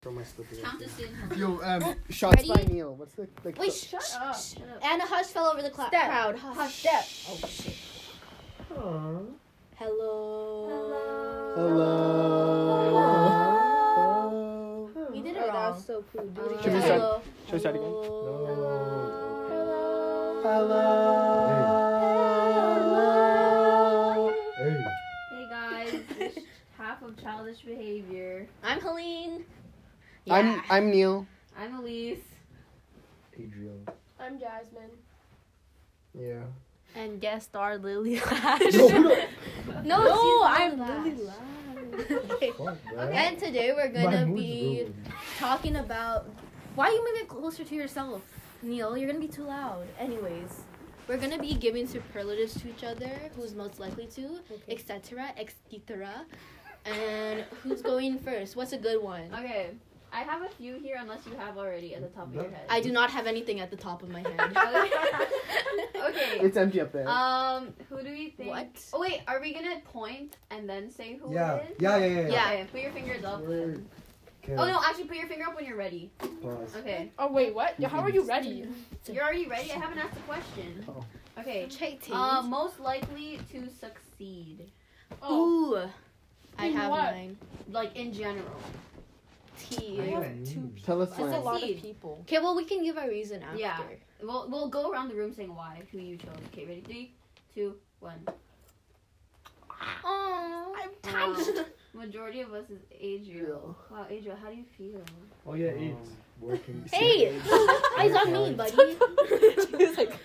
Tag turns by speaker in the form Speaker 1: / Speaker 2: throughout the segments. Speaker 1: From my slippy.
Speaker 2: Count us in.
Speaker 3: Yo, um, shots
Speaker 4: Ready?
Speaker 3: by Neil. What's the like?
Speaker 4: Wait,
Speaker 3: the-
Speaker 4: shut
Speaker 5: up.
Speaker 4: And a hush fell over the cla-
Speaker 5: Step.
Speaker 4: crowd. Hush.
Speaker 5: Step.
Speaker 4: Oh shit.
Speaker 1: Aww.
Speaker 4: Hello.
Speaker 3: Hello.
Speaker 4: We did it
Speaker 5: Oh, that
Speaker 4: wrong.
Speaker 5: was so cool. Do
Speaker 4: Uh,
Speaker 5: it
Speaker 3: Should we
Speaker 5: again.
Speaker 3: start?
Speaker 4: hello.
Speaker 3: Should I start again?
Speaker 1: No.
Speaker 4: Hello.
Speaker 3: Hello.
Speaker 1: Hey.
Speaker 2: Hey guys, this is half of childish behavior.
Speaker 4: I'm Helene.
Speaker 3: I'm I'm Neil.
Speaker 2: I'm Elise.
Speaker 1: Adrian.
Speaker 5: I'm Jasmine.
Speaker 1: Yeah.
Speaker 4: and guest star Lily
Speaker 1: Yo, who the
Speaker 4: No,
Speaker 5: I'm
Speaker 4: Lily
Speaker 5: Lily
Speaker 1: fuck, bro?
Speaker 4: And today we're
Speaker 1: My
Speaker 4: gonna
Speaker 1: mood's
Speaker 4: be
Speaker 1: ruined.
Speaker 4: talking about why you move it closer to yourself, Neil. You're gonna be too loud. Anyways, we're gonna be giving superlatives to each other, who's most likely to,
Speaker 5: Okay.
Speaker 4: etc., etc. And who's going first? What's a good one?
Speaker 2: Okay, I have a few here unless you have already at the top of your
Speaker 1: No.
Speaker 2: head.
Speaker 4: I do not have anything at the top of my head.
Speaker 2: okay.
Speaker 3: It's empty up there.
Speaker 2: Um, who do we think?
Speaker 4: What?
Speaker 2: Oh wait, are we gonna point and then say who
Speaker 1: Yeah.
Speaker 2: it is?
Speaker 1: Yeah, yeah, yeah.
Speaker 4: Yeah.
Speaker 2: Okay, put your fingers up.
Speaker 1: Word.
Speaker 2: then.
Speaker 1: Okay.
Speaker 2: Oh no, actually put your finger up when you're ready.
Speaker 1: Pause.
Speaker 2: Okay.
Speaker 5: Oh wait, what? How are you ready?
Speaker 2: You're already ready? I haven't asked a question.
Speaker 3: Oh.
Speaker 2: Okay.
Speaker 4: Cheating.
Speaker 2: Uh, most likely to succeed.
Speaker 5: Oh,
Speaker 4: Ooh, I
Speaker 5: In
Speaker 4: have
Speaker 5: what?
Speaker 4: mine.
Speaker 2: Like in general.
Speaker 4: Tea.
Speaker 5: I
Speaker 1: Yeah.
Speaker 5: have two.
Speaker 3: Tell us
Speaker 5: That's a
Speaker 3: when.
Speaker 5: lot
Speaker 2: Succeed.
Speaker 5: of people.
Speaker 4: Okay, well we can give our reason after.
Speaker 2: Yeah. We'll we'll go around the room saying why, who you chose. Okay, ready? Three, two, one.
Speaker 4: Aww.
Speaker 5: I'm
Speaker 2: tired. Majority of us is Adriel. Wow, Adriel, how do you feel?
Speaker 1: Oh yeah, eight. Working.
Speaker 4: Hey, eyes on me, buddy.
Speaker 5: She's like,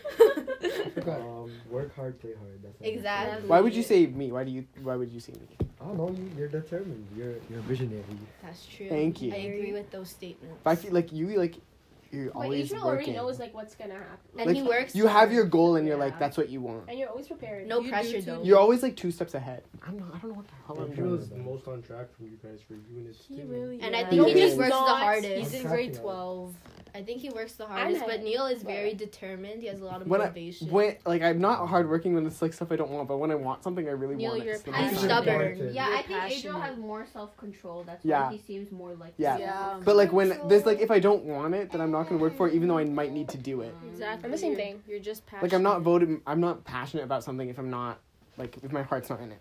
Speaker 1: Um, work hard, play hard. That's how you
Speaker 4: Exactly.
Speaker 3: Why would you say me? Why do you? Why would you say me?
Speaker 1: feel. I don't know. Oh, You, you're determined. You're you're visionary.
Speaker 4: That's true.
Speaker 3: Thank you.
Speaker 4: I agree with those statements.
Speaker 3: If I feel like you, like you're
Speaker 5: but
Speaker 3: always
Speaker 5: Adriel already
Speaker 3: working.
Speaker 5: knows like what's gonna happen,
Speaker 4: and
Speaker 3: Like,
Speaker 4: he works.
Speaker 3: you have your goal, and you're
Speaker 2: Yeah.
Speaker 3: like, that's what you want.
Speaker 5: and you're always prepared.
Speaker 4: no
Speaker 2: You do
Speaker 4: pressure
Speaker 2: too.
Speaker 4: though.
Speaker 3: You're always like two steps ahead.
Speaker 1: I'm not. I don't know what the
Speaker 3: hell I'm
Speaker 1: He
Speaker 3: doing
Speaker 1: was
Speaker 3: about it.
Speaker 1: most on track from you guys for you and his
Speaker 5: He
Speaker 1: team.
Speaker 5: really.
Speaker 4: and I
Speaker 5: is.
Speaker 4: think
Speaker 3: Nope.
Speaker 4: he just
Speaker 3: He's
Speaker 4: works the
Speaker 5: not.
Speaker 4: hardest.
Speaker 1: He's in grade
Speaker 4: 12. I think he works the hardest, but
Speaker 5: ahead.
Speaker 4: Neil is very
Speaker 5: But-
Speaker 4: determined. He has a lot of
Speaker 3: When I-
Speaker 4: motivation.
Speaker 3: When like I'm not hardworking when it's like stuff I don't want, but when I want something, I really
Speaker 5: Neil,
Speaker 3: want
Speaker 5: you're
Speaker 3: it. so then
Speaker 4: I'm
Speaker 3: it's
Speaker 1: passionate.
Speaker 3: like-
Speaker 4: stubborn.
Speaker 1: You're
Speaker 2: Yeah, I think Adriel
Speaker 4: passionate.
Speaker 2: has more self control. That's
Speaker 3: Yeah.
Speaker 2: why he seems more like Um,
Speaker 3: Yeah.
Speaker 5: Yeah.
Speaker 3: But like when there's like if I don't want it, then I'm not gonna work for it, even though I might need to do it.
Speaker 4: Exactly.
Speaker 5: I'm the same
Speaker 4: You're-
Speaker 5: thing.
Speaker 4: You're just passionate.
Speaker 3: Like I'm not voted. I'm not passionate about something if I'm not like if my heart's not in it.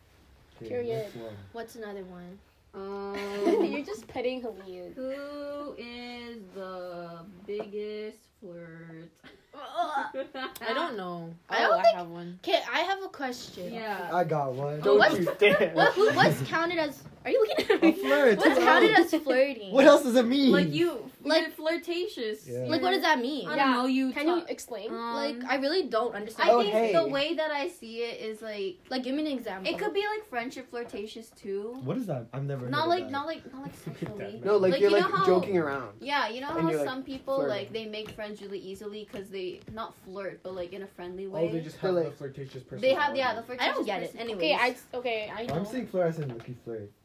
Speaker 1: Okay,
Speaker 5: Period.
Speaker 1: next one.
Speaker 4: What's another one?
Speaker 2: Um,
Speaker 5: You're just petting Helene.
Speaker 2: who is the biggest flirt?
Speaker 4: I
Speaker 2: I
Speaker 4: don't know.
Speaker 5: I
Speaker 4: I
Speaker 5: don't
Speaker 4: don't
Speaker 5: I
Speaker 4: think.
Speaker 5: have one.
Speaker 4: Okay, I have a question.
Speaker 2: Yeah.
Speaker 1: I got one.
Speaker 4: Don't What?
Speaker 3: you dare.
Speaker 4: What, who, what's counted as? Are you looking at
Speaker 1: A
Speaker 4: me?
Speaker 1: flirt.
Speaker 4: What's counted as flirting?
Speaker 3: What else does it mean?
Speaker 2: Like you,
Speaker 4: Like-
Speaker 2: like flirtatious.
Speaker 1: Yeah.
Speaker 4: Like what does that mean?
Speaker 2: I don't
Speaker 5: Yeah.
Speaker 2: know. You
Speaker 5: Can
Speaker 2: talk-
Speaker 5: you explain?
Speaker 2: Um,
Speaker 4: like I really don't
Speaker 2: I
Speaker 4: understand.
Speaker 3: Oh,
Speaker 2: think
Speaker 3: hey.
Speaker 2: the way that I see it is like
Speaker 4: like give me an example.
Speaker 2: it could be like friendship flirtatious too.
Speaker 1: What is that? I've never.
Speaker 2: Not
Speaker 1: heard
Speaker 2: like
Speaker 1: of
Speaker 2: not like not like
Speaker 1: That
Speaker 2: sexually.
Speaker 1: man.
Speaker 3: no, like,
Speaker 2: Like,
Speaker 3: you're
Speaker 2: you
Speaker 3: like
Speaker 2: know how-
Speaker 3: joking around.
Speaker 2: Yeah, you know
Speaker 3: And
Speaker 2: how
Speaker 3: you're, like,
Speaker 2: some people
Speaker 3: flirting.
Speaker 2: like they make friends really easily because they not flirt but like in a friendly
Speaker 1: that.
Speaker 2: way.
Speaker 1: Oh, they just
Speaker 3: They're
Speaker 1: have the
Speaker 3: like-
Speaker 1: flirtatious person.
Speaker 2: They have yeah the flirtatious.
Speaker 4: I don't get it.
Speaker 2: person.
Speaker 4: Anyways.
Speaker 5: Okay, I okay, I know.
Speaker 1: I'm seeing flirt as in lucky flirt.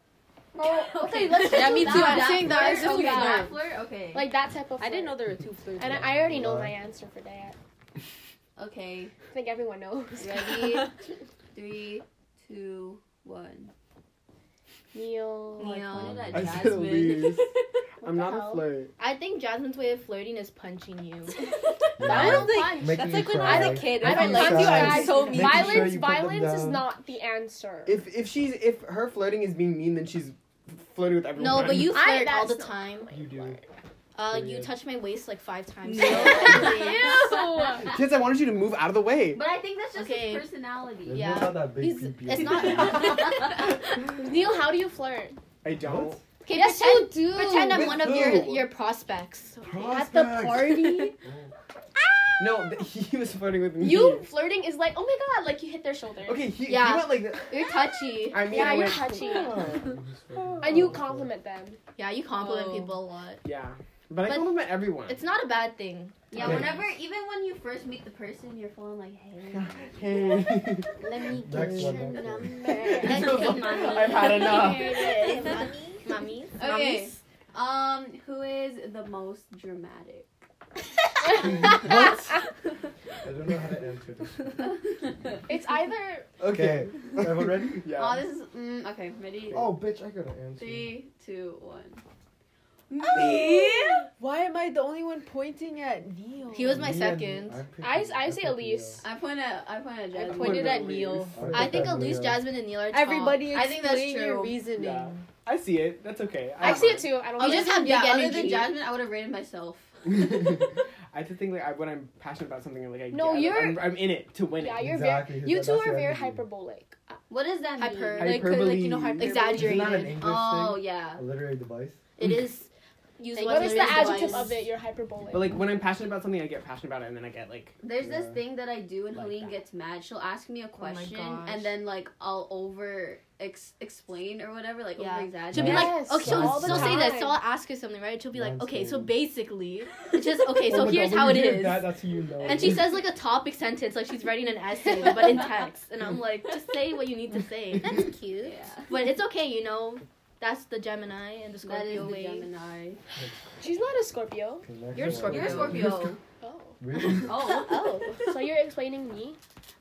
Speaker 5: Oh, okay, let's
Speaker 4: Yeah, me
Speaker 5: do
Speaker 4: too.
Speaker 5: that.
Speaker 4: I'm saying that. I was
Speaker 2: flirt?
Speaker 4: just
Speaker 2: Okay,
Speaker 4: thinking
Speaker 2: that
Speaker 4: that.
Speaker 2: flirt. Okay.
Speaker 5: like that type of.
Speaker 6: I didn't know
Speaker 5: flirt.
Speaker 6: there were two flirts.
Speaker 5: And I, I already know my answer for that.
Speaker 2: okay.
Speaker 5: I think everyone knows.
Speaker 2: Ready? Three, two, one.
Speaker 5: Neil.
Speaker 2: Oh, I
Speaker 4: Neil.
Speaker 2: pointed at
Speaker 3: I said
Speaker 2: Jasmine.
Speaker 3: Elise. I'm not a flirt.
Speaker 4: I think Jasmine's way of flirting is punching you.
Speaker 5: I
Speaker 1: Yeah.
Speaker 5: don't think.
Speaker 1: Making
Speaker 6: That's
Speaker 1: you
Speaker 6: like when
Speaker 1: cry.
Speaker 6: I was a kid.
Speaker 5: I
Speaker 6: I
Speaker 5: don't
Speaker 6: don't
Speaker 1: Making
Speaker 5: like
Speaker 6: like you.
Speaker 5: guys.
Speaker 6: I'm so
Speaker 1: Making
Speaker 6: mean.
Speaker 1: sure
Speaker 5: violence,
Speaker 1: you put them
Speaker 5: violence is
Speaker 1: down.
Speaker 5: not the answer.
Speaker 3: If if she's if her flirting is being mean, then she's flirting with everyone.
Speaker 4: No, but you
Speaker 5: I-
Speaker 4: flirt all
Speaker 5: that's
Speaker 4: the
Speaker 5: not-
Speaker 4: time.
Speaker 1: You do.
Speaker 4: Uh, you
Speaker 1: Period.
Speaker 4: touch my waist like five times.
Speaker 2: No.
Speaker 5: Ew.
Speaker 3: Kids, I wanted you to move out of the way.
Speaker 2: But I think that's just
Speaker 4: Okay.
Speaker 2: his personality.
Speaker 1: There's
Speaker 4: Yeah.
Speaker 1: not that big
Speaker 4: He's-
Speaker 1: peepee.
Speaker 4: it's not-
Speaker 5: Neil, how do you flirt?
Speaker 3: I don't.
Speaker 4: Okay,
Speaker 5: Yes,
Speaker 4: pretend,
Speaker 5: you do.
Speaker 4: pretend I'm
Speaker 3: With
Speaker 4: one of your,
Speaker 3: who?
Speaker 4: your prospects.
Speaker 5: At the party,
Speaker 1: Oh,
Speaker 3: No, th- he was flirting with me.
Speaker 5: you flirting is like, oh my god, like you hit their shoulder.
Speaker 3: Okay, he,
Speaker 4: Yeah.
Speaker 3: he went like. th-
Speaker 4: You're touchy.
Speaker 3: I mean,
Speaker 5: Yeah,
Speaker 3: I
Speaker 5: you're
Speaker 3: went-
Speaker 5: touchy.
Speaker 1: Oh.
Speaker 5: And you compliment them.
Speaker 4: Yeah, you compliment
Speaker 6: Oh.
Speaker 4: people a lot.
Speaker 3: Yeah, but,
Speaker 4: But
Speaker 3: I compliment everyone.
Speaker 4: It's not a bad thing.
Speaker 2: Yeah,
Speaker 1: Okay.
Speaker 2: whenever, even when you first meet the person, you're feeling like, hey.
Speaker 3: Hey.
Speaker 4: Let me
Speaker 1: Next
Speaker 4: get your
Speaker 1: one, next
Speaker 4: number.
Speaker 1: one.
Speaker 4: Okay, mommy.
Speaker 3: I've had enough.
Speaker 4: Here it is. Mommy. Mommy.
Speaker 2: Okay. Um, who is the most dramatic?
Speaker 3: what?
Speaker 1: I don't know how to answer this.
Speaker 5: It's either
Speaker 3: Okay.
Speaker 1: Everyone ready?
Speaker 3: Yeah.
Speaker 2: Oh, this is mm, okay. Ready?
Speaker 1: Oh, bitch, I gotta answer.
Speaker 2: Three, two, one.
Speaker 7: Me? Why am I the only one pointing at Neil?
Speaker 4: He was
Speaker 1: Me
Speaker 4: my
Speaker 1: and-
Speaker 4: second.
Speaker 1: I picked-
Speaker 6: I s- I
Speaker 1: I
Speaker 6: say
Speaker 1: picked
Speaker 6: Elise.
Speaker 1: Leo.
Speaker 2: I point at I point at
Speaker 7: I
Speaker 2: Jasmine.
Speaker 7: pointed at Elise. Neil.
Speaker 1: picked
Speaker 4: I think
Speaker 1: that
Speaker 4: Elise,
Speaker 1: Leo.
Speaker 4: Jasmine, and Neil are top.
Speaker 7: Everybody
Speaker 4: I
Speaker 7: explain
Speaker 4: think that's
Speaker 7: your
Speaker 4: true.
Speaker 7: reasoning.
Speaker 3: Yeah. I see it. That's okay.
Speaker 6: I see it too. I don't.
Speaker 2: Other
Speaker 4: You
Speaker 6: know.
Speaker 4: just
Speaker 2: than-
Speaker 4: have big
Speaker 2: yeah, Other
Speaker 4: energy.
Speaker 2: than Jasmine, I would have rated myself.
Speaker 3: I just think like I, when I'm passionate about something, like I
Speaker 6: No,
Speaker 3: get it.
Speaker 6: you're-
Speaker 3: I'm, I'm in it to win
Speaker 6: yeah,
Speaker 3: it.
Speaker 6: you're
Speaker 1: Exactly,
Speaker 6: very. You
Speaker 1: that's
Speaker 6: two
Speaker 1: the
Speaker 6: are very
Speaker 1: energy.
Speaker 6: hyperbolic.
Speaker 2: What does that
Speaker 4: Hyper-
Speaker 2: mean?
Speaker 4: like, could, like, you know,
Speaker 3: Hyperbole.
Speaker 1: Isn't that an
Speaker 4: Exaggerating.
Speaker 1: English
Speaker 2: Oh
Speaker 1: thing?
Speaker 2: yeah,
Speaker 1: A literary device?
Speaker 4: It is. Use
Speaker 2: Like,
Speaker 4: one
Speaker 6: What is the
Speaker 4: literary
Speaker 2: Hyperbolic.
Speaker 6: adjective
Speaker 4: device.
Speaker 6: of it? You're hyperbolic.
Speaker 3: But like when I'm passionate about something, I get passionate about it, and then I get like
Speaker 2: There's this
Speaker 1: Yeah.
Speaker 2: thing that I do when
Speaker 3: Like
Speaker 2: Helene
Speaker 3: that.
Speaker 2: gets mad. She'll ask me a question
Speaker 4: Oh gosh.
Speaker 2: and then like I'll over ex- explain or whatever, like
Speaker 4: Yeah.
Speaker 2: over exaggerate.
Speaker 4: She'll be like,
Speaker 6: Yes,
Speaker 4: okay, she'll,
Speaker 1: all the
Speaker 4: she'll say this.
Speaker 6: time.
Speaker 4: So I'll ask her something, right? She'll be like, okay, so
Speaker 1: Mansplaining.
Speaker 4: basically, it's just okay.
Speaker 1: Oh
Speaker 4: So
Speaker 1: my
Speaker 4: here's
Speaker 1: God,
Speaker 4: how
Speaker 1: when
Speaker 4: it
Speaker 1: you hear
Speaker 4: is.
Speaker 1: That, that's who you know.
Speaker 4: And she says like a topic sentence, like she's writing an essay, but in text. And I'm like, just say what you need to say. That's cute.
Speaker 2: yeah.
Speaker 4: But it's okay, you know. That's the Gemini and the
Speaker 2: That is
Speaker 4: Scorpio
Speaker 2: the
Speaker 4: way.
Speaker 2: Gemini.
Speaker 6: She's not a Scorpio.
Speaker 1: Connection
Speaker 4: You're a Scorpio.
Speaker 2: You're a Scorpio.
Speaker 6: Oh.
Speaker 1: Really?
Speaker 2: oh.
Speaker 4: Oh,
Speaker 6: So you're explaining me?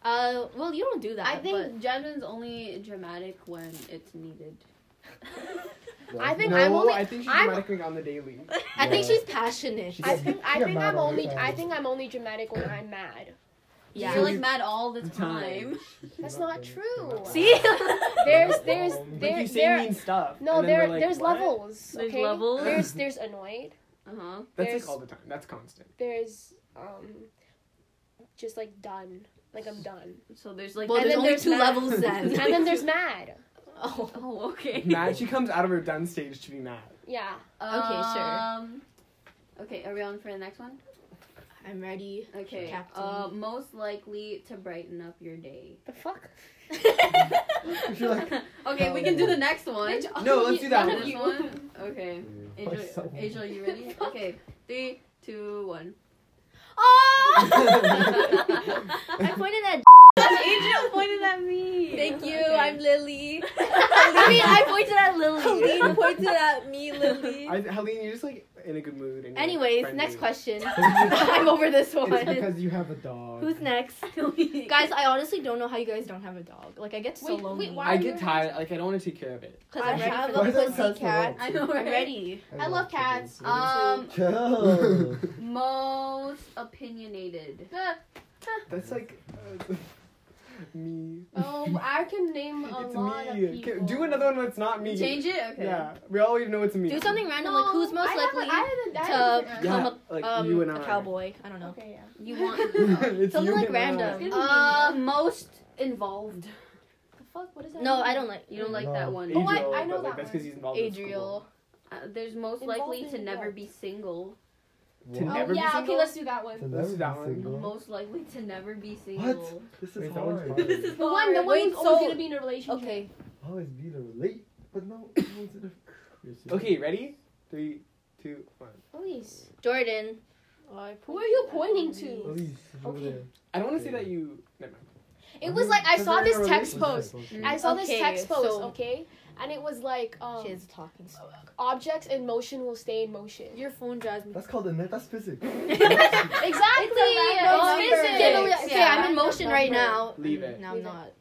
Speaker 4: uh, well, you don't do that.
Speaker 2: I think Jasmine's only dramatic when it's needed.
Speaker 6: I think
Speaker 3: no,
Speaker 6: I'm only.
Speaker 3: I think she's
Speaker 6: I'm-
Speaker 3: dramatic on the daily.
Speaker 4: but I think
Speaker 1: Yeah.
Speaker 4: she's passionate.
Speaker 1: She's-
Speaker 6: I think I
Speaker 1: You're
Speaker 6: think
Speaker 1: mad
Speaker 6: I'm
Speaker 1: all the
Speaker 6: only
Speaker 1: time.
Speaker 6: I think I'm only dramatic when I'm mad.
Speaker 4: yeah.
Speaker 2: You're like mad all the time.
Speaker 3: Time.
Speaker 6: That's not true.
Speaker 4: See,
Speaker 6: There's there's
Speaker 1: Like
Speaker 6: there
Speaker 3: oh, like you say
Speaker 6: there
Speaker 3: mean stuff.
Speaker 6: no
Speaker 3: and then
Speaker 6: there
Speaker 3: we're like,
Speaker 6: there's
Speaker 3: what?
Speaker 6: levels.
Speaker 4: There's
Speaker 6: Okay?
Speaker 4: levels?
Speaker 6: There's there's annoyed.
Speaker 2: Uh huh.
Speaker 3: That's
Speaker 6: there's-
Speaker 3: like all the time. That's constant.
Speaker 6: There's um just like done. Like I'm done.
Speaker 2: So there's like
Speaker 4: well,
Speaker 6: And
Speaker 4: there's
Speaker 6: then
Speaker 4: only
Speaker 6: there's
Speaker 4: two
Speaker 6: mad.
Speaker 4: levels
Speaker 6: And
Speaker 4: then.
Speaker 6: then there's mad.
Speaker 4: oh.
Speaker 2: Oh okay.
Speaker 3: Mad. She comes out of her done stage to be mad.
Speaker 6: Yeah.
Speaker 4: Okay, sure.
Speaker 2: Um, okay, are we on for the next one?
Speaker 4: I'm ready.
Speaker 2: Okay.
Speaker 4: Captain.
Speaker 2: Uh, most likely to brighten up your day.
Speaker 6: The fuck?
Speaker 1: You're like,
Speaker 2: okay, we can do the next one.
Speaker 3: No, let's do that
Speaker 2: This
Speaker 3: one.
Speaker 2: one? Okay. Angel,
Speaker 1: Myself.
Speaker 2: Angel, you ready? Okay, three, two, one.
Speaker 4: Oh! I pointed at.
Speaker 2: Angel pointed at me.
Speaker 4: Thank you.
Speaker 2: Okay.
Speaker 4: I'm Lily. I mean, I pointed at Lily. Helene pointed at me, Lily.
Speaker 3: I, Helene, you're just like in a good mood. And you're, like,
Speaker 4: Anyways,
Speaker 3: friendly.
Speaker 4: next question. I'm over this
Speaker 1: It's
Speaker 4: one.
Speaker 1: because you have a dog.
Speaker 4: Who's next? guys, I honestly don't know how you guys don't have a dog. Like, I get so
Speaker 6: Wait, wait,
Speaker 4: lonely.
Speaker 6: why-
Speaker 3: I get tired. Like I don't want to take care of it.
Speaker 4: Because
Speaker 2: I
Speaker 4: I have
Speaker 1: Why
Speaker 4: a
Speaker 1: does that
Speaker 4: pussy
Speaker 1: sound so
Speaker 4: cat.
Speaker 1: wrong?
Speaker 2: I know,
Speaker 4: I'm
Speaker 2: right?
Speaker 4: ready.
Speaker 2: I love cats. Um,
Speaker 1: Chill.
Speaker 2: most opinionated.
Speaker 3: That's like uh, me.
Speaker 6: Oh, I can name a
Speaker 3: It's
Speaker 6: lot of
Speaker 3: me.
Speaker 6: people.
Speaker 3: Can- Do another one that's not me.
Speaker 2: Change it. Okay.
Speaker 3: Yeah, we always know it's me.
Speaker 4: Do something random,
Speaker 6: No,
Speaker 4: like who's most
Speaker 6: I have a-
Speaker 4: likely
Speaker 6: I have a- I
Speaker 4: to
Speaker 6: have a-
Speaker 3: Yeah,
Speaker 4: become
Speaker 3: like
Speaker 4: a, um,
Speaker 3: you and I.
Speaker 4: a cowboy? I don't know.
Speaker 6: Okay, yeah.
Speaker 2: You want
Speaker 3: it's
Speaker 4: Something
Speaker 3: you
Speaker 4: like
Speaker 3: and I.
Speaker 4: random.
Speaker 2: uh most involved.
Speaker 6: The fuck? What is that?
Speaker 4: No,
Speaker 6: mean?
Speaker 4: I don't like.
Speaker 2: You don't like
Speaker 1: No.
Speaker 2: that one.
Speaker 6: Oh, I-
Speaker 3: Adriel,
Speaker 6: I know
Speaker 3: but, like, That's
Speaker 6: that one.
Speaker 3: because he's involved. in
Speaker 4: Adriel.
Speaker 2: Uh, there's most
Speaker 6: Involved
Speaker 2: likely
Speaker 6: in
Speaker 2: to never
Speaker 6: what?
Speaker 2: be single.
Speaker 1: What?
Speaker 3: Oh,
Speaker 6: Oh
Speaker 3: Never be
Speaker 6: yeah, okay,
Speaker 3: single?
Speaker 6: let's do that one.
Speaker 1: That's
Speaker 3: This is that one.
Speaker 1: single.
Speaker 2: Most likely to never be single.
Speaker 3: This
Speaker 1: Wait,
Speaker 3: is
Speaker 1: that one's
Speaker 3: hard.
Speaker 1: hard.
Speaker 2: This is
Speaker 6: The one, the one
Speaker 4: Wait,
Speaker 6: who's always
Speaker 4: so-
Speaker 6: gonna be in a relationship.
Speaker 4: Okay.
Speaker 1: Always be the late, but no. no one's in a-
Speaker 3: Okay, ready? Three, two, one.
Speaker 6: Elise,
Speaker 4: Jordan.
Speaker 6: who are you pointing to?
Speaker 1: Elise, it's over
Speaker 6: Okay.
Speaker 1: there.
Speaker 3: I don't want to say that you. Never mind.
Speaker 6: It was like I
Speaker 3: Because
Speaker 6: saw
Speaker 3: they're in a
Speaker 6: this text post.
Speaker 1: What's this one?
Speaker 6: I saw
Speaker 4: Okay,
Speaker 6: this text post,
Speaker 4: so-
Speaker 6: okay, and it was like um,
Speaker 4: She is talking. so-
Speaker 6: objects in motion will stay in motion.
Speaker 4: Your phone drives me.
Speaker 1: That's called a net. That's physics.
Speaker 6: exactly.
Speaker 4: Oh,
Speaker 6: It's
Speaker 4: you're
Speaker 6: physics.
Speaker 4: kidding me. Okay,
Speaker 2: Yeah.
Speaker 4: I'm in motion right now.
Speaker 3: Leave it.
Speaker 4: No, I'm
Speaker 6: Leave it.
Speaker 4: not.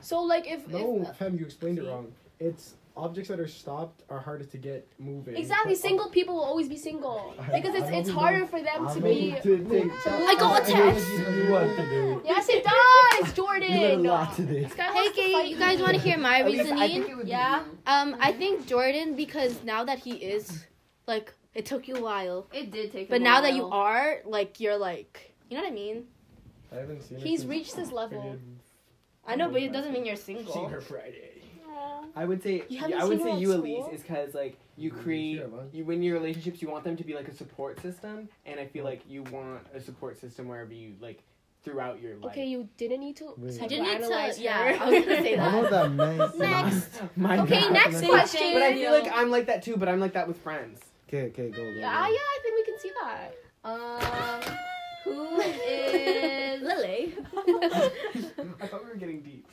Speaker 6: So like if,
Speaker 7: No,
Speaker 6: if
Speaker 7: fam, you explained it
Speaker 4: See?
Speaker 7: wrong. It's objects that are stopped are hardest to get moving.
Speaker 6: exactly
Speaker 7: But-
Speaker 6: single people will always be single
Speaker 1: I-
Speaker 6: because
Speaker 1: I
Speaker 6: it's
Speaker 1: don't
Speaker 6: it's
Speaker 1: know.
Speaker 6: harder for them to be.
Speaker 4: I got a text.
Speaker 1: You want to do?
Speaker 6: Yes, it does,
Speaker 1: You did a
Speaker 6: Jordan.
Speaker 1: lot today.
Speaker 6: This guy
Speaker 4: Hey,
Speaker 6: wants to
Speaker 4: Kate,
Speaker 6: fight
Speaker 4: you guys want to hear my
Speaker 3: At least I
Speaker 4: reasoning?
Speaker 3: think it would be
Speaker 2: Yeah.
Speaker 3: you.
Speaker 4: Um, I think Jordan because now that he is, like, it took you a while,
Speaker 2: It did take.
Speaker 4: but
Speaker 2: a
Speaker 4: now that you
Speaker 2: while.
Speaker 4: are, like, you're like, you know what I mean?
Speaker 7: I haven't seen her
Speaker 6: He's
Speaker 7: since
Speaker 6: reached this level.
Speaker 7: friggin-
Speaker 4: I know, but it doesn't mean you're single.
Speaker 7: Seen her Friday.
Speaker 3: uh, I would say
Speaker 6: You
Speaker 3: yeah,
Speaker 6: haven't
Speaker 3: I would
Speaker 6: seen her
Speaker 3: say
Speaker 6: at
Speaker 3: you
Speaker 6: school?
Speaker 3: Elise is because like you
Speaker 7: Mm, sure,
Speaker 3: create
Speaker 7: man.
Speaker 3: you when your relationships you want them to be like a support system and I feel like you want a support system wherever you like throughout your life.
Speaker 6: Okay, you didn't need to.
Speaker 1: Wait.
Speaker 4: You didn't need
Speaker 6: psychoanalyze
Speaker 4: to.
Speaker 6: her.
Speaker 4: Yeah, I was gonna say
Speaker 1: I know
Speaker 4: that.
Speaker 1: that nice.
Speaker 4: Next.
Speaker 3: My
Speaker 6: Okay,
Speaker 3: God.
Speaker 6: next
Speaker 1: But
Speaker 6: question.
Speaker 3: But I feel like I'm like that too, but I'm like that with friends.
Speaker 1: Okay, okay, go. go, go.
Speaker 6: yeah, ah, yeah, I think we can see that.
Speaker 2: Um, who is?
Speaker 4: Lily.
Speaker 3: I thought we were getting deep.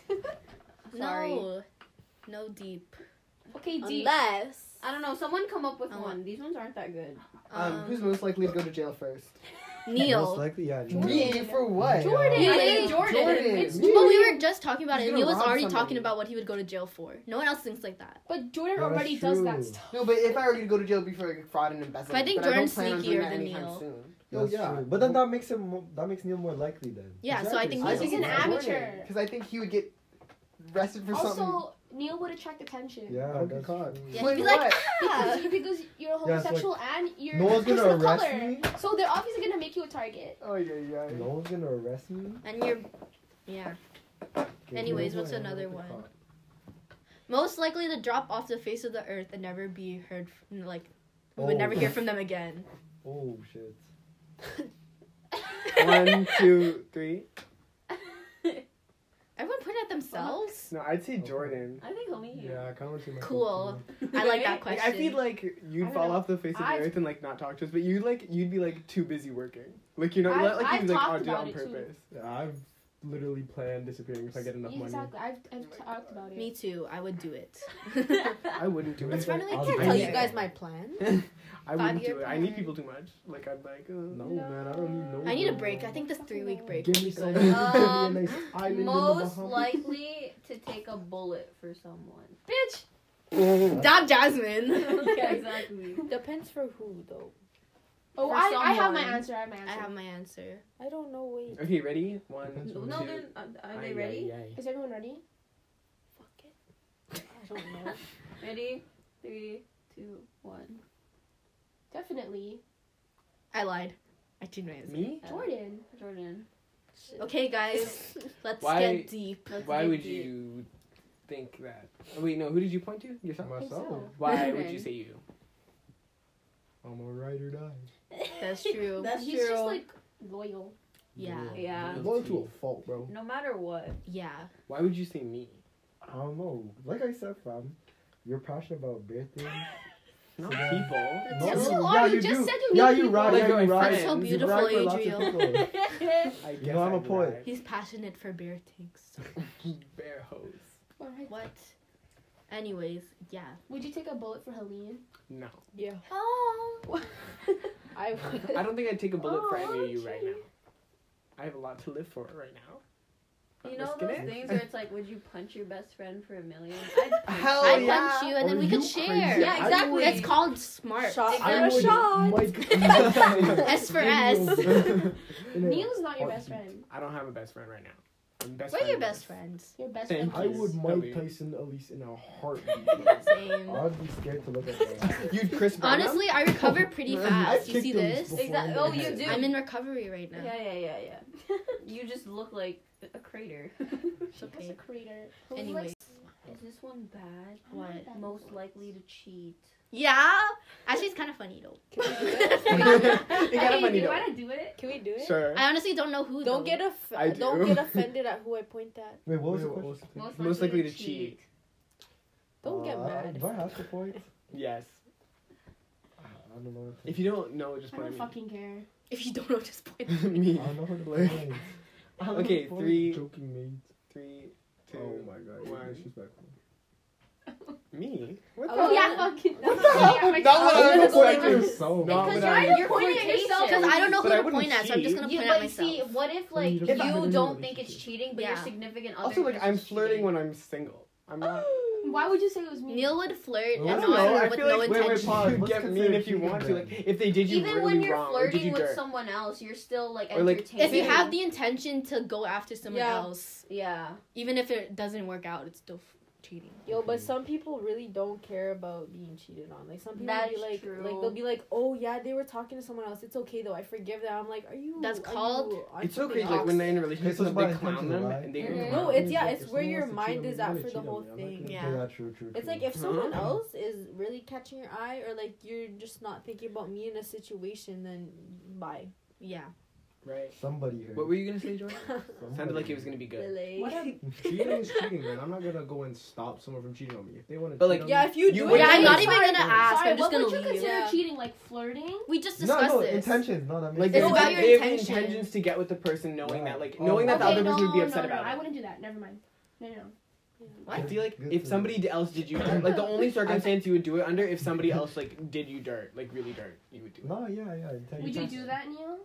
Speaker 4: No. No deep.
Speaker 2: Okay, D.
Speaker 4: Unless.
Speaker 2: I don't know. Someone come up with
Speaker 4: I want-
Speaker 6: Um,
Speaker 2: one. These ones aren't that good.
Speaker 3: Um, who's Um, most likely to go to jail first?
Speaker 1: Most
Speaker 4: um, Neil.
Speaker 1: likely, yeah. Neil.
Speaker 3: Me for what?
Speaker 5: Jordan.
Speaker 2: I
Speaker 4: Yeah.
Speaker 2: think Jordan.
Speaker 3: Jordan.
Speaker 2: It's
Speaker 3: Me?
Speaker 4: But we were just talking about
Speaker 3: He's
Speaker 4: it.
Speaker 3: gonna
Speaker 4: Neil was
Speaker 3: rob
Speaker 4: already
Speaker 3: somebody.
Speaker 4: talking about what he would go to jail for. No one else thinks like that.
Speaker 5: But Jordan
Speaker 1: Yeah, that's
Speaker 5: already does
Speaker 1: true.
Speaker 5: that stuff.
Speaker 3: No, but if I were to go to jail before like, fraud and embezzlement,
Speaker 4: But I think
Speaker 3: don't
Speaker 4: Jordan's
Speaker 3: plan on doing
Speaker 4: sneakier
Speaker 3: that
Speaker 4: than
Speaker 3: anytime
Speaker 4: Neil.
Speaker 3: soon.
Speaker 1: That's
Speaker 3: Oh, yeah.
Speaker 1: true. But then that makes him. mo- That makes Neil more likely then.
Speaker 4: Yeah, so I think
Speaker 1: so
Speaker 4: Neil's-
Speaker 1: I
Speaker 5: He's an
Speaker 1: think
Speaker 5: amateur.
Speaker 3: Because I think he would get arrested for something.
Speaker 5: Also, Neil would attract attention.
Speaker 1: Yeah,
Speaker 3: I'd be
Speaker 1: that's
Speaker 3: caught.
Speaker 1: true.
Speaker 4: Yeah,
Speaker 3: Wait,
Speaker 4: he'd be like,
Speaker 3: what?
Speaker 4: ah.
Speaker 5: Because, because you're
Speaker 1: Yeah, it's like,
Speaker 5: homosexual and you're
Speaker 1: No one's
Speaker 5: just
Speaker 1: gonna
Speaker 5: the
Speaker 1: arrest
Speaker 5: color.
Speaker 1: me.
Speaker 5: So they're obviously gonna make you a target.
Speaker 3: Oh yeah, yeah.
Speaker 1: No one's gonna arrest me.
Speaker 4: And you're, yeah.
Speaker 1: Okay,
Speaker 4: Anyways,
Speaker 1: Neil's
Speaker 4: what's
Speaker 1: gonna
Speaker 4: another
Speaker 1: get
Speaker 4: one?
Speaker 1: caught.
Speaker 4: Most likely to drop off the face of the earth and never be heard. From, like, we would
Speaker 1: Oh.
Speaker 4: never hear from them again.
Speaker 1: Oh shit.
Speaker 3: One, two, three.
Speaker 4: Everyone put it at themselves.
Speaker 3: No, I'd say Jordan.
Speaker 2: I think only you.
Speaker 1: Yeah, I can't see myself.
Speaker 4: Cool.
Speaker 1: too.
Speaker 4: I like that
Speaker 3: Like,
Speaker 4: question.
Speaker 3: I feel like you'd
Speaker 5: I
Speaker 3: fall
Speaker 5: don't
Speaker 3: off the face of the
Speaker 5: I've-
Speaker 3: earth and like not talk to us, but you like you'd be like too busy working. Like you know,
Speaker 5: I've-
Speaker 3: not like
Speaker 5: I've
Speaker 3: you'd be like oh,
Speaker 5: talked
Speaker 3: do it on
Speaker 5: about it, too.
Speaker 3: purpose.
Speaker 8: I've literally planned disappearing if I get enough money.
Speaker 5: Exactly. I've, I've
Speaker 3: Oh my
Speaker 5: talked
Speaker 3: God.
Speaker 5: about it.
Speaker 4: Me too. I would do it.
Speaker 3: I wouldn't do it.
Speaker 4: It's funny. I
Speaker 1: I'll
Speaker 4: can't
Speaker 1: do
Speaker 4: tell
Speaker 3: it.
Speaker 4: you guys my plan.
Speaker 3: I wouldn't
Speaker 4: Five-year
Speaker 3: do it. I need
Speaker 4: plan.
Speaker 3: people too much. Like I'm like. Uh,
Speaker 8: No, man, I don't need no.
Speaker 4: I need a
Speaker 8: girl.
Speaker 4: break. I think this three week break.
Speaker 8: Give
Speaker 4: would
Speaker 8: me
Speaker 4: be
Speaker 8: some.
Speaker 4: good.
Speaker 2: Um,
Speaker 8: Give me a nice island in the
Speaker 2: Most
Speaker 8: Bahamas.
Speaker 2: likely to take a bullet for someone.
Speaker 4: Bitch! Stop, Jasmine!
Speaker 2: yeah, exactly.
Speaker 6: Depends for who though.
Speaker 5: Oh,
Speaker 2: For
Speaker 5: I, I have my
Speaker 2: someone.
Speaker 5: answer. I have my answer.
Speaker 4: I have my answer.
Speaker 6: I don't know. Wait.
Speaker 3: Okay, ready? One.
Speaker 1: Depends
Speaker 2: No,
Speaker 1: on
Speaker 2: no,
Speaker 1: who.
Speaker 2: then are, are
Speaker 3: Ay,
Speaker 2: they
Speaker 3: ay,
Speaker 2: ready?
Speaker 3: ay.
Speaker 5: Is everyone ready?
Speaker 6: Fuck it. I don't know.
Speaker 2: Ready? Three, two, one.
Speaker 5: Definitely.
Speaker 4: I lied. I changed my answer.
Speaker 3: Me?
Speaker 5: Jordan.
Speaker 2: Jordan.
Speaker 4: Okay, guys, let's
Speaker 3: Why-
Speaker 4: get deep.
Speaker 2: Let's
Speaker 3: Why
Speaker 2: get
Speaker 3: would
Speaker 2: deep.
Speaker 3: you think that? Oh, wait, no. Who did you point to? Yourself.
Speaker 1: Myself.
Speaker 5: so.
Speaker 3: Why would
Speaker 2: Jordan.
Speaker 3: you say you?
Speaker 1: I'm a ride or die.
Speaker 4: That's true.
Speaker 2: That's
Speaker 5: He's
Speaker 2: true.
Speaker 5: just like loyal.
Speaker 4: Yeah.
Speaker 2: Yeah.
Speaker 1: I'm loyal to a fault, bro.
Speaker 2: no matter what.
Speaker 4: Yeah.
Speaker 3: Why would you say me?
Speaker 1: I don't know. Like I said, fam, you're passionate about beer things.
Speaker 3: Not
Speaker 1: Yeah.
Speaker 3: people.
Speaker 1: No,
Speaker 5: Yes,
Speaker 1: you-
Speaker 5: you are.
Speaker 1: yeah,
Speaker 5: You
Speaker 1: you
Speaker 5: just
Speaker 1: do.
Speaker 5: said you
Speaker 1: Yeah,
Speaker 5: need
Speaker 1: you
Speaker 5: people.
Speaker 1: ride.
Speaker 3: Like
Speaker 1: Yeah,
Speaker 3: my
Speaker 1: you ride.
Speaker 3: friends. That's so
Speaker 1: You
Speaker 4: beautiful,
Speaker 1: ride with lots of
Speaker 4: Adriel.
Speaker 1: people.
Speaker 2: Oh.
Speaker 3: I guess
Speaker 1: know I'm a
Speaker 3: I'd
Speaker 1: poet.
Speaker 3: ride.
Speaker 4: He's passionate for beer things.
Speaker 3: Bear hose.
Speaker 5: Alright.
Speaker 4: What? Anyways, yeah.
Speaker 5: Would you take a bullet for Helene?
Speaker 3: No.
Speaker 6: Yeah.
Speaker 2: Oh.
Speaker 6: I would.
Speaker 3: I don't think I'd take a bullet for
Speaker 2: Oh,
Speaker 3: any of you right
Speaker 2: gee.
Speaker 3: now. I have a lot to live for right now.
Speaker 2: You know
Speaker 3: Risking
Speaker 2: those
Speaker 3: it.
Speaker 2: things where it's like, would you punch your best friend for a million? I'd punch
Speaker 3: Hell
Speaker 2: you.
Speaker 4: I
Speaker 3: yeah.
Speaker 4: punch you and then
Speaker 1: Are
Speaker 4: we
Speaker 1: you
Speaker 4: could share.
Speaker 1: crazy?
Speaker 2: Yeah, exactly.
Speaker 4: That's called smart.
Speaker 6: Shot.
Speaker 2: I
Speaker 1: I
Speaker 2: would-
Speaker 1: would mic-
Speaker 4: S for
Speaker 1: In
Speaker 4: S.
Speaker 1: your- in a-
Speaker 5: Neil's not your best
Speaker 1: heartbeat.
Speaker 5: friend.
Speaker 3: I don't have a best friend right now. I'm best
Speaker 4: We're
Speaker 3: friend
Speaker 4: your
Speaker 3: with-
Speaker 4: best friends.
Speaker 5: Your best
Speaker 3: Thank
Speaker 1: I
Speaker 5: friend.
Speaker 1: would
Speaker 3: Please.
Speaker 1: Mike
Speaker 3: Ellie.
Speaker 1: Tyson at least in a heartbeat. bro.
Speaker 4: Same.
Speaker 1: I'd be scared to look at that.
Speaker 3: You'd Chris Brown him?
Speaker 4: Honestly, I recover pretty
Speaker 1: I've
Speaker 4: fast. You
Speaker 1: kicked
Speaker 4: see
Speaker 1: him
Speaker 4: this?
Speaker 1: before
Speaker 2: Exact-
Speaker 1: in
Speaker 2: oh,
Speaker 1: the
Speaker 2: you
Speaker 1: head.
Speaker 2: do.
Speaker 4: I'm in recovery right now.
Speaker 2: Yeah, yeah, yeah, yeah. you just look like a crater.
Speaker 4: It's
Speaker 5: That's a
Speaker 4: okay.
Speaker 5: creator.
Speaker 4: Anyways.
Speaker 2: Is this one bad?
Speaker 4: What?
Speaker 2: Most likely to cheat.
Speaker 4: Yeah. Actually, it's kind of funny though.
Speaker 3: You got a
Speaker 2: Hey,
Speaker 3: money
Speaker 2: do you
Speaker 3: dog.
Speaker 2: want to do it?
Speaker 6: Can we do it?
Speaker 3: Sure.
Speaker 4: I honestly don't know who.
Speaker 6: Don't
Speaker 4: though.
Speaker 6: get off-
Speaker 3: I do.
Speaker 6: Don't get offended at who I point at.
Speaker 1: Wait, what was the
Speaker 8: Wait, what
Speaker 1: question?
Speaker 8: was the
Speaker 2: Most likely,
Speaker 3: Most likely
Speaker 2: to,
Speaker 3: to
Speaker 2: cheat.
Speaker 6: Don't get
Speaker 1: Uh,
Speaker 6: mad.
Speaker 1: Do I have to point?
Speaker 3: Yes.
Speaker 1: I don't know. what to-
Speaker 3: If you don't know, just
Speaker 5: I
Speaker 3: point
Speaker 5: don't
Speaker 3: at
Speaker 5: fucking care.
Speaker 4: If you don't know, just point.
Speaker 3: me. me.
Speaker 1: I don't know who to
Speaker 3: Like-
Speaker 1: point. I don't know who
Speaker 3: Okay,
Speaker 1: to point.
Speaker 3: three,
Speaker 1: joking mates.
Speaker 3: Three, two.
Speaker 8: Oh my god, you're
Speaker 3: one.
Speaker 8: disrespectful.
Speaker 3: Me? What
Speaker 6: Oh, yeah,
Speaker 5: fucking.
Speaker 3: Not what I
Speaker 1: I'm
Speaker 3: was
Speaker 1: gonna go
Speaker 3: expecting.
Speaker 1: with yourself.
Speaker 3: Not
Speaker 1: Because
Speaker 3: what
Speaker 2: you're
Speaker 3: I
Speaker 2: your
Speaker 4: You're pointing at yourself because I don't know who
Speaker 3: But I
Speaker 4: to
Speaker 3: wouldn't
Speaker 4: point at, so I'm just gonna
Speaker 2: You,
Speaker 4: point at
Speaker 2: but
Speaker 4: myself.
Speaker 2: see, what if
Speaker 1: Well,
Speaker 2: like
Speaker 1: you
Speaker 2: you,
Speaker 1: don't have to do
Speaker 2: don't
Speaker 1: it.
Speaker 2: think it's cheating, but your
Speaker 4: Yeah.
Speaker 2: significant other
Speaker 3: Also, like,
Speaker 2: thinks
Speaker 3: I'm
Speaker 2: it's
Speaker 3: flirting
Speaker 2: cheating?
Speaker 3: when I'm single. I'm not.
Speaker 6: Oh,
Speaker 5: Why would you say it was me?
Speaker 4: Neil would flirt
Speaker 1: Well, I
Speaker 4: and
Speaker 1: don't know,
Speaker 4: on
Speaker 1: I
Speaker 4: with
Speaker 3: feel
Speaker 4: no
Speaker 3: like-
Speaker 1: wait,
Speaker 4: intention.
Speaker 1: pause.
Speaker 3: you
Speaker 1: What's
Speaker 3: get mean
Speaker 1: considered
Speaker 3: if you
Speaker 1: cheating
Speaker 3: want to.
Speaker 1: then?
Speaker 3: Like, if they did you
Speaker 2: Even
Speaker 3: really
Speaker 2: when you're
Speaker 3: wrong, or did
Speaker 2: flirting
Speaker 3: you
Speaker 2: with
Speaker 3: dirt?
Speaker 2: someone else, you're still like
Speaker 3: Or, like,
Speaker 2: entertaining.
Speaker 4: If you have the intention to go after someone
Speaker 6: Yeah.
Speaker 4: else,
Speaker 2: yeah,
Speaker 4: even if it doesn't work out, it's still f- cheating.
Speaker 6: Yo, but some people really don't care about being cheated on. Like some people
Speaker 2: That's
Speaker 6: be like,
Speaker 2: true.
Speaker 6: like they'll be like, oh yeah, they were talking to someone else. It's okay though. I forgive them. I'm like, are you?
Speaker 4: That's
Speaker 6: are
Speaker 4: called-
Speaker 6: you on
Speaker 3: It's so
Speaker 6: something
Speaker 3: crazy, like when
Speaker 6: else?
Speaker 3: they're in a relationship,
Speaker 1: This is
Speaker 3: they
Speaker 1: why I think
Speaker 3: clown
Speaker 1: it's a
Speaker 3: them
Speaker 1: lie.
Speaker 3: and they
Speaker 2: Mhm.
Speaker 3: go.
Speaker 6: No, it's yeah,
Speaker 1: If
Speaker 6: it's where
Speaker 1: someone
Speaker 6: your
Speaker 1: wants to
Speaker 6: mind
Speaker 1: cheat on me,
Speaker 6: is
Speaker 1: I'm
Speaker 6: at
Speaker 1: gonna
Speaker 6: for the
Speaker 1: cheat on
Speaker 6: whole
Speaker 1: them. I'm not
Speaker 6: thing.
Speaker 1: gonna-
Speaker 4: Yeah.
Speaker 1: Yeah, true, true,
Speaker 6: It's
Speaker 1: true.
Speaker 6: like if someone
Speaker 3: Huh?
Speaker 6: else is really catching your eye, or like you're just not thinking about me in a situation, then bye.
Speaker 4: Yeah.
Speaker 3: Right.
Speaker 1: somebody here.
Speaker 3: What were you gonna say, Jordan? Sounded
Speaker 1: Somebody
Speaker 3: like it was
Speaker 1: here.
Speaker 3: gonna be good.
Speaker 2: really.
Speaker 8: What if- cheating is cheating, man. I'm not gonna go and stop someone from cheating on me. If they want to,
Speaker 3: But, like,
Speaker 6: Yeah, if you,
Speaker 3: You
Speaker 6: do
Speaker 3: would-
Speaker 6: it,
Speaker 4: Yeah, I'm not
Speaker 6: it's
Speaker 4: even
Speaker 6: fine.
Speaker 4: gonna ask.
Speaker 5: Sorry,
Speaker 4: I'm just
Speaker 5: what
Speaker 4: gonna
Speaker 5: would you
Speaker 4: leave.
Speaker 5: consider
Speaker 6: Yeah.
Speaker 5: cheating? Like flirting?
Speaker 4: We just
Speaker 1: No,
Speaker 4: discussed
Speaker 1: no,
Speaker 4: this.
Speaker 1: intentions. No, that makes
Speaker 3: Like
Speaker 4: It's
Speaker 3: they,
Speaker 1: sense.
Speaker 4: about
Speaker 3: they
Speaker 4: your
Speaker 3: have the
Speaker 4: intention.
Speaker 3: intentions to get with the person, knowing
Speaker 1: Yeah.
Speaker 3: that like
Speaker 1: Oh.
Speaker 3: knowing that the
Speaker 1: Okay,
Speaker 3: other person would be upset
Speaker 5: no,
Speaker 3: about
Speaker 5: no, I
Speaker 3: it.
Speaker 5: wouldn't do that. Never mind. No, no, no.
Speaker 3: I
Speaker 1: Good-
Speaker 3: feel like
Speaker 1: good
Speaker 3: if
Speaker 1: for
Speaker 3: somebody d- else did you dirt, like the only circumstance you would do it under, if somebody else like did you dirt, like really dirt, you would do it.
Speaker 1: No, yeah, yeah. Intentions.
Speaker 5: Would you do that, Neil?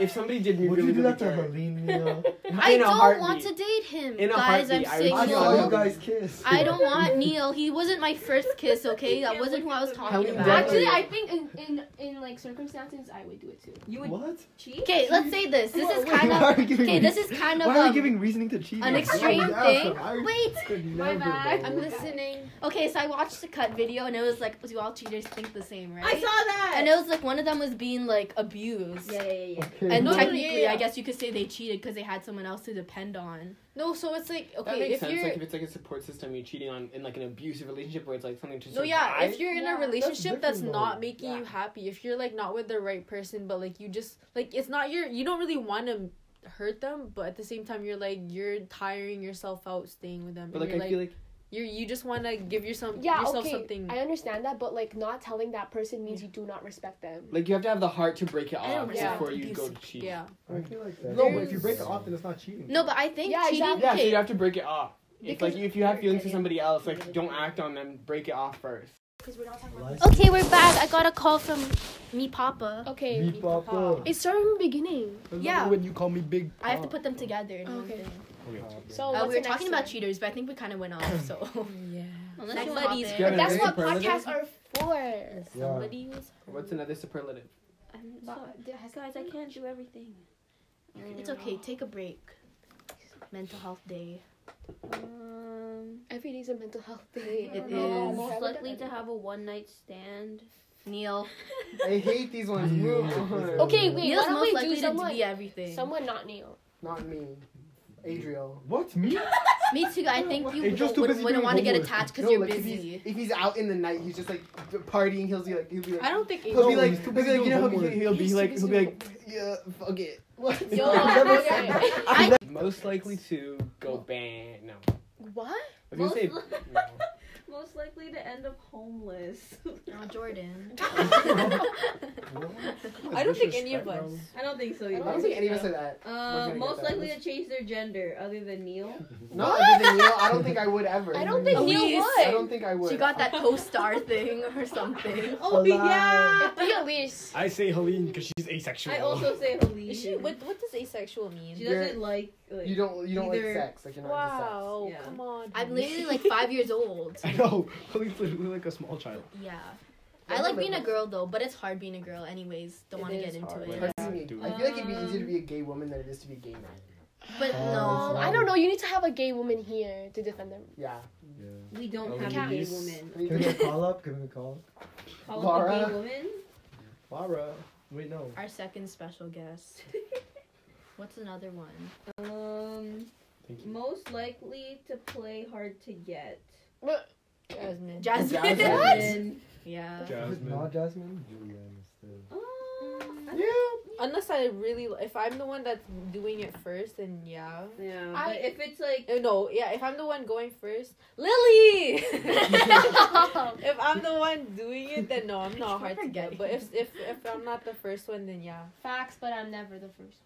Speaker 3: if somebody did me
Speaker 1: Would
Speaker 3: really,
Speaker 1: you do
Speaker 3: really
Speaker 1: that to
Speaker 3: dirty,
Speaker 1: Helene Neal?
Speaker 4: I
Speaker 3: in a
Speaker 4: don't want
Speaker 3: heartbeat.
Speaker 4: to date him,
Speaker 3: In a
Speaker 4: guys. I'm
Speaker 3: heartbeat, I
Speaker 1: I
Speaker 3: would-
Speaker 1: saw
Speaker 4: single.
Speaker 1: you guys kiss.
Speaker 4: I don't want Neil. He wasn't my first kiss, okay? That wasn't who I was
Speaker 3: How
Speaker 4: talking
Speaker 3: you
Speaker 4: about.
Speaker 5: Actually, I think in, in in like circumstances, I would do it too.
Speaker 2: You would
Speaker 1: What?
Speaker 2: cheat?
Speaker 4: Okay, let's say this. This is
Speaker 1: Why
Speaker 4: kind
Speaker 1: are
Speaker 4: of
Speaker 1: you giving
Speaker 4: okay. This
Speaker 1: reas-
Speaker 4: is kind of
Speaker 1: Why are you
Speaker 4: um,
Speaker 1: giving reasoning to cheating?
Speaker 4: an
Speaker 1: Why
Speaker 4: extreme
Speaker 1: would you ask
Speaker 4: thing.
Speaker 1: them? I
Speaker 4: Wait,
Speaker 1: could
Speaker 5: My
Speaker 1: never,
Speaker 5: bad.
Speaker 1: bro.
Speaker 5: I'm listening.
Speaker 4: okay. So I watched the cut video, and it was like, do all cheaters think the same, right?
Speaker 2: I saw that.
Speaker 4: And it was like one of them was being like abused.
Speaker 2: Yeah, yeah, yeah. yeah.
Speaker 1: Okay.
Speaker 4: And
Speaker 6: No, no, no,
Speaker 4: technically,
Speaker 6: yeah, yeah.
Speaker 4: I guess you could say they cheated because they had someone else to depend on.
Speaker 6: No, so it's like
Speaker 3: That
Speaker 6: okay,
Speaker 3: makes
Speaker 6: if
Speaker 3: sense.
Speaker 6: you're
Speaker 3: Like if it's like a support system you're cheating on in like an abusive relationship where it's like something to
Speaker 6: no,
Speaker 3: survive.
Speaker 6: yeah, if you're in
Speaker 5: Yeah,
Speaker 6: a
Speaker 5: that's
Speaker 6: relationship that's,
Speaker 1: different, though.
Speaker 6: not making
Speaker 5: Yeah.
Speaker 6: you happy, if you're like not with the right person, but like you just like it's not your, you don't really want to hurt them, but at the same time you're like you're tiring yourself out staying with them.
Speaker 3: but like
Speaker 6: and
Speaker 3: I
Speaker 6: you're,
Speaker 3: feel like
Speaker 6: you're you just want to give yourself
Speaker 5: Yeah,
Speaker 6: yourself
Speaker 5: okay.
Speaker 6: something.
Speaker 5: I understand that, but like not telling that person means you do not respect them.
Speaker 3: like you have to have the heart to break it
Speaker 4: I don't
Speaker 3: off
Speaker 5: respect
Speaker 3: before you go
Speaker 4: abusive-
Speaker 3: to cheat.
Speaker 6: yeah,
Speaker 1: I feel like that.
Speaker 8: No, but if you break it off, then it's not cheating.
Speaker 4: No, but I think
Speaker 5: Yeah,
Speaker 4: cheating.
Speaker 5: exactly.
Speaker 3: Yeah, so
Speaker 4: okay,
Speaker 3: you have to break it off. If
Speaker 5: Because
Speaker 3: like if you have feelings for
Speaker 2: yeah.
Speaker 3: somebody else, like don't act on them. Break it off first.
Speaker 5: Because we're not talking
Speaker 1: Lies.
Speaker 4: okay, we're back. I got a call from me, Papa.
Speaker 5: Okay.
Speaker 1: Me papa.
Speaker 5: It started from the beginning.
Speaker 4: Yeah.
Speaker 8: When you call me big.
Speaker 4: I
Speaker 3: Oh.
Speaker 4: have to put them together. In one
Speaker 5: Okay.
Speaker 4: thing.
Speaker 5: So
Speaker 4: Uh,
Speaker 5: what's
Speaker 4: we were
Speaker 5: the next
Speaker 4: talking about
Speaker 5: one?
Speaker 4: cheaters, but I think we kind of went off. So
Speaker 6: yeah.
Speaker 4: unless
Speaker 2: Next
Speaker 4: you want
Speaker 2: buddies.
Speaker 4: to
Speaker 3: Yeah,
Speaker 5: But that's
Speaker 3: Another
Speaker 5: what
Speaker 3: superlative?
Speaker 5: podcasts are for.
Speaker 1: Yeah.
Speaker 4: somebody was.
Speaker 3: What's another superlative?
Speaker 2: I'm so,
Speaker 5: But there has-
Speaker 2: guys, I can't do everything.
Speaker 4: It's okay. Take a break. Mental health day.
Speaker 2: Um,
Speaker 5: Every day's a mental health day.
Speaker 4: It
Speaker 2: no,
Speaker 4: is.
Speaker 2: most likely to have a one night stand.
Speaker 4: Neil.
Speaker 3: I hate these ones.
Speaker 1: Yeah.
Speaker 3: Move on.
Speaker 5: Okay, wait.
Speaker 4: Neil's
Speaker 5: why don't
Speaker 4: most
Speaker 5: we do
Speaker 4: likely to
Speaker 5: someone?
Speaker 4: be everything.
Speaker 5: Someone not Neil.
Speaker 3: Not me, Adriel.
Speaker 1: What me?
Speaker 4: Me too. I think you
Speaker 8: Hey, just
Speaker 4: don't,
Speaker 8: too
Speaker 4: wouldn't,
Speaker 8: busy doing
Speaker 4: want to get
Speaker 8: homework.
Speaker 4: attached because
Speaker 3: No,
Speaker 4: you're
Speaker 3: like, if
Speaker 4: busy.
Speaker 3: If he's out in the night, he's just like d- partying. He'll be like, he'll be like,
Speaker 6: I don't think
Speaker 3: He'll be
Speaker 1: No,
Speaker 3: like,
Speaker 1: he's too
Speaker 3: he'll be
Speaker 1: busy
Speaker 3: like,
Speaker 1: doing
Speaker 3: you know, he'll be,
Speaker 1: homework.
Speaker 3: he'll be
Speaker 6: He's
Speaker 3: like,
Speaker 6: too
Speaker 3: he'll
Speaker 6: busy
Speaker 3: be like, yeah, fuck it. What?
Speaker 5: Yo,
Speaker 3: I've never
Speaker 5: yeah,
Speaker 3: said
Speaker 5: yeah.
Speaker 3: that.
Speaker 4: I-
Speaker 3: I've never- most likely to go ban. No, I
Speaker 4: What?
Speaker 3: was gonna say.
Speaker 2: Most-
Speaker 3: no.
Speaker 2: Most likely to end up homeless.
Speaker 4: Oh, Jordan.
Speaker 6: I don't think any of us.
Speaker 2: I don't think so.
Speaker 5: I
Speaker 3: I
Speaker 2: Either.
Speaker 3: don't think any of us said that.
Speaker 2: Uh,
Speaker 3: We're gonna
Speaker 2: most
Speaker 3: get that.
Speaker 2: likely to change their gender, other than Neil.
Speaker 3: Not other than Neil. I don't think I would ever.
Speaker 5: I don't think Neil
Speaker 4: Elise.
Speaker 3: I
Speaker 5: would.
Speaker 3: don't think I would.
Speaker 4: she got that co-star thing or something.
Speaker 2: Oh yeah.
Speaker 5: It'd be Elise.
Speaker 8: I say Helene because she's asexual.
Speaker 2: I also say Helene.
Speaker 6: Is she, what what does asexual mean?
Speaker 2: She
Speaker 3: You're-
Speaker 2: doesn't like, like.
Speaker 3: You don't. You don't
Speaker 2: Either-
Speaker 3: like sex. Like you're not
Speaker 6: Wow,
Speaker 2: Yeah.
Speaker 6: come on.
Speaker 4: I'm literally like five years old.
Speaker 8: I know. Helene's literally like a small child.
Speaker 4: Yeah. I like being a girl though, but it's hard being a girl anyways. Don't
Speaker 5: It
Speaker 4: want to get
Speaker 5: is
Speaker 4: into
Speaker 5: hard.
Speaker 4: it.
Speaker 8: Yeah.
Speaker 3: into sex.
Speaker 8: Do
Speaker 3: I
Speaker 8: it.
Speaker 3: feel like it'd be easier to be a gay woman than it is to be a gay man.
Speaker 4: But
Speaker 1: Oh,
Speaker 4: no,
Speaker 1: it's
Speaker 5: Um, I don't know. You need to have a gay woman here to defend them.
Speaker 3: Yeah.
Speaker 2: We don't
Speaker 8: Elise.
Speaker 2: have a gay woman.
Speaker 1: Can we get a call up? Can we get a call up?
Speaker 2: Call up a
Speaker 3: Laura.
Speaker 2: gay woman.
Speaker 8: Lara. Wait, no.
Speaker 4: Our second special guest. What's another one?
Speaker 2: Um,
Speaker 8: Thank you.
Speaker 2: most likely to play hard to get.
Speaker 4: Jasmine.
Speaker 6: Jasmine.
Speaker 3: Jasmine.
Speaker 2: Jasmine.
Speaker 4: Yeah.
Speaker 1: Is it
Speaker 8: Jasmine.
Speaker 1: not Jasmine? Julian instead.
Speaker 2: Um, I-
Speaker 3: Yeah.
Speaker 6: Unless I really, if I'm the one that's doing it first, then yeah.
Speaker 2: yeah. But
Speaker 5: I-
Speaker 2: if it's like
Speaker 6: Uh, No, yeah, if I'm the one going first, Lily. if I'm the one doing it, then no, I'm not hard to get. But if if if I'm not the first one, then yeah.
Speaker 5: Facts, but I'm never the first.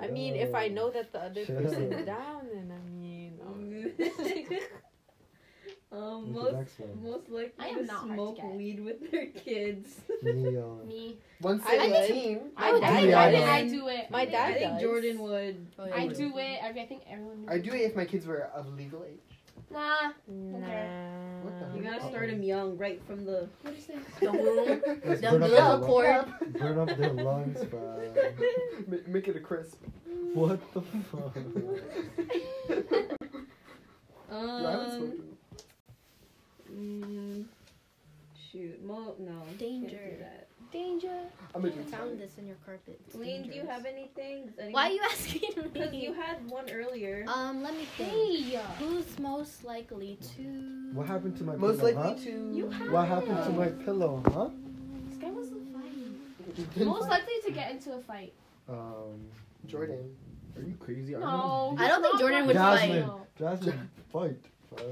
Speaker 6: I mean, if I know that the other
Speaker 1: Chill.
Speaker 6: person's down, then I mean, um,
Speaker 2: um,
Speaker 1: Who's the
Speaker 2: most
Speaker 1: next one?
Speaker 2: most
Speaker 5: I
Speaker 2: likely
Speaker 5: am
Speaker 2: to
Speaker 5: not hard to
Speaker 2: smoke
Speaker 5: get.
Speaker 2: weed with their kids.
Speaker 1: Neon.
Speaker 5: Me.
Speaker 3: Once
Speaker 6: I
Speaker 3: they're
Speaker 6: would.
Speaker 3: 18.
Speaker 6: I would
Speaker 5: I,
Speaker 1: do
Speaker 5: I,
Speaker 1: it.
Speaker 5: did- I do it.
Speaker 6: My dad
Speaker 2: I think
Speaker 6: does.
Speaker 2: Jordan would.
Speaker 4: Oh, yeah.
Speaker 5: I do it. I, I think everyone.
Speaker 3: I do it if my kids were of legal age.
Speaker 5: Nah.
Speaker 3: What the
Speaker 6: nah.
Speaker 3: heck?
Speaker 2: You gotta start him young, right from the.
Speaker 5: What is this?
Speaker 4: The womb.
Speaker 1: Let's
Speaker 4: The
Speaker 1: burn up
Speaker 4: umbilical
Speaker 1: their
Speaker 4: cord.
Speaker 1: lung- Burn up their lungs, bro.
Speaker 3: Ma- Make it a crisp.
Speaker 1: What the fuck?
Speaker 3: Yeah, I haven't
Speaker 2: Um.
Speaker 3: smoked
Speaker 2: mm, shoot. Mo. No. can't do
Speaker 4: Danger.
Speaker 2: that.
Speaker 5: Danger.
Speaker 3: in- I'm
Speaker 4: I
Speaker 3: addicted.
Speaker 4: found this in your carpet. It's
Speaker 2: Lane, do you
Speaker 4: dangerous.
Speaker 2: have anything? Does anyone-
Speaker 4: Why are you asking
Speaker 2: Because
Speaker 4: me?
Speaker 2: you had one earlier.
Speaker 4: Um, let me think.
Speaker 5: Hey.
Speaker 4: Who's most likely to?
Speaker 1: What happened to my
Speaker 3: Most
Speaker 1: pillow,
Speaker 3: likely
Speaker 1: huh?
Speaker 3: to.
Speaker 2: You have-
Speaker 1: What happened to my pillow, huh?
Speaker 5: This guy was fight. Most likely to get into a fight.
Speaker 1: Um,
Speaker 3: Jordan.
Speaker 8: Are you crazy?
Speaker 5: No.
Speaker 4: I don't think Jordan would
Speaker 1: Jasmine.
Speaker 4: fight.
Speaker 1: Jasmine, fight, fam.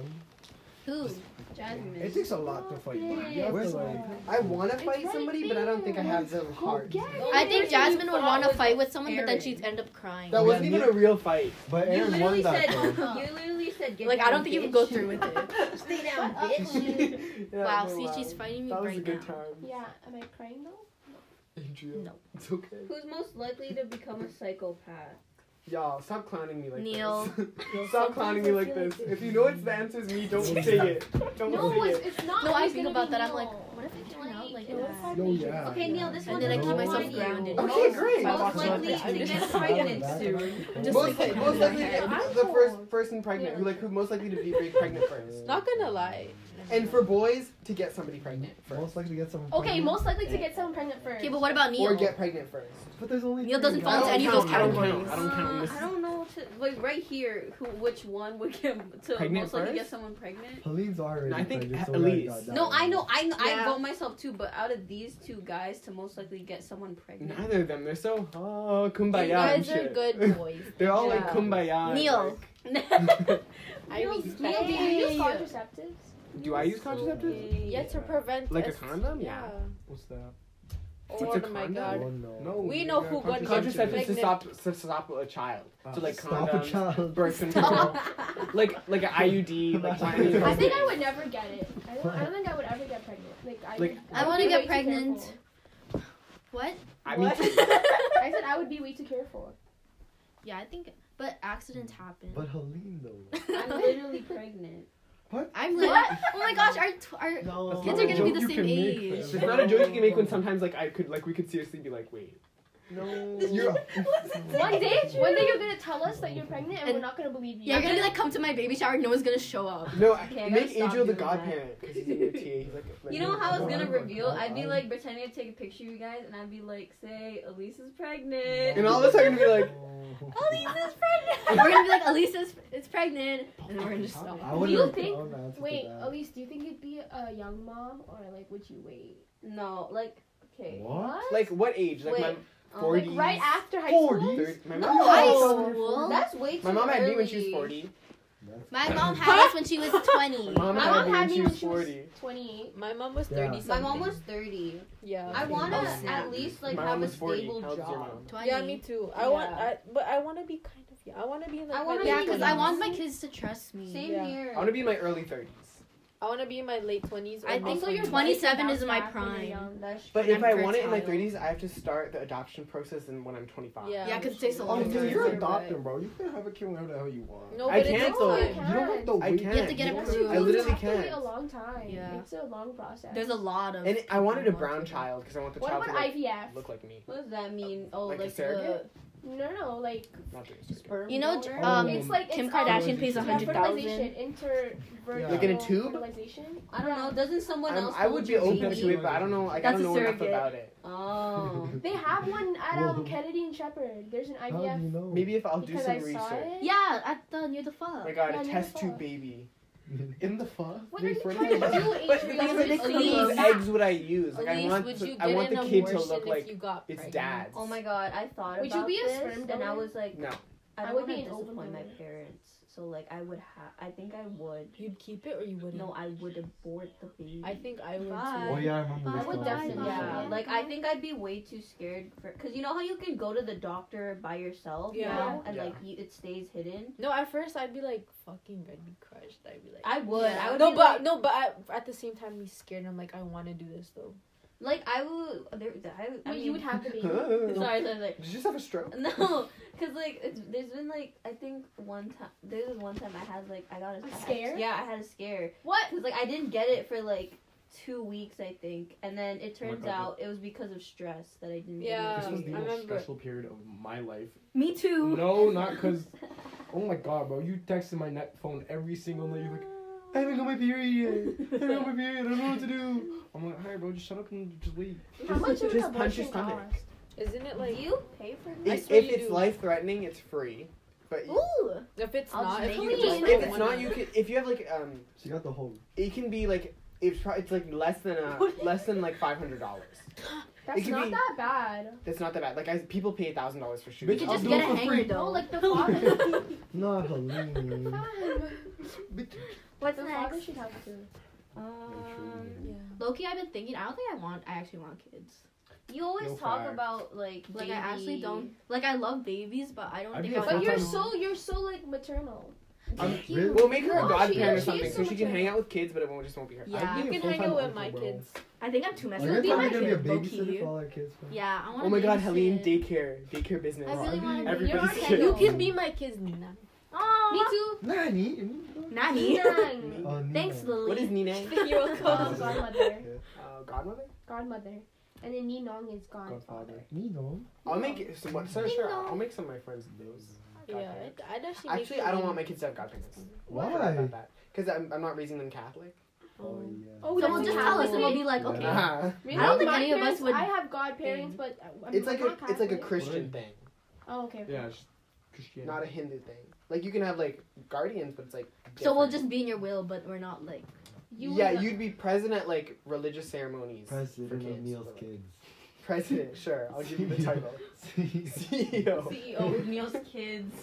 Speaker 4: Who?
Speaker 2: Jasmine.
Speaker 8: It takes a lot to fight.
Speaker 5: Yeah.
Speaker 8: You have
Speaker 1: Where's
Speaker 8: to, like,
Speaker 3: I want to
Speaker 5: It's
Speaker 3: fight
Speaker 5: right
Speaker 3: somebody, but I don't think I
Speaker 5: there.
Speaker 3: have the heart.
Speaker 5: get
Speaker 2: The only
Speaker 4: I think
Speaker 2: person you
Speaker 4: Jasmine would
Speaker 2: fought
Speaker 4: want to
Speaker 2: was
Speaker 4: fight with someone, but then
Speaker 2: Aaron.
Speaker 4: she'd end up crying.
Speaker 3: That wasn't even a real fight.
Speaker 1: But
Speaker 2: You
Speaker 1: Aaron won
Speaker 2: literally
Speaker 1: that.
Speaker 2: said.
Speaker 1: though.
Speaker 2: You literally said. Get
Speaker 4: Like I
Speaker 2: down,
Speaker 4: don't think you would
Speaker 2: bitch."
Speaker 4: go through with it.
Speaker 2: Stay down,
Speaker 5: Shut up.
Speaker 2: bitch.
Speaker 3: Yeah,
Speaker 4: Wow,
Speaker 3: but
Speaker 4: see, she's fighting me
Speaker 3: That was a
Speaker 4: right
Speaker 3: good
Speaker 4: now.
Speaker 3: time.
Speaker 5: Yeah. Am I crying though?
Speaker 3: Andrea.
Speaker 4: No.
Speaker 3: It's okay.
Speaker 2: Who's most likely to become a psychopath?
Speaker 3: Y'all, stop clowning me like
Speaker 4: Neil.
Speaker 3: this. stop clowning me like this. If you know it's the answer is me, don't say it. Don't
Speaker 9: No,
Speaker 3: say
Speaker 9: it's,
Speaker 3: it.
Speaker 9: it's not.
Speaker 4: No, I
Speaker 9: always
Speaker 4: think
Speaker 9: gonna
Speaker 4: about
Speaker 9: be
Speaker 4: that. I'm
Speaker 9: Neil.
Speaker 4: like, what if I turn out like
Speaker 5: Yo,
Speaker 4: that?
Speaker 1: No, yeah.
Speaker 9: Okay,
Speaker 1: yeah.
Speaker 9: Neil, this
Speaker 4: And
Speaker 9: one's
Speaker 4: then I keep
Speaker 1: No.
Speaker 4: myself
Speaker 9: you.
Speaker 4: grounded.
Speaker 3: Okay, great.
Speaker 1: That's
Speaker 9: Most
Speaker 1: not-
Speaker 9: likely
Speaker 1: I'm
Speaker 9: to
Speaker 1: just-
Speaker 9: get
Speaker 1: I'm
Speaker 9: pregnant
Speaker 1: back.
Speaker 9: soon.
Speaker 1: I'm back.
Speaker 4: Just
Speaker 3: Most,
Speaker 4: like-
Speaker 3: most likely the
Speaker 9: I'm
Speaker 3: first
Speaker 9: cold.
Speaker 3: person pregnant. You're like who most likely to be be pregnant first.
Speaker 6: Not gonna lie.
Speaker 3: And for boys to get somebody pregnant first.
Speaker 1: most likely to get someone.
Speaker 9: Okay,
Speaker 1: pregnant.
Speaker 9: most likely to get someone pregnant first.
Speaker 4: Okay, but what about
Speaker 3: Or
Speaker 4: Neil?
Speaker 3: get pregnant first.
Speaker 1: But there's only.
Speaker 4: Neil
Speaker 1: three
Speaker 4: doesn't fall
Speaker 1: guys. Oh,
Speaker 4: into any of
Speaker 3: count,
Speaker 4: those
Speaker 3: I don't
Speaker 4: categories.
Speaker 3: count, I don't count.
Speaker 2: Uh,
Speaker 3: This
Speaker 2: I don't know. To, like right here, who, which one would get to
Speaker 3: Pregnant
Speaker 2: most likely
Speaker 3: first?
Speaker 2: get someone pregnant?
Speaker 1: Pauline's already.
Speaker 3: I think
Speaker 1: pregnant,
Speaker 3: at
Speaker 1: so that
Speaker 3: least.
Speaker 1: got that
Speaker 2: No,
Speaker 1: one.
Speaker 2: I know, I know, I
Speaker 4: Yeah.
Speaker 2: vote myself too. But out of these two guys, to most likely get someone pregnant.
Speaker 3: Neither of them. They're so oh, kumbaya.
Speaker 6: You guys
Speaker 3: and
Speaker 6: are
Speaker 3: shit.
Speaker 6: good boys.
Speaker 3: They're all like
Speaker 2: Yeah.
Speaker 3: kumbaya. and,
Speaker 4: Neil.
Speaker 3: like-
Speaker 6: I
Speaker 9: Neil,
Speaker 6: respect
Speaker 9: Neil, do you
Speaker 6: you.
Speaker 9: use contraceptives?
Speaker 3: Do I use contraceptives?
Speaker 2: Yay.
Speaker 6: Yeah, to prevent
Speaker 3: Like a
Speaker 6: us-
Speaker 3: condom? Yeah. What's that? It's a
Speaker 6: Oh my
Speaker 3: condom?
Speaker 1: Oh,
Speaker 6: god.
Speaker 1: no.
Speaker 8: No.
Speaker 6: We know who got
Speaker 3: Contraceptives to
Speaker 6: Pregnant.
Speaker 3: stop to stop a child.
Speaker 1: Uh,
Speaker 3: so like
Speaker 1: stop
Speaker 3: condoms,
Speaker 1: a child.
Speaker 3: birth control,
Speaker 4: Oh,
Speaker 3: like like an IUD. Like one of these
Speaker 9: I think
Speaker 3: things.
Speaker 9: I would never get it. I don't, I don't think I would ever get pregnant. Like I.
Speaker 3: Like-
Speaker 9: I'd
Speaker 4: I wanna
Speaker 9: be
Speaker 4: get
Speaker 9: way too
Speaker 4: pregnant.
Speaker 9: careful.
Speaker 4: What?
Speaker 3: I mean,
Speaker 9: I said I would be way too careful.
Speaker 4: Yeah, I think. But accidents happen.
Speaker 1: But Helene though.
Speaker 2: I'm literally pregnant.
Speaker 4: I'm like, oh my gosh, our t- our
Speaker 8: No.
Speaker 4: kids
Speaker 3: not
Speaker 4: are
Speaker 3: a
Speaker 4: gonna be
Speaker 3: joke
Speaker 4: the same age.
Speaker 3: it's not a joke you can make when sometimes like I could like we could seriously be like wait.
Speaker 8: No.
Speaker 3: You're,
Speaker 9: One day, one day you're gonna tell us that you're pregnant, and,
Speaker 4: And-
Speaker 9: we're not gonna believe you.
Speaker 4: Yeah, you're gonna be like, come to my baby shower. No one's gonna show up.
Speaker 3: no,
Speaker 2: Okay, I gotta
Speaker 3: make
Speaker 2: stop
Speaker 3: Adriel the
Speaker 2: doing that.
Speaker 3: godparent because he's in your TA. He's like, like,
Speaker 2: You know how I was gonna
Speaker 1: Oh my
Speaker 2: reveal?
Speaker 1: God.
Speaker 2: I'd be like pretending to take a picture of you guys, and I'd be like, say, Elise is pregnant.
Speaker 3: And all of a sudden be like,
Speaker 1: Oh.
Speaker 2: Elise is pregnant.
Speaker 4: We're gonna be like, Elisa's it's pregnant, and then we're gonna stop.
Speaker 1: I
Speaker 9: do you
Speaker 1: wouldn't.
Speaker 9: think?
Speaker 1: I wouldn't answer
Speaker 9: Wait,
Speaker 1: to that.
Speaker 9: Elise, do you think you'd be a young mom, or like would you wait?
Speaker 2: No, like, okay.
Speaker 1: What?
Speaker 3: like what age? Like
Speaker 2: Wait,
Speaker 3: my
Speaker 2: um,
Speaker 3: forty.
Speaker 9: Like right after high school?
Speaker 1: 40?
Speaker 3: Third, my
Speaker 4: No,
Speaker 3: mom,
Speaker 4: high
Speaker 1: Oh.
Speaker 4: school.
Speaker 2: That's way too
Speaker 3: my mom had
Speaker 2: early.
Speaker 3: me when she was forty.
Speaker 1: That's-
Speaker 4: My mom had us when she was 20.
Speaker 3: My mom,
Speaker 9: My mom had
Speaker 3: me
Speaker 9: me
Speaker 3: when she was
Speaker 9: was
Speaker 3: forty.
Speaker 9: 28.
Speaker 6: My mom was
Speaker 1: Yeah.
Speaker 6: 30
Speaker 2: My
Speaker 6: something.
Speaker 2: mom was thirty.
Speaker 6: Yeah.
Speaker 2: I wanna
Speaker 4: Oh, snap.
Speaker 2: at least like
Speaker 3: My mom
Speaker 2: have a
Speaker 3: was 40.
Speaker 2: stable
Speaker 3: How old's your
Speaker 2: job.
Speaker 3: mom?
Speaker 4: 20.
Speaker 6: Yeah, me too. I want,
Speaker 2: Yeah.
Speaker 6: I, but I want to be kind of. Yeah, I want to be in like.
Speaker 2: I
Speaker 6: my
Speaker 2: wanna
Speaker 6: late
Speaker 4: Yeah, because I
Speaker 6: 20s.
Speaker 4: want my kids to trust me.
Speaker 2: Same
Speaker 6: Yeah.
Speaker 2: here.
Speaker 3: I want to be in my early thirties.
Speaker 6: I want to be in my late twenties.
Speaker 4: I think
Speaker 9: Also, your
Speaker 4: 27
Speaker 9: body
Speaker 4: is my
Speaker 9: bounce back when you're
Speaker 4: prime.
Speaker 9: young.
Speaker 3: But
Speaker 4: And I'm
Speaker 3: if I want it in my
Speaker 4: fertile.
Speaker 3: thirties, I have to start the adoption process in, when I'm twenty five.
Speaker 6: Yeah.
Speaker 4: Yeah, because it takes a
Speaker 1: Oh,
Speaker 4: long
Speaker 1: dude,
Speaker 4: time.
Speaker 1: you're
Speaker 6: You're
Speaker 1: adopting, bro. You can have a kid whenever the hell you want.
Speaker 6: No, but
Speaker 3: I
Speaker 6: it's
Speaker 3: can't,
Speaker 6: it's
Speaker 3: though.
Speaker 6: fine.
Speaker 9: You
Speaker 1: You don't have to
Speaker 3: I
Speaker 1: wait.
Speaker 3: can't.
Speaker 4: have to get
Speaker 3: You
Speaker 4: it
Speaker 3: don't
Speaker 4: approved.
Speaker 3: I literally
Speaker 9: have to wait a
Speaker 3: can't.
Speaker 9: long time.
Speaker 4: Yeah.
Speaker 9: It's a long process.
Speaker 4: There's a lot of.
Speaker 3: And I wanted a
Speaker 4: people
Speaker 3: brown
Speaker 4: watching.
Speaker 3: child because I want the
Speaker 9: What
Speaker 3: child
Speaker 9: about
Speaker 3: to like,
Speaker 9: IVF?
Speaker 3: look like me.
Speaker 2: What does that mean? Oh,
Speaker 3: Like
Speaker 2: like,
Speaker 3: a
Speaker 2: the
Speaker 3: surrogate?
Speaker 9: No, no, like
Speaker 3: Not doing surgery.
Speaker 2: sperm.
Speaker 4: You know,
Speaker 2: donor?
Speaker 4: um,
Speaker 9: it's like
Speaker 4: Kim
Speaker 9: it's, um,
Speaker 4: Kardashian pays
Speaker 9: yeah,
Speaker 4: 100,000.
Speaker 9: fertilization, Inter
Speaker 8: Like in
Speaker 3: a tube?
Speaker 9: Fertilization.
Speaker 2: I don't know. Doesn't someone
Speaker 3: I'm-
Speaker 2: else?
Speaker 3: I would be
Speaker 2: told you
Speaker 3: open to
Speaker 2: need-
Speaker 3: it, but I don't know. Like,
Speaker 4: That's
Speaker 3: I
Speaker 4: a
Speaker 3: don't know enough
Speaker 4: surrogate.
Speaker 3: about it.
Speaker 2: Oh.
Speaker 9: They have one at um,
Speaker 1: Whoa.
Speaker 9: Kennedy and Shepherd. There's an
Speaker 1: How do you
Speaker 9: IVF.
Speaker 1: know?
Speaker 3: Maybe if I'll do
Speaker 9: Because
Speaker 3: some
Speaker 9: I saw
Speaker 3: research.
Speaker 9: it.
Speaker 4: Yeah, at the near the
Speaker 3: Oh
Speaker 4: fuck.
Speaker 3: my god,
Speaker 9: Yeah,
Speaker 3: a
Speaker 9: I never
Speaker 3: test
Speaker 9: saw
Speaker 3: tube
Speaker 9: it.
Speaker 3: baby. In the fuck?
Speaker 9: What are you
Speaker 3: But
Speaker 9: trying to do,
Speaker 3: but
Speaker 9: Adrian?
Speaker 3: like,
Speaker 4: Elise,
Speaker 3: what kind of eggs would I use? Like, I
Speaker 6: Elise,
Speaker 3: want,
Speaker 6: would
Speaker 3: to-
Speaker 6: you
Speaker 3: I
Speaker 6: get
Speaker 3: want the
Speaker 6: an
Speaker 3: kid to
Speaker 6: abortion
Speaker 3: look
Speaker 6: if
Speaker 3: like
Speaker 6: you got
Speaker 3: it's
Speaker 6: pregnant?
Speaker 3: dad's.
Speaker 2: Oh my god, I thought
Speaker 9: Would you
Speaker 2: about
Speaker 9: be a
Speaker 2: this,
Speaker 9: sperm
Speaker 2: and I
Speaker 9: donor?
Speaker 2: was like,
Speaker 3: No,
Speaker 2: I,
Speaker 9: I
Speaker 2: would not
Speaker 9: would be an
Speaker 2: disappoint
Speaker 9: ovum
Speaker 2: my
Speaker 9: donor.
Speaker 2: parents, so like I would have. I think I would.
Speaker 6: You'd keep it or you wouldn't.
Speaker 2: No, I would abort the baby.
Speaker 6: I think I would.
Speaker 2: Bye.
Speaker 6: too.
Speaker 1: Oh yeah, I remember
Speaker 4: I
Speaker 1: this
Speaker 4: would
Speaker 1: conversation.
Speaker 4: definitely-
Speaker 2: Yeah,
Speaker 4: Yeah.
Speaker 2: like I think I'd be way too scared for, cause you know how you can go to the doctor by yourself
Speaker 6: Yeah.
Speaker 2: now, and
Speaker 3: Yeah.
Speaker 2: like you, it stays hidden.
Speaker 6: No, at first I'd be like, fucking, I'd be crushed. I'd be like,
Speaker 2: I would, I would.
Speaker 6: no,
Speaker 2: be
Speaker 6: but
Speaker 2: like,
Speaker 6: no, but I, at the same time, be scared. I'm like, I want to do this though.
Speaker 2: like I would. There, I, would- I
Speaker 9: Wait,
Speaker 2: mean,
Speaker 9: you would have to be.
Speaker 3: Huh?
Speaker 2: Sorry, sorry, sorry.
Speaker 3: Did you just have a stroke?
Speaker 2: No, cause like it's, there's been like I think one time there was one time I had like I got a, I had-
Speaker 9: scare?
Speaker 2: yeah, I had a scare.
Speaker 9: What?
Speaker 2: Cause like I didn't get it for like two weeks I think, and then it
Speaker 8: Oh my
Speaker 2: turns
Speaker 8: God.
Speaker 2: out it was because of stress that I didn't.
Speaker 6: Yeah.
Speaker 8: This
Speaker 2: Get
Speaker 8: was
Speaker 2: it.
Speaker 8: the
Speaker 6: I
Speaker 8: most
Speaker 6: remember.
Speaker 8: stressful period of my life.
Speaker 4: Me too.
Speaker 8: No, not because. Oh my god, bro! You texted my net phone every single night. You're like, I haven't got my period yet. I haven't got my period. I don't know what to do. I'm like, alright, bro, just shut up and just wait.
Speaker 9: How
Speaker 3: Just-
Speaker 9: much would an
Speaker 3: just punch your
Speaker 9: abortion
Speaker 3: stomach.
Speaker 9: cost?
Speaker 6: Isn't it like
Speaker 2: Do you pay for
Speaker 3: If,
Speaker 2: this?
Speaker 6: I
Speaker 3: if
Speaker 6: swear you
Speaker 3: it's
Speaker 6: do.
Speaker 3: life threatening, it's free. But you-
Speaker 9: Ooh.
Speaker 6: if it's
Speaker 2: I'll just
Speaker 6: not if
Speaker 2: make
Speaker 6: you
Speaker 2: it
Speaker 6: just
Speaker 2: just-
Speaker 6: don't
Speaker 3: if it's
Speaker 6: wanna-
Speaker 3: not, you can. If you have like um,
Speaker 1: She got the whole.
Speaker 3: it can be like it's pro- it's like less than a less than like five hundred dollars.
Speaker 9: That's
Speaker 3: could
Speaker 9: not
Speaker 3: be-
Speaker 9: that bad.
Speaker 3: That's not that bad. Like I, people pay thousand dollars for shoes.
Speaker 4: We could
Speaker 3: I'll
Speaker 4: just
Speaker 3: do
Speaker 4: get a
Speaker 3: it for
Speaker 4: hanger though.
Speaker 9: No, like the father.
Speaker 1: Not Helene.
Speaker 9: What's the
Speaker 4: next?
Speaker 9: father should have to.
Speaker 2: Um,
Speaker 6: Yeah.
Speaker 4: Loki, I've been thinking. I don't think I want. I actually want kids.
Speaker 2: you always
Speaker 8: No
Speaker 2: talk
Speaker 8: fact.
Speaker 2: about like
Speaker 4: Like I actually
Speaker 2: baby-
Speaker 4: don't. Like I love babies, but I don't
Speaker 8: I'd
Speaker 4: think
Speaker 8: be
Speaker 4: I
Speaker 8: a
Speaker 4: would
Speaker 9: But
Speaker 4: want
Speaker 9: you're
Speaker 4: one.
Speaker 9: so you're so like maternal.
Speaker 1: I'm-
Speaker 4: Thank
Speaker 1: really?
Speaker 4: you.
Speaker 3: We'll make her a
Speaker 9: No, she-
Speaker 3: godparent or
Speaker 9: she
Speaker 3: something
Speaker 9: is
Speaker 3: so
Speaker 9: so
Speaker 3: she can
Speaker 9: much
Speaker 3: hang out with kids, but it won't just won't be her.
Speaker 4: Yeah.
Speaker 8: I'd be
Speaker 6: You can
Speaker 8: a
Speaker 6: hang
Speaker 8: full-time
Speaker 6: out with
Speaker 8: uncle,
Speaker 6: my
Speaker 8: bro.
Speaker 6: kids.
Speaker 2: I think I'm too messy.
Speaker 1: Are you
Speaker 2: with
Speaker 9: be
Speaker 1: probably
Speaker 9: my
Speaker 1: gonna be a
Speaker 2: kid, low-key.
Speaker 1: babysitter for all our kids? fam?
Speaker 4: Yeah, I want.
Speaker 3: Oh my god, Helene,
Speaker 4: babysit.
Speaker 3: daycare, daycare business.
Speaker 4: I really want to.
Speaker 3: Everybody's
Speaker 9: You're on
Speaker 3: kid.
Speaker 6: You
Speaker 9: Kendall.
Speaker 6: can be my kids, Nina.
Speaker 9: Me
Speaker 4: Oh,
Speaker 9: too.
Speaker 1: Nanny. you need to-
Speaker 4: Nanny.
Speaker 9: Nan.
Speaker 1: Oh, no.
Speaker 4: Thanks, Lily.
Speaker 3: What is Nina?
Speaker 6: You're
Speaker 9: Oh,
Speaker 6: welcome.
Speaker 9: godmother.
Speaker 3: Uh, godmother?
Speaker 9: Godmother. And then Ninong is gone.
Speaker 3: Godfather.
Speaker 1: Me no.
Speaker 3: I'll make some. what- So
Speaker 9: Ding
Speaker 3: sure,
Speaker 9: dong.
Speaker 3: I'll make some of my friends those.
Speaker 6: Yeah,
Speaker 3: godparents.
Speaker 6: I- I'd actually. make
Speaker 3: Actually, I don't
Speaker 6: sure
Speaker 3: want my
Speaker 6: you-
Speaker 3: kids to have godparents.
Speaker 1: Why?
Speaker 3: Because I'm, I'm not raising them Catholic.
Speaker 1: Oh yeah.
Speaker 9: Oh,
Speaker 4: So
Speaker 9: that's
Speaker 4: we'll
Speaker 9: a
Speaker 4: just tell us, and we'll
Speaker 9: Catholic.
Speaker 4: be like, okay.
Speaker 3: Nah.
Speaker 9: Really?
Speaker 4: I don't think
Speaker 9: My
Speaker 4: any of us
Speaker 9: parents-
Speaker 4: would
Speaker 9: I have godparents, but I'm,
Speaker 3: It's
Speaker 9: I'm
Speaker 3: like a
Speaker 9: not
Speaker 3: it's like a
Speaker 9: Catholic.
Speaker 3: Christian thing,
Speaker 9: Oh, okay.
Speaker 8: Yeah, it's Christianity.
Speaker 3: not a Hindu thing. Like you can have like guardians, but it's like.
Speaker 4: So we'll
Speaker 3: different.
Speaker 4: just be in your will, but we're not like.
Speaker 9: You
Speaker 3: yeah,
Speaker 9: would-
Speaker 3: you'd be present at like religious ceremonies. for
Speaker 1: President
Speaker 3: kids,
Speaker 1: O'Neill's
Speaker 3: but, like,
Speaker 1: kids.
Speaker 3: President, sure. I'll give you the title.
Speaker 8: E
Speaker 3: E CEO.
Speaker 9: E
Speaker 2: CEO with Neil's kids.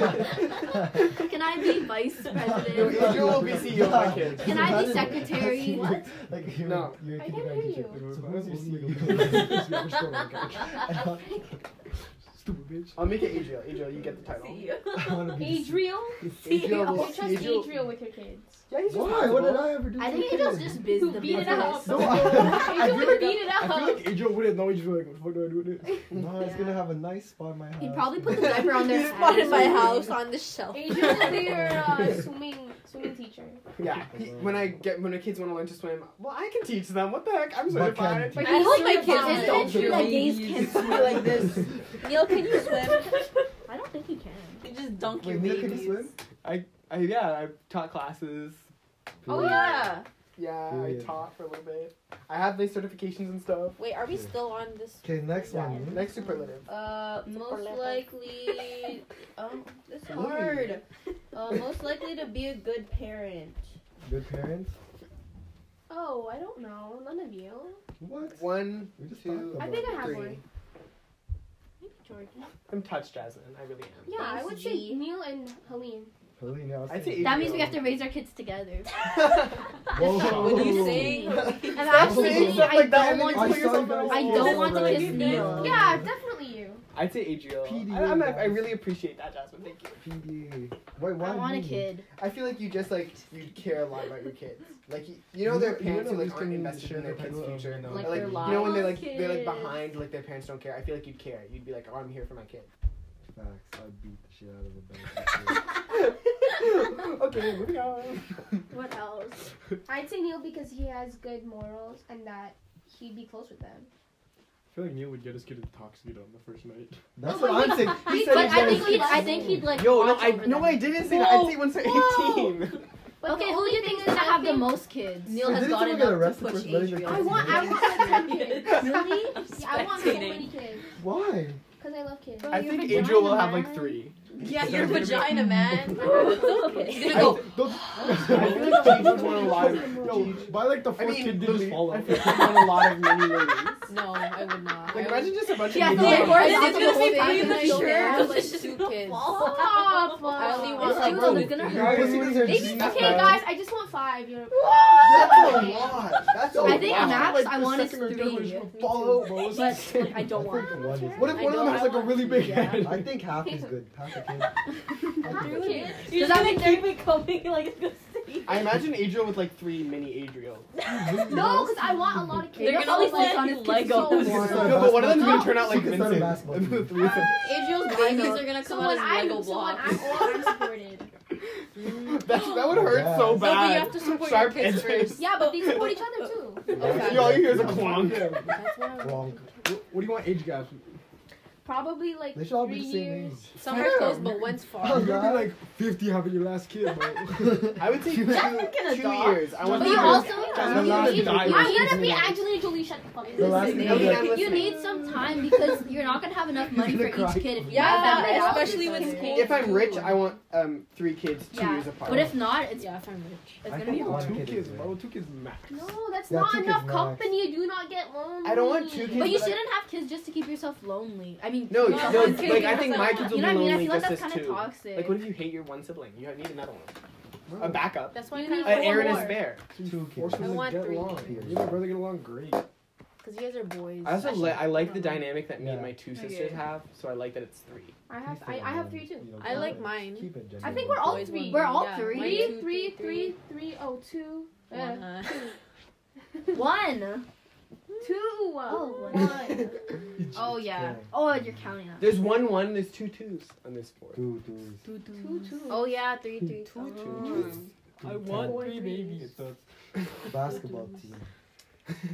Speaker 4: Can I be vice
Speaker 3: No,
Speaker 4: president?
Speaker 3: Andrew will be CEO of my kids.
Speaker 4: Can I be secretary?
Speaker 1: What? Like you're,
Speaker 3: No.
Speaker 1: you're a
Speaker 9: I can't
Speaker 1: kindergarten
Speaker 9: hear
Speaker 1: teacher.
Speaker 8: you.
Speaker 1: So who's your
Speaker 8: We're still on the
Speaker 1: CEO?
Speaker 8: Stupid bitch.
Speaker 3: I'll make it Adriel. Adriel, you get the title.
Speaker 4: E
Speaker 2: CEO.
Speaker 1: I wanna be the
Speaker 9: Adriel?
Speaker 8: E
Speaker 3: Adriel
Speaker 9: You
Speaker 3: will.
Speaker 9: trust
Speaker 3: Adriel,
Speaker 9: Adriel with your kids.
Speaker 3: yeah, he's
Speaker 1: Why? What did
Speaker 3: responsible.
Speaker 1: I ever do?
Speaker 4: I
Speaker 1: to
Speaker 4: think
Speaker 1: you?
Speaker 4: Angel's just biz the
Speaker 9: Beat it up.
Speaker 4: business.
Speaker 1: No, I, I
Speaker 9: Adriel
Speaker 1: feel
Speaker 9: would
Speaker 1: like,
Speaker 9: beat it
Speaker 8: I feel
Speaker 9: up.
Speaker 8: like Adriel wouldn't know. He's just like, what the fuck do I do with this?
Speaker 1: no, it's
Speaker 4: Yeah.
Speaker 1: gonna have a nice spot in my house.
Speaker 4: He'd probably put the diaper on their
Speaker 3: You
Speaker 4: head.
Speaker 6: Not in my house on the shelf.
Speaker 9: Adriel will be your uh, swimming, swimming teacher.
Speaker 3: Yeah, he, when I get when the kids want to learn to swim, well, I can teach them. What the heck? I'm
Speaker 1: But can-
Speaker 3: certified.
Speaker 9: But
Speaker 4: I hope my
Speaker 9: Isn't it
Speaker 4: kids don't
Speaker 3: true
Speaker 4: do
Speaker 3: that
Speaker 4: that. Gays can
Speaker 2: swim
Speaker 4: swim
Speaker 2: like
Speaker 4: like
Speaker 2: this?
Speaker 4: this.
Speaker 6: Neil, can you swim?
Speaker 4: I don't think you can.
Speaker 6: You just dunk your
Speaker 1: Wait, Mia, can
Speaker 6: babies.
Speaker 1: you swim?
Speaker 3: I, yeah, I taught classes.
Speaker 6: Oh yeah.
Speaker 3: Yeah,
Speaker 1: Period.
Speaker 3: I taught for a little bit. I have these certifications and stuff.
Speaker 6: Wait, are we still on this?
Speaker 1: Okay, next one. Nick.
Speaker 3: Next superlative.
Speaker 2: Uh, most
Speaker 5: Superlative.
Speaker 2: likely. Um, this is
Speaker 1: Really?
Speaker 2: hard. Uh, most likely to be a good parent.
Speaker 1: Good parents.
Speaker 9: Oh, I don't know. None of you.
Speaker 1: What?
Speaker 3: One,
Speaker 1: We just
Speaker 3: two,
Speaker 1: talked
Speaker 9: I think I have
Speaker 3: three.
Speaker 9: one.
Speaker 3: I'm touched, Jasmine. I really am.
Speaker 9: Yeah, I would
Speaker 4: Thanks,
Speaker 9: say
Speaker 4: G.
Speaker 9: Neil and Helene.
Speaker 1: Helene, I was
Speaker 3: I'd
Speaker 1: saying-
Speaker 3: say
Speaker 4: That means we have to raise our kids together.
Speaker 1: Whoa.
Speaker 2: What are you saying?
Speaker 4: And actually,
Speaker 1: Stuff
Speaker 4: I
Speaker 3: like that
Speaker 4: don't want
Speaker 3: and then
Speaker 1: I
Speaker 3: put
Speaker 1: saw
Speaker 4: to.
Speaker 3: yourself
Speaker 1: you
Speaker 3: in a
Speaker 1: guys
Speaker 4: I
Speaker 1: all
Speaker 3: hole.
Speaker 4: don't want to
Speaker 1: over
Speaker 4: kiss
Speaker 1: again.
Speaker 4: Neil.
Speaker 9: Yeah, definitely you.
Speaker 3: I'd say Adriel.
Speaker 1: PD.
Speaker 3: I, I'm, I really appreciate that, Jasmine. Thank you.
Speaker 1: PD. Wait, why
Speaker 4: I want a
Speaker 1: me?
Speaker 4: kid.
Speaker 3: I feel like you just like you care a lot about your kids. Like you, you know,
Speaker 1: You know-
Speaker 3: their
Speaker 1: you
Speaker 3: parents
Speaker 1: know
Speaker 3: who
Speaker 1: these
Speaker 3: like aren't
Speaker 1: things
Speaker 3: invested
Speaker 1: share
Speaker 3: in their
Speaker 1: the
Speaker 3: kids'
Speaker 1: people,
Speaker 3: future.
Speaker 1: you know,
Speaker 3: Like,
Speaker 1: like-
Speaker 3: you know when they're like they're like behind, like their parents don't care. I feel like you'd care. You'd be like, oh, I'm here for my kid.
Speaker 1: Facts. I beat the shit out of a bank.
Speaker 3: okay, moving on.
Speaker 4: What else?
Speaker 9: I'd say Neil because he has good morals and that he'd be close with them.
Speaker 8: I feel like Neil would get us kid intoxicated on the first night.
Speaker 1: That's what I'm saying. He said
Speaker 4: But
Speaker 1: he's
Speaker 4: I
Speaker 1: gonna-
Speaker 4: think he'd, I think he'd like.
Speaker 3: Yo, no,
Speaker 4: watch
Speaker 3: I
Speaker 4: over
Speaker 3: no,
Speaker 4: them.
Speaker 3: I didn't say that. I
Speaker 6: Whoa,
Speaker 3: say once they're
Speaker 6: whoa.
Speaker 3: eighteen.
Speaker 9: But
Speaker 4: Okay,
Speaker 9: the
Speaker 4: who do you think
Speaker 9: only
Speaker 4: is
Speaker 9: thing
Speaker 4: gonna
Speaker 9: I
Speaker 4: have the
Speaker 9: think-
Speaker 4: most kids?
Speaker 2: Neil
Speaker 1: Didn't
Speaker 2: has
Speaker 1: someone
Speaker 2: gotten
Speaker 1: get
Speaker 2: enough
Speaker 1: arrested
Speaker 2: to
Speaker 1: for
Speaker 2: push
Speaker 1: smelling
Speaker 2: Adriel.
Speaker 1: your
Speaker 9: I want, I want like ten kids.
Speaker 4: Really?
Speaker 9: Yeah, I want so many kids
Speaker 1: Why?
Speaker 9: because I love kids.
Speaker 3: I
Speaker 4: your
Speaker 3: think
Speaker 4: vagina,
Speaker 3: Adriel will have like
Speaker 4: man.
Speaker 3: three.
Speaker 6: Yeah, your vagina, man.
Speaker 3: I,
Speaker 6: okay.
Speaker 1: Don't.
Speaker 3: I feel like Paige would want a lot of.
Speaker 1: Yo, by like the
Speaker 3: I
Speaker 1: fourth
Speaker 3: mean,
Speaker 1: kid,
Speaker 3: Lily,
Speaker 1: didn't fall
Speaker 3: I
Speaker 1: off.
Speaker 3: feel like she'd want a lot of mini lilies.
Speaker 6: No, I would
Speaker 3: Like
Speaker 6: not. I would
Speaker 3: imagine just a bunch
Speaker 4: Yeah,
Speaker 3: of
Speaker 4: but like,
Speaker 3: mini
Speaker 4: where
Speaker 3: lilies.
Speaker 4: is
Speaker 6: It's
Speaker 4: the
Speaker 6: gonna
Speaker 4: whole
Speaker 6: be
Speaker 4: thing?
Speaker 6: in the
Speaker 4: Don't
Speaker 6: shirt.
Speaker 4: have, like,
Speaker 6: It's two kids.
Speaker 9: Stop.
Speaker 6: I only want
Speaker 4: It's
Speaker 6: like
Speaker 4: like,
Speaker 6: one.
Speaker 4: it's gonna
Speaker 1: Your
Speaker 4: hurt.
Speaker 1: pussy is a
Speaker 3: Maybe-
Speaker 1: G,
Speaker 9: Okay,
Speaker 1: fam.
Speaker 9: guys, I just want five. You're
Speaker 3: That's a lot. That's a
Speaker 4: I think
Speaker 3: lot.
Speaker 4: max
Speaker 1: Like,
Speaker 4: I
Speaker 1: the
Speaker 4: want is
Speaker 1: second or third
Speaker 4: three.
Speaker 1: one, she'll
Speaker 4: Me
Speaker 1: fall
Speaker 4: too.
Speaker 1: out, bro. It's
Speaker 4: But
Speaker 1: insane.
Speaker 4: like, I don't
Speaker 1: I
Speaker 4: want.
Speaker 1: think one is-
Speaker 3: What if
Speaker 4: I
Speaker 3: one of them
Speaker 4: don't-
Speaker 3: has
Speaker 4: I
Speaker 3: like a
Speaker 4: want
Speaker 3: really
Speaker 4: to,
Speaker 3: big
Speaker 4: yeah.
Speaker 3: head?
Speaker 1: I think half is good. Half a kid. Half a kid.
Speaker 9: kids.
Speaker 4: Does that
Speaker 2: You're just gonna
Speaker 4: mean
Speaker 2: keep it coming like it's gonna stay.
Speaker 3: I imagine Adriel with like three mini Adriel.
Speaker 9: No, because I want a lot of kids.
Speaker 2: They're gonna
Speaker 4: always
Speaker 2: always
Speaker 4: like
Speaker 2: let
Speaker 4: on
Speaker 2: you
Speaker 4: his
Speaker 2: let
Speaker 4: kids
Speaker 2: go.
Speaker 4: so
Speaker 1: She's
Speaker 4: much.
Speaker 1: not a
Speaker 3: No, but one of them's gonna
Speaker 1: basketball-
Speaker 3: turn out like
Speaker 1: She can start a
Speaker 3: Vincent.
Speaker 1: basketball team.
Speaker 3: The three of them.
Speaker 6: Adriel's
Speaker 4: I know.
Speaker 6: babies are gonna
Speaker 9: So
Speaker 6: come out
Speaker 9: when
Speaker 6: as Lego
Speaker 9: I'm, so when
Speaker 6: blocks.
Speaker 9: I'm old, I'm supported.
Speaker 3: That's, that would hurt
Speaker 1: Yeah.
Speaker 3: so
Speaker 1: No,
Speaker 6: but you
Speaker 3: bad.
Speaker 6: have to support your
Speaker 3: Sharp
Speaker 6: kids
Speaker 3: edges.
Speaker 9: Yeah, but they support each other too.
Speaker 6: Okay.
Speaker 3: You all you hear is a clonk.
Speaker 1: Wrong.
Speaker 8: What, what do you want age gaps?
Speaker 9: Probably like
Speaker 1: They should all
Speaker 9: three
Speaker 1: be the same
Speaker 9: years.
Speaker 1: age.
Speaker 6: Some are close, but one's
Speaker 1: Oh,
Speaker 8: You're
Speaker 6: far.
Speaker 8: gonna
Speaker 1: God.
Speaker 8: be like 50 having your last kid, bro.
Speaker 3: I would say two,
Speaker 2: Jasmine can
Speaker 3: two
Speaker 2: adopt.
Speaker 3: years. I want
Speaker 4: But
Speaker 3: two
Speaker 4: you
Speaker 3: years.
Speaker 4: also
Speaker 1: The last
Speaker 9: I'm
Speaker 8: guy was
Speaker 9: gonna be
Speaker 8: using it.
Speaker 9: Angelina Jolie. Shut the fuck up.
Speaker 1: The last
Speaker 4: Listen,
Speaker 1: kid.
Speaker 3: Maybe
Speaker 1: like,
Speaker 3: I'm
Speaker 4: You
Speaker 3: listening.
Speaker 4: need some time because you're not gonna have enough money for
Speaker 1: You're gonna
Speaker 4: each
Speaker 1: cry.
Speaker 4: kid if you
Speaker 6: Yeah,
Speaker 4: have that. many
Speaker 6: especially
Speaker 4: options
Speaker 6: with
Speaker 4: together.
Speaker 6: school.
Speaker 3: If I'm rich, I want um three kids two
Speaker 4: Yeah.
Speaker 3: years apart.
Speaker 4: But if not, it's
Speaker 6: Yeah, if I'm rich.
Speaker 4: it's
Speaker 1: I
Speaker 4: gonna
Speaker 1: think
Speaker 4: be
Speaker 1: one
Speaker 4: hard.
Speaker 8: Two
Speaker 1: kid is
Speaker 8: kids,
Speaker 1: good.
Speaker 8: bro. Two kids max.
Speaker 9: No, that's
Speaker 1: Yeah,
Speaker 9: not
Speaker 1: two kids
Speaker 9: enough
Speaker 1: max.
Speaker 9: company. You do not get lonely.
Speaker 3: I don't want two kids.
Speaker 4: But you
Speaker 3: but I-
Speaker 4: shouldn't have kids just to keep yourself lonely. I mean,
Speaker 3: No,
Speaker 4: keep
Speaker 3: no,
Speaker 4: someone-
Speaker 3: like I think my kids will
Speaker 4: you
Speaker 3: be
Speaker 4: know what I mean? I
Speaker 3: lonely
Speaker 4: feel like
Speaker 3: just
Speaker 4: that's
Speaker 3: as
Speaker 4: kind of
Speaker 3: two.
Speaker 4: toxic. Oh.
Speaker 3: Like, what if you hate your one sibling? You need another one,
Speaker 8: Bro,
Speaker 3: a backup,
Speaker 6: That's why
Speaker 9: You
Speaker 6: I
Speaker 9: need
Speaker 3: an
Speaker 9: four
Speaker 3: Aaron and
Speaker 9: more.
Speaker 3: spare.
Speaker 1: Two
Speaker 8: Force
Speaker 1: kids.
Speaker 8: them
Speaker 6: I
Speaker 8: to
Speaker 6: want
Speaker 8: get
Speaker 6: three
Speaker 8: along.
Speaker 1: kids.
Speaker 8: You and my brother get along great.
Speaker 4: because you guys are boys.
Speaker 3: I also li- I like the
Speaker 4: Yeah.
Speaker 3: dynamic that me and
Speaker 1: Yeah.
Speaker 3: my two
Speaker 6: Okay.
Speaker 3: sisters have, so I like that it's three.
Speaker 9: I have I, I have three too.
Speaker 6: I like mine.
Speaker 1: Keep it
Speaker 9: I think we're all
Speaker 6: Boys
Speaker 9: three.
Speaker 6: one.
Speaker 4: We're all
Speaker 6: Yeah,
Speaker 4: three?
Speaker 6: one,
Speaker 9: Three,
Speaker 6: two,
Speaker 9: three, three, three, oh two. Uh,
Speaker 6: One, uh,
Speaker 4: One.
Speaker 9: two.
Speaker 4: Oh,
Speaker 9: one.
Speaker 4: Oh yeah. Oh, you're counting up.
Speaker 3: There's one one. There's two twos on this board.
Speaker 1: Two, two,
Speaker 4: Two,
Speaker 9: two, two.
Speaker 4: Oh yeah, three, three.
Speaker 3: Two
Speaker 4: Oh.
Speaker 3: twos.
Speaker 1: I want
Speaker 8: three babies. So
Speaker 1: basketball team.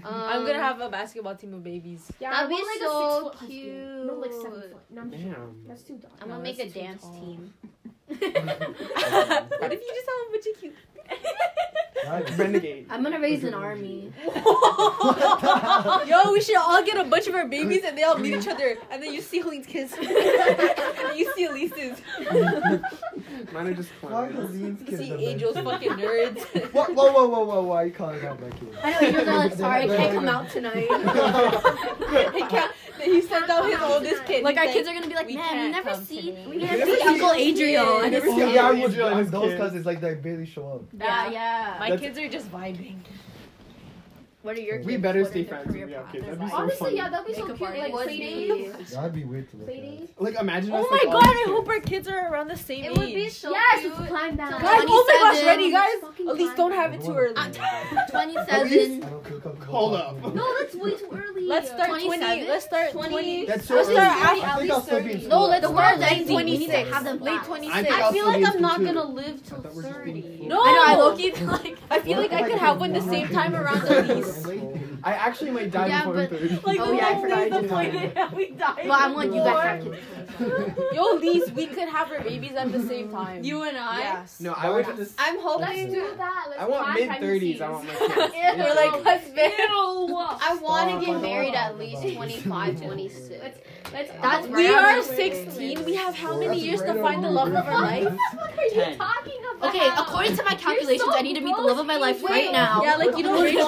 Speaker 6: I'm gonna
Speaker 4: Um,
Speaker 6: have a basketball team of babies.
Speaker 9: Yeah, I
Speaker 4: That'd be
Speaker 9: want, like
Speaker 4: so
Speaker 9: a six foot
Speaker 4: cute.
Speaker 9: husband. No, like seven foot. No, I'm just-
Speaker 3: Damn.
Speaker 9: that's too dark.
Speaker 4: I'm gonna
Speaker 6: No,
Speaker 4: make a
Speaker 6: that's too
Speaker 4: dance
Speaker 6: tall.
Speaker 4: team.
Speaker 6: what if you just have a bunch of cute?
Speaker 3: Renegade.
Speaker 4: I'm gonna raise an army.
Speaker 6: Yo, we should all get a bunch of our babies and they all meet each other, and then you see Helene's kiss, and you see Elise's.
Speaker 3: Mine are just
Speaker 1: Why
Speaker 3: clowns.
Speaker 1: Helene's
Speaker 6: You
Speaker 1: kids
Speaker 6: see
Speaker 1: are
Speaker 6: Angel's
Speaker 1: mentioned?
Speaker 6: fucking nerds.
Speaker 1: What? Whoa, whoa, whoa, whoa! Why are you calling out my kid?
Speaker 4: I know angels are like, sorry, I can't come out tonight.
Speaker 6: he, can't, he sent out his oldest kid.
Speaker 4: like our
Speaker 6: He's
Speaker 4: kids are gonna be like,
Speaker 6: we
Speaker 4: man, we
Speaker 6: can't
Speaker 4: never
Speaker 6: come
Speaker 4: see,
Speaker 6: tonight."
Speaker 4: we
Speaker 1: You
Speaker 4: never
Speaker 1: never
Speaker 4: see
Speaker 1: see-
Speaker 4: Uncle Adrian.
Speaker 6: never
Speaker 1: Oh,
Speaker 6: see
Speaker 1: yeah, I
Speaker 3: Angel
Speaker 1: was,
Speaker 3: and
Speaker 1: I'm
Speaker 3: his
Speaker 1: those
Speaker 3: kids.
Speaker 1: cousins like they barely show up.
Speaker 4: Yeah,
Speaker 6: Yeah.
Speaker 4: yeah.
Speaker 6: My
Speaker 3: That's-
Speaker 6: kids are just vibing.
Speaker 4: what are your?
Speaker 3: We
Speaker 4: kids?
Speaker 3: better
Speaker 4: What are
Speaker 3: stay
Speaker 4: their
Speaker 3: friends if
Speaker 4: career
Speaker 3: we have
Speaker 4: paths?
Speaker 3: kids.
Speaker 4: They're
Speaker 3: That'd be
Speaker 4: like-
Speaker 3: so
Speaker 9: Honestly,
Speaker 3: funny.
Speaker 9: yeah, that'd be so
Speaker 4: Makeup
Speaker 9: cute. Like
Speaker 4: artist.
Speaker 9: play
Speaker 4: It
Speaker 9: dates.
Speaker 4: would
Speaker 1: That'd be weird to look
Speaker 9: Play
Speaker 1: at.
Speaker 9: dates.
Speaker 3: Like imagine.
Speaker 6: Oh
Speaker 3: us,
Speaker 6: my
Speaker 3: like, all
Speaker 6: god,
Speaker 3: these
Speaker 6: I hope
Speaker 3: kids.
Speaker 6: our kids are around the same
Speaker 2: It would be
Speaker 6: age.
Speaker 2: so
Speaker 9: Yes,
Speaker 2: cute.
Speaker 9: let's climb that.
Speaker 4: Guys,
Speaker 6: Guys, oh my gosh,
Speaker 4: 27.
Speaker 6: ready guys?
Speaker 9: Fucking
Speaker 6: At least
Speaker 9: time.
Speaker 6: don't have it too early.
Speaker 4: Twenty-seven.
Speaker 1: I don't feel comfortable
Speaker 3: Hold
Speaker 1: talking.
Speaker 3: up.
Speaker 9: No, that's way too early.
Speaker 6: Let's start 20.
Speaker 4: 27?
Speaker 6: Let's start
Speaker 2: 20.
Speaker 6: 20.
Speaker 3: That's so
Speaker 6: Let's
Speaker 3: early.
Speaker 6: start
Speaker 1: I
Speaker 6: after
Speaker 1: think I'll still be in school.
Speaker 4: No, let's
Speaker 1: I'll
Speaker 4: start
Speaker 1: still be
Speaker 4: late
Speaker 1: in school.
Speaker 4: twenty-six. We need to have them
Speaker 6: Late
Speaker 4: last.
Speaker 6: 26.
Speaker 3: I think
Speaker 2: I
Speaker 3: I'll
Speaker 2: feel
Speaker 3: still be
Speaker 2: like
Speaker 3: in
Speaker 2: I'm not
Speaker 3: school too.
Speaker 2: gonna live till
Speaker 3: thought we were just being
Speaker 2: thirty.
Speaker 3: cool.
Speaker 6: No,
Speaker 4: I know. I low key like.
Speaker 6: I feel like I could have one the same time around
Speaker 1: the
Speaker 6: Elise.
Speaker 3: I actually might die
Speaker 4: Yeah,
Speaker 3: before
Speaker 4: but-
Speaker 3: thirty.
Speaker 6: Like,
Speaker 4: Oh, yeah, I
Speaker 6: literally
Speaker 4: forgot
Speaker 6: the
Speaker 4: you
Speaker 6: point
Speaker 1: died.
Speaker 6: that we died.
Speaker 4: Well, I want you guys to have kids.
Speaker 6: Yo, Elise, we could have our babies at the same time.
Speaker 2: You and I.
Speaker 6: Yes.
Speaker 3: No, I would.
Speaker 6: Yes.
Speaker 2: I'm
Speaker 9: Let's
Speaker 2: hoping.
Speaker 9: do that. Let's
Speaker 3: I want
Speaker 9: plan
Speaker 3: mid thirties. I want my kids.
Speaker 6: We're like husband.
Speaker 2: I want to
Speaker 1: Stop, I
Speaker 2: get
Speaker 1: don't
Speaker 2: married
Speaker 1: wanna
Speaker 2: at
Speaker 1: talk
Speaker 2: least
Speaker 1: about it.
Speaker 2: 25, 26.
Speaker 9: Let's- Let's
Speaker 4: That's
Speaker 9: all-
Speaker 6: We
Speaker 4: right.
Speaker 6: are
Speaker 4: Round
Speaker 6: 16. We have how
Speaker 1: Well,
Speaker 6: many
Speaker 1: that's
Speaker 6: years to
Speaker 1: right
Speaker 6: find the
Speaker 1: on
Speaker 6: love of
Speaker 1: the
Speaker 6: our
Speaker 1: river.
Speaker 6: life?
Speaker 9: What are you
Speaker 3: Ten.
Speaker 9: talking about?
Speaker 4: Okay, according to my calculations, I need to meet the love of my life right now.
Speaker 6: Yeah, like you know
Speaker 1: Maybe
Speaker 6: Rachel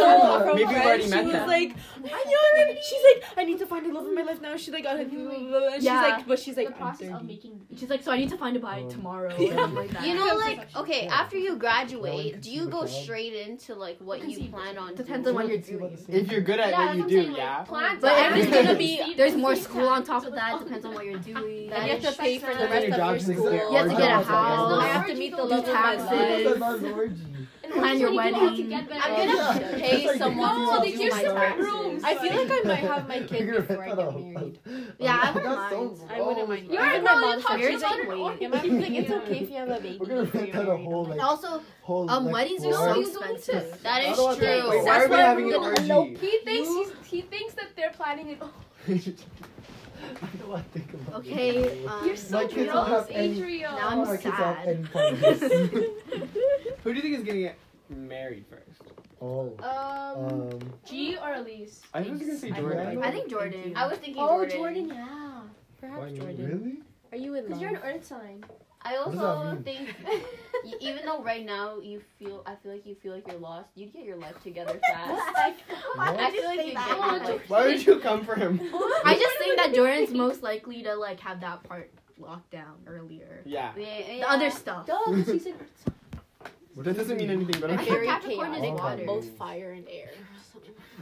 Speaker 1: we've
Speaker 3: already
Speaker 6: from Friends, she
Speaker 3: met
Speaker 6: was
Speaker 3: them.
Speaker 6: like, I know. She's like, I need to find the love of my life now. She's like, oh, blah, blah, blah, blah. she's
Speaker 4: Yeah.
Speaker 6: like, but she's
Speaker 9: the
Speaker 6: like, I'm
Speaker 9: process of
Speaker 6: 30.
Speaker 9: making.
Speaker 4: She's like, so I need to find a bike
Speaker 1: Um,
Speaker 4: tomorrow.
Speaker 1: yeah.
Speaker 4: and like that.
Speaker 2: You know, like, okay,
Speaker 1: Yeah.
Speaker 2: after you graduate,
Speaker 1: can
Speaker 2: do
Speaker 1: see
Speaker 2: you
Speaker 1: the
Speaker 2: go
Speaker 1: child.
Speaker 2: straight into, like, what
Speaker 9: Can see
Speaker 2: you
Speaker 9: the
Speaker 2: plan on
Speaker 4: Depends
Speaker 2: doing?
Speaker 4: on what you're
Speaker 1: Two about the
Speaker 4: doing.
Speaker 1: same
Speaker 3: If you're good at
Speaker 9: Yeah,
Speaker 3: what
Speaker 9: that's
Speaker 3: you
Speaker 9: what
Speaker 3: do,
Speaker 9: I'm saying, like,
Speaker 3: yeah.
Speaker 9: plan
Speaker 4: But
Speaker 9: to-
Speaker 4: everything's gonna be.
Speaker 9: Sleep
Speaker 4: There's
Speaker 9: at the
Speaker 4: more
Speaker 9: same
Speaker 4: school on
Speaker 9: time.
Speaker 4: top of that. Depends on what you're doing.
Speaker 9: That
Speaker 6: And you have to pay for the
Speaker 9: Look at
Speaker 6: rest of
Speaker 1: your
Speaker 6: your
Speaker 1: jobs,
Speaker 6: school.
Speaker 1: exactly.
Speaker 4: You have to get a
Speaker 1: Our jobs,
Speaker 4: house.
Speaker 6: I
Speaker 1: like,
Speaker 6: have to meet the love of my
Speaker 4: taxes.
Speaker 6: life.
Speaker 1: That's not an orgy.
Speaker 9: And
Speaker 4: Plan your
Speaker 9: hopefully you all
Speaker 4: wedding.
Speaker 2: I'm
Speaker 9: together.
Speaker 1: Yeah.
Speaker 2: gonna
Speaker 1: Yeah. It's
Speaker 2: pay
Speaker 1: like-
Speaker 2: someone
Speaker 6: No,
Speaker 2: to
Speaker 6: they
Speaker 2: do
Speaker 6: give
Speaker 2: my
Speaker 6: separate
Speaker 2: taxes.
Speaker 6: I feel like I might have my kid
Speaker 1: You're gonna
Speaker 6: before I
Speaker 1: rent
Speaker 6: get
Speaker 1: that out.
Speaker 6: married.
Speaker 4: Yeah, I wouldn't
Speaker 1: That's so
Speaker 4: mind.
Speaker 1: gross.
Speaker 6: I wouldn't mind.
Speaker 9: You're
Speaker 6: Even
Speaker 9: a
Speaker 6: my
Speaker 9: girl,
Speaker 6: mom's
Speaker 9: you talk
Speaker 6: like,
Speaker 4: Marriage is
Speaker 9: Marriage
Speaker 4: like
Speaker 9: is
Speaker 4: wait.
Speaker 9: like
Speaker 6: my mom's like, it's okay if you have a baby.
Speaker 1: We're gonna
Speaker 6: before
Speaker 1: rent out
Speaker 6: you're
Speaker 1: a
Speaker 6: married."
Speaker 1: whole
Speaker 6: I'm
Speaker 1: like
Speaker 4: Also,
Speaker 1: whole
Speaker 4: um,
Speaker 1: like,
Speaker 4: weddings are
Speaker 1: floor.
Speaker 4: so
Speaker 9: No, you don't
Speaker 4: expensive.
Speaker 2: That is
Speaker 1: Otherwise,
Speaker 2: true.
Speaker 1: like,
Speaker 3: Wait, why
Speaker 9: That's
Speaker 3: are we
Speaker 9: why
Speaker 3: having
Speaker 9: we're
Speaker 3: an
Speaker 9: No,
Speaker 3: orgy?
Speaker 9: he thinks he's, he thinks that they're planning it.
Speaker 1: I don't want to think about it.
Speaker 4: Okay. Um,
Speaker 9: You're so
Speaker 1: My kids don't
Speaker 9: gross,
Speaker 1: have any-
Speaker 9: Adriel.
Speaker 4: Now I'm
Speaker 1: My kids don't have
Speaker 4: sad.
Speaker 1: any part of this.
Speaker 3: Who do you think is gonna get married first?
Speaker 1: Oh.
Speaker 9: Um,
Speaker 1: Um.
Speaker 9: G or Elise?
Speaker 3: I was gonna say
Speaker 1: I
Speaker 3: Jordan.
Speaker 1: don't
Speaker 4: I think Jordan.
Speaker 2: I was thinking
Speaker 9: Oh,
Speaker 2: Jordan.
Speaker 9: Jordan, yeah.
Speaker 1: why
Speaker 6: Perhaps
Speaker 1: not?
Speaker 6: Jordan.
Speaker 1: Really?
Speaker 6: Are you in
Speaker 9: Because you're an
Speaker 6: love?
Speaker 9: earth sign.
Speaker 2: I
Speaker 1: What does
Speaker 2: also
Speaker 1: that mean?
Speaker 2: think, y- even though right now you feel, I feel like you feel like you're lost, you'd get your life together fast. I
Speaker 1: What?
Speaker 2: feel like you get your life.
Speaker 3: Why would you come for him?
Speaker 4: I just think that Jordan's most likely to like have that part locked down earlier.
Speaker 3: Yeah.
Speaker 4: The other stuff.
Speaker 9: Duh, because he's an earth sign.
Speaker 3: That doesn't mean anything, but I'm
Speaker 4: I
Speaker 3: sure.
Speaker 4: think Capricorn is
Speaker 1: chaotic.
Speaker 4: water.
Speaker 6: Both fire and air.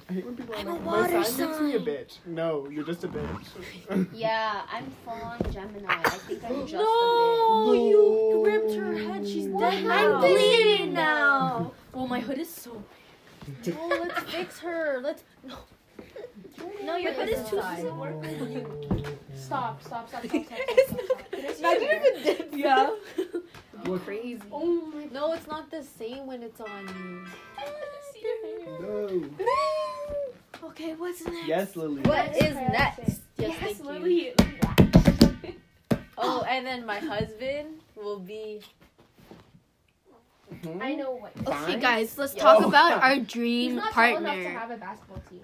Speaker 3: I'm
Speaker 4: a water
Speaker 3: My sign makes me a bitch. No, you're just a bitch.
Speaker 2: Yeah, I'm full on Gemini. I think I'm just a
Speaker 4: Oh,
Speaker 6: No, you
Speaker 1: No.
Speaker 6: ripped her head. She's
Speaker 1: What
Speaker 6: dead
Speaker 4: I'm
Speaker 6: now.
Speaker 4: bleeding now. Well, my hood is so.
Speaker 6: Oh, let's fix her. Let's.
Speaker 4: No, your hood is too
Speaker 9: Doesn't
Speaker 4: high.
Speaker 9: work for you. Stop, stop, stop, stop, stop,
Speaker 6: It's
Speaker 9: stop, stop, stop.
Speaker 6: Imagine if it did. Yeah.
Speaker 4: Crazy.
Speaker 9: Oh my
Speaker 6: No, it's not the same when it's on
Speaker 1: No.
Speaker 6: you. okay, what's next?
Speaker 3: Yes, Lily.
Speaker 6: What is next?
Speaker 9: Yes,
Speaker 6: thank you.
Speaker 9: Lily.
Speaker 6: Oh, and then my husband will be.
Speaker 3: Hmm?
Speaker 9: I know what.
Speaker 4: Okay,
Speaker 3: Fine.
Speaker 4: guys, let's
Speaker 6: Yo.
Speaker 4: talk about our
Speaker 9: He's
Speaker 4: dream
Speaker 9: not tall enough to
Speaker 4: partner.
Speaker 9: have a basketball team.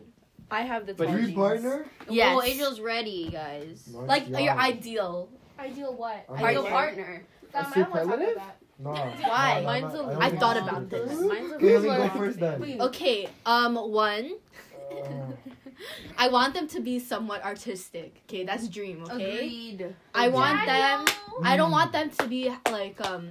Speaker 6: I have the.
Speaker 3: But
Speaker 6: tall
Speaker 3: you
Speaker 1: Three
Speaker 6: jeans.
Speaker 1: partner?
Speaker 2: bit.
Speaker 4: Yes.
Speaker 2: Well, Angel's ready, guys.
Speaker 4: Like your ideal.
Speaker 9: Ideal what?
Speaker 1: I'm
Speaker 2: Ideal
Speaker 4: Ideal
Speaker 2: partner.
Speaker 9: That
Speaker 1: A
Speaker 9: might wanna talk
Speaker 1: superlative?
Speaker 9: about
Speaker 1: No.
Speaker 4: Why?
Speaker 6: Mine's a.
Speaker 4: I thought about this.
Speaker 6: Mine's a.
Speaker 1: Okay, let me
Speaker 6: loser.
Speaker 1: go first then.
Speaker 4: Okay, um, one,
Speaker 1: Uh,
Speaker 4: I want them to be somewhat artistic. Okay, that's dream, okay?
Speaker 2: Agreed.
Speaker 4: I want them,
Speaker 9: Daniel!
Speaker 4: I don't want them to be like, um,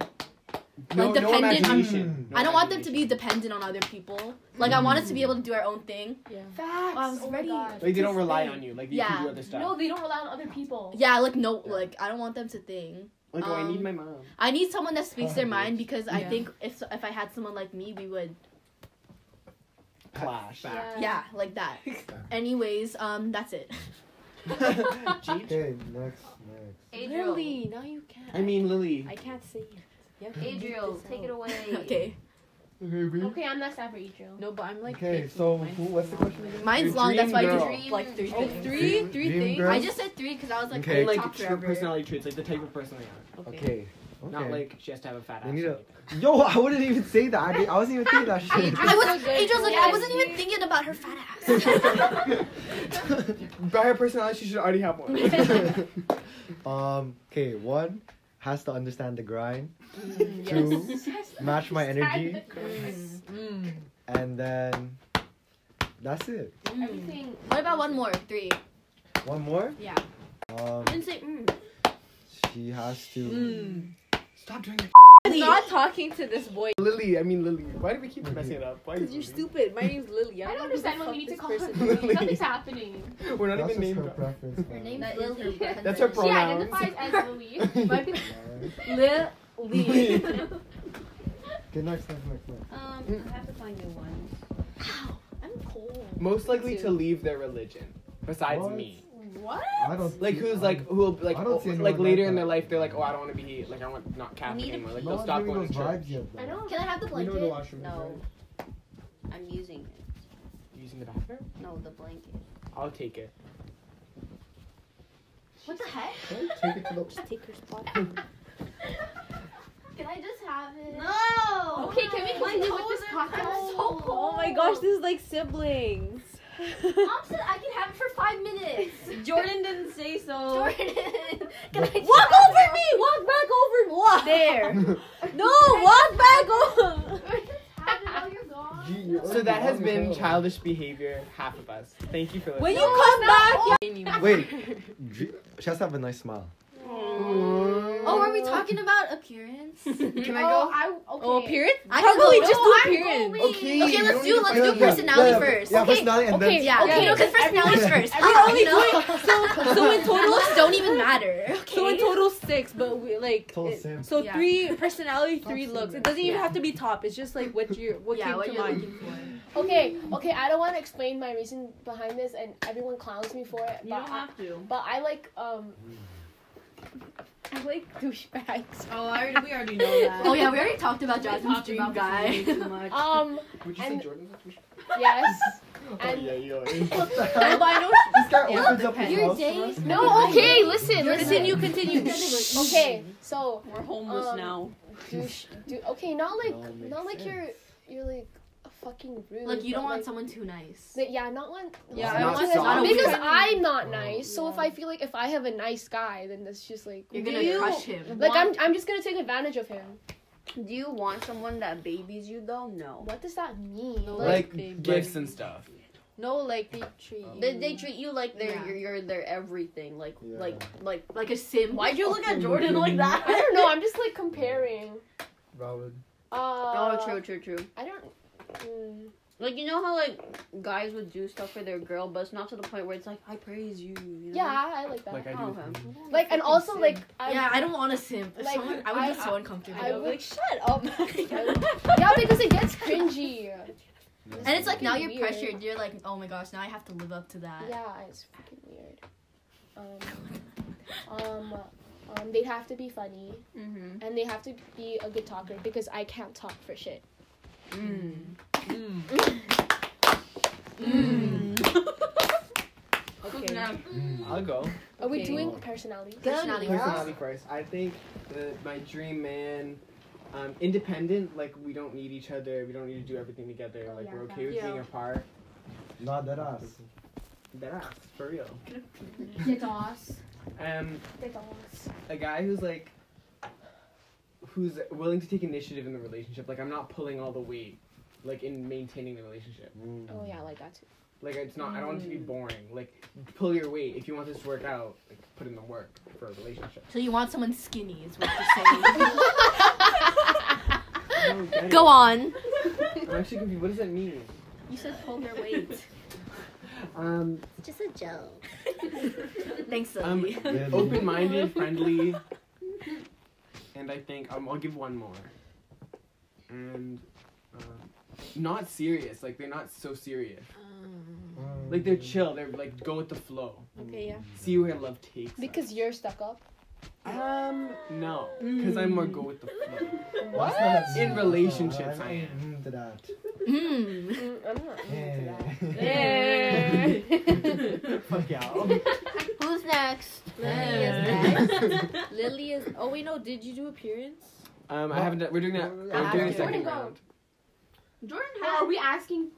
Speaker 4: like dependent on
Speaker 3: imagination. No
Speaker 4: I don't want them to
Speaker 3: imagination.
Speaker 4: be dependent on other people. Like I want us to be able to do our own thing.
Speaker 9: Facts.
Speaker 4: I was
Speaker 9: oh
Speaker 4: ready.
Speaker 9: My God.
Speaker 3: Like they don't rely on you. Like you
Speaker 4: Yeah.
Speaker 3: can do other stuff.
Speaker 9: No, they don't rely on other people.
Speaker 4: Yeah, like no, like I don't want them to think.
Speaker 3: like oh, I need
Speaker 4: um,
Speaker 3: my mom.
Speaker 4: I need someone that speaks their
Speaker 8: Oh,
Speaker 4: mind because I
Speaker 6: Yeah.
Speaker 4: think if if I had someone like me, we would
Speaker 3: Clash.
Speaker 4: yeah like that. Anyways, um, that's it.
Speaker 3: Jeep.
Speaker 1: Okay, next, next.
Speaker 2: Adriel.
Speaker 6: Lily, now you can't.
Speaker 3: I mean Lily.
Speaker 6: I can't see.
Speaker 2: Adriel, take it away.
Speaker 4: okay,
Speaker 9: Okay, I'm not sad for Adriel.
Speaker 6: No, but I'm like.
Speaker 1: Okay,
Speaker 6: picky.
Speaker 1: so
Speaker 6: Mine's
Speaker 1: who- what's the
Speaker 6: long.
Speaker 1: question again?
Speaker 4: mine's
Speaker 3: Your
Speaker 4: long. That's
Speaker 3: dream
Speaker 4: why I
Speaker 3: girl.
Speaker 4: did.
Speaker 2: Dream-
Speaker 6: Like three
Speaker 2: Oh,
Speaker 1: Dream-
Speaker 6: things. Three,
Speaker 1: dream
Speaker 6: three things.
Speaker 1: girl?
Speaker 4: I just said three because I was like,
Speaker 1: Okay.
Speaker 4: okay.
Speaker 3: And, like
Speaker 4: talk
Speaker 3: true
Speaker 4: forever.
Speaker 3: personality traits, like the type of person they are.
Speaker 6: Okay.
Speaker 1: Okay. Okay.
Speaker 3: Not like she has to have a fat
Speaker 1: We
Speaker 3: ass.
Speaker 1: need
Speaker 3: or
Speaker 1: a-
Speaker 3: anything.
Speaker 1: Yo, I wouldn't even say that. I, didn't- I wasn't even thinking that shit.
Speaker 4: I was
Speaker 5: good.
Speaker 4: Angel's like I
Speaker 5: Yes.
Speaker 4: wasn't even thinking about her fat ass.
Speaker 3: By her personality, she should already have one.
Speaker 1: um. Okay. One has to understand the grind.
Speaker 6: Mm,
Speaker 1: Two,
Speaker 6: yes.
Speaker 1: match my energy,
Speaker 6: Mm, mm,
Speaker 1: and then that's it.
Speaker 6: mm.
Speaker 9: Everything.
Speaker 4: what about one more? Three.
Speaker 1: One more.
Speaker 4: Yeah.
Speaker 1: Um.
Speaker 4: I didn't say. Mm.
Speaker 1: She has to.
Speaker 6: Mm.
Speaker 3: Stop doing that.
Speaker 6: I'm not talking to this boy.
Speaker 3: Lily, I mean Lily. Why do we keep messing it up? Why
Speaker 6: Because
Speaker 3: is
Speaker 6: you're
Speaker 3: Lily?
Speaker 6: stupid. My name's Lily.
Speaker 9: I don't
Speaker 6: know who the
Speaker 9: understand what
Speaker 6: fuck
Speaker 9: we need to
Speaker 6: this
Speaker 9: call
Speaker 6: person
Speaker 9: her.
Speaker 6: is.
Speaker 3: Lily.
Speaker 9: Nothing's happening.
Speaker 3: We're not
Speaker 1: That's
Speaker 3: even
Speaker 1: just
Speaker 3: named.
Speaker 1: her
Speaker 3: up.
Speaker 1: preference.
Speaker 4: Her
Speaker 1: man.
Speaker 4: name's
Speaker 2: That is
Speaker 4: Lily.
Speaker 2: her
Speaker 4: but-
Speaker 3: That's her
Speaker 9: She
Speaker 3: pronoun.
Speaker 9: identifies as Louis.
Speaker 6: Might be
Speaker 1: Alright.
Speaker 6: Lily.
Speaker 1: Okay. Next. Next. Next. Next.
Speaker 2: Um, I have to find new ones.
Speaker 4: I'm cold.
Speaker 3: Most likely to leave their religion. Besides
Speaker 1: What?
Speaker 3: me,
Speaker 9: What?
Speaker 1: I don't.
Speaker 3: like
Speaker 1: see-
Speaker 3: who's
Speaker 1: I
Speaker 3: like
Speaker 1: don't-
Speaker 3: who'll like
Speaker 1: I don't
Speaker 3: oh,
Speaker 1: see anyone
Speaker 3: like
Speaker 1: like
Speaker 3: later in
Speaker 1: that.
Speaker 3: their life they're like oh I don't want to be like I want not Catholic
Speaker 2: Need a-
Speaker 3: anymore like
Speaker 1: No
Speaker 3: they'll
Speaker 1: one's
Speaker 3: stop
Speaker 1: giving
Speaker 3: going to
Speaker 1: those
Speaker 3: church.
Speaker 1: vibes yet.
Speaker 9: I
Speaker 1: though.
Speaker 9: don't.
Speaker 4: Can I have the
Speaker 1: You know
Speaker 4: blanket?
Speaker 1: where the washroom is,
Speaker 2: No,
Speaker 1: right?
Speaker 2: I'm using it.
Speaker 3: Using the bathroom.
Speaker 2: No, the blanket.
Speaker 3: I'll take it.
Speaker 4: What the heck?
Speaker 1: Okay, Take it to the.
Speaker 6: Just take her spot.
Speaker 4: Can I just have it?
Speaker 2: No.
Speaker 9: Okay, can we continue with this podcast?
Speaker 4: I'm so
Speaker 9: Oh.
Speaker 6: Oh my gosh, this is like siblings.
Speaker 4: Mom said I can have it for five minutes.
Speaker 2: Jordan didn't say so.
Speaker 4: Jordan, can I just
Speaker 6: Walk
Speaker 4: have
Speaker 6: over
Speaker 4: it?
Speaker 6: me! Walk back over Walk!
Speaker 4: There.
Speaker 6: No, walk back over!
Speaker 9: Have it while you're gone.
Speaker 1: Gee, you're
Speaker 3: So that has
Speaker 1: already
Speaker 3: been
Speaker 1: gone.
Speaker 3: childish behavior, half of us. Thank you for listening.
Speaker 6: When you come back,
Speaker 1: Wait. Dre- She has to have a nice smile.
Speaker 4: Oh, are we talking about appearance?
Speaker 3: Can I
Speaker 9: Oh,
Speaker 3: go?
Speaker 9: I okay.
Speaker 6: Oh, appearance?
Speaker 4: I don't
Speaker 6: Probably
Speaker 4: know.
Speaker 6: just
Speaker 4: No,
Speaker 6: do
Speaker 4: I'm
Speaker 6: appearance.
Speaker 3: Okay.
Speaker 4: Okay,
Speaker 3: you
Speaker 4: let's
Speaker 3: don't
Speaker 4: do
Speaker 3: need to
Speaker 4: let's
Speaker 3: find
Speaker 4: do
Speaker 3: out.
Speaker 4: personality
Speaker 1: yeah,
Speaker 4: first.
Speaker 1: Yeah, personality and then.
Speaker 4: Yeah, okay,
Speaker 6: okay.
Speaker 4: no, because personality's first.
Speaker 6: We're only doing
Speaker 4: so, so in total, looks don't even matter. Okay.
Speaker 6: so in total six, but we like
Speaker 1: Total
Speaker 6: it-
Speaker 1: six.
Speaker 6: so
Speaker 4: Yeah.
Speaker 6: three personality, three
Speaker 1: Absolutely.
Speaker 6: looks. It doesn't even
Speaker 4: Yeah.
Speaker 6: have to be top. It's just like what you what
Speaker 4: yeah,
Speaker 6: came
Speaker 4: what
Speaker 6: to
Speaker 4: you're
Speaker 6: mind.
Speaker 4: looking for.
Speaker 9: Okay, okay, I don't want to explain my reason behind this, and everyone clowns me for it. But
Speaker 2: You don't
Speaker 9: I,
Speaker 2: have to.
Speaker 9: but I like um.
Speaker 6: I like douchebags.
Speaker 2: Oh, I already, we already know that.
Speaker 4: Oh yeah, we already talked about Jasmine's
Speaker 2: talked
Speaker 4: dream
Speaker 2: about
Speaker 4: guy.
Speaker 2: this way too much.
Speaker 9: Um.
Speaker 3: Would you say
Speaker 9: And-
Speaker 3: Jordan's?
Speaker 9: Yes.
Speaker 3: Oh
Speaker 9: And
Speaker 3: yeah, you are.
Speaker 9: no, but I don't.
Speaker 1: This guy
Speaker 2: Yeah.
Speaker 1: opens up his
Speaker 4: Your
Speaker 1: mouth to
Speaker 4: days-
Speaker 1: us.
Speaker 9: No. Okay. Listen. Listen.
Speaker 6: Continue, continue.
Speaker 9: Okay. So
Speaker 2: We're homeless
Speaker 9: Um,
Speaker 2: now.
Speaker 9: douche. Do, okay. Not like.
Speaker 1: No, it makes
Speaker 9: Not like
Speaker 1: sense.
Speaker 9: you're. You're like a fucking rude.
Speaker 4: Look, you don't
Speaker 9: but,
Speaker 4: want
Speaker 9: like,
Speaker 4: someone too nice.
Speaker 9: that- yeah, not one.
Speaker 6: Yeah,
Speaker 1: I
Speaker 9: not
Speaker 1: want
Speaker 9: because-
Speaker 1: someone
Speaker 9: because
Speaker 6: who-
Speaker 9: I'm not
Speaker 1: Oh.
Speaker 9: nice. So if
Speaker 6: Yeah.
Speaker 9: I feel like if I have a nice guy, then that's just like
Speaker 4: You're gonna
Speaker 2: You-
Speaker 4: crush him.
Speaker 9: like I'm. I'm just gonna take advantage of him.
Speaker 2: Do you want someone that babies you though? No.
Speaker 9: What does that mean?
Speaker 6: No,
Speaker 9: Like,
Speaker 3: Like
Speaker 6: Like-
Speaker 3: gifts and stuff.
Speaker 6: No, like they treat.
Speaker 2: They, they treat you like they're
Speaker 4: Yeah.
Speaker 2: you're, you're their everything. Like
Speaker 1: Yeah.
Speaker 2: like like.
Speaker 4: Like a sim.
Speaker 2: Why'd you look at Jordan like that?
Speaker 9: I don't know. I'm just like comparing.
Speaker 1: Valid.
Speaker 9: Uh,
Speaker 2: Oh, true, true, true.
Speaker 9: I don't. Mm,
Speaker 2: Like you know how like guys would do stuff for their girl, but it's not to the point where it's like I praise you. you know?
Speaker 9: yeah, I like that.
Speaker 3: Like
Speaker 9: Like,
Speaker 3: I do.
Speaker 2: Okay.
Speaker 9: and also like I,
Speaker 4: yeah, I don't want a simp. If
Speaker 9: Like,
Speaker 4: someone, I would
Speaker 9: I-
Speaker 4: be so
Speaker 9: I-
Speaker 4: uncomfortable.
Speaker 9: I
Speaker 6: I
Speaker 9: would-
Speaker 6: was like, shut up.
Speaker 9: yeah, because it gets cringy.
Speaker 4: and it's like now you're
Speaker 9: Weird.
Speaker 4: pressured. You're like, oh my gosh, now I have to live up to that.
Speaker 9: Yeah, it's freaking weird. Um, um, um, they have to be funny
Speaker 2: Mhm.
Speaker 9: and they have to be a good talker because I can't talk for shit.
Speaker 2: Mm.
Speaker 6: Mm.
Speaker 1: Mm.
Speaker 6: Okay.
Speaker 4: Mm.
Speaker 3: I'll go.
Speaker 9: Are we
Speaker 6: Okay.
Speaker 9: doing personality?
Speaker 4: Personality
Speaker 1: Yeah.
Speaker 4: first.
Speaker 3: Personality first. I think that my dream man, um, independent. Like we don't need each other. We don't need to do everything together.
Speaker 9: Oh,
Speaker 3: Like
Speaker 9: yeah,
Speaker 3: we're okay with
Speaker 6: yeah.
Speaker 3: being apart.
Speaker 1: Not that ass.
Speaker 3: That ass for real.
Speaker 9: Get off.
Speaker 3: Um,
Speaker 9: Get off.
Speaker 3: a guy who's like who's willing to take initiative in the relationship like i'm not pulling all the weight like in maintaining the relationship
Speaker 1: Mm.
Speaker 9: Oh yeah, I like that too.
Speaker 3: like it's not i don't want it to be boring like pull your weight if you want this to work out like put in the work for a relationship
Speaker 4: So you want someone skinny is what you're saying.
Speaker 3: don't get it.
Speaker 4: Go on.
Speaker 3: I'm actually confused. What does that mean?
Speaker 2: You said pull her weight.
Speaker 3: Um,
Speaker 4: It's just a joke. Thanks,
Speaker 3: Um,
Speaker 4: Sophie.
Speaker 3: open-minded, friendly, and I think um, I'll give one more. And um, not serious. Like they're not so serious.
Speaker 1: Mm.
Speaker 3: Like they're chill. They're like go with the flow.
Speaker 5: Okay, yeah.
Speaker 3: See where love takes. us.
Speaker 9: Because you're stuck up.
Speaker 3: um no, because I'm more go with the flow.
Speaker 1: What?
Speaker 3: In relationships, I am.
Speaker 1: to that.
Speaker 4: Mm.
Speaker 5: Mm, I'm not into
Speaker 1: Yeah.
Speaker 5: that.
Speaker 3: Fuck y'all.
Speaker 4: Who's next?
Speaker 6: Lily is next. Lily is. Oh wait, no. Did you do appearance?
Speaker 3: Um, I haven't. Done, we're doing that. We're doing a
Speaker 4: After.
Speaker 3: second
Speaker 9: Where'd it go?
Speaker 3: round.
Speaker 2: Jordan, how are we asking?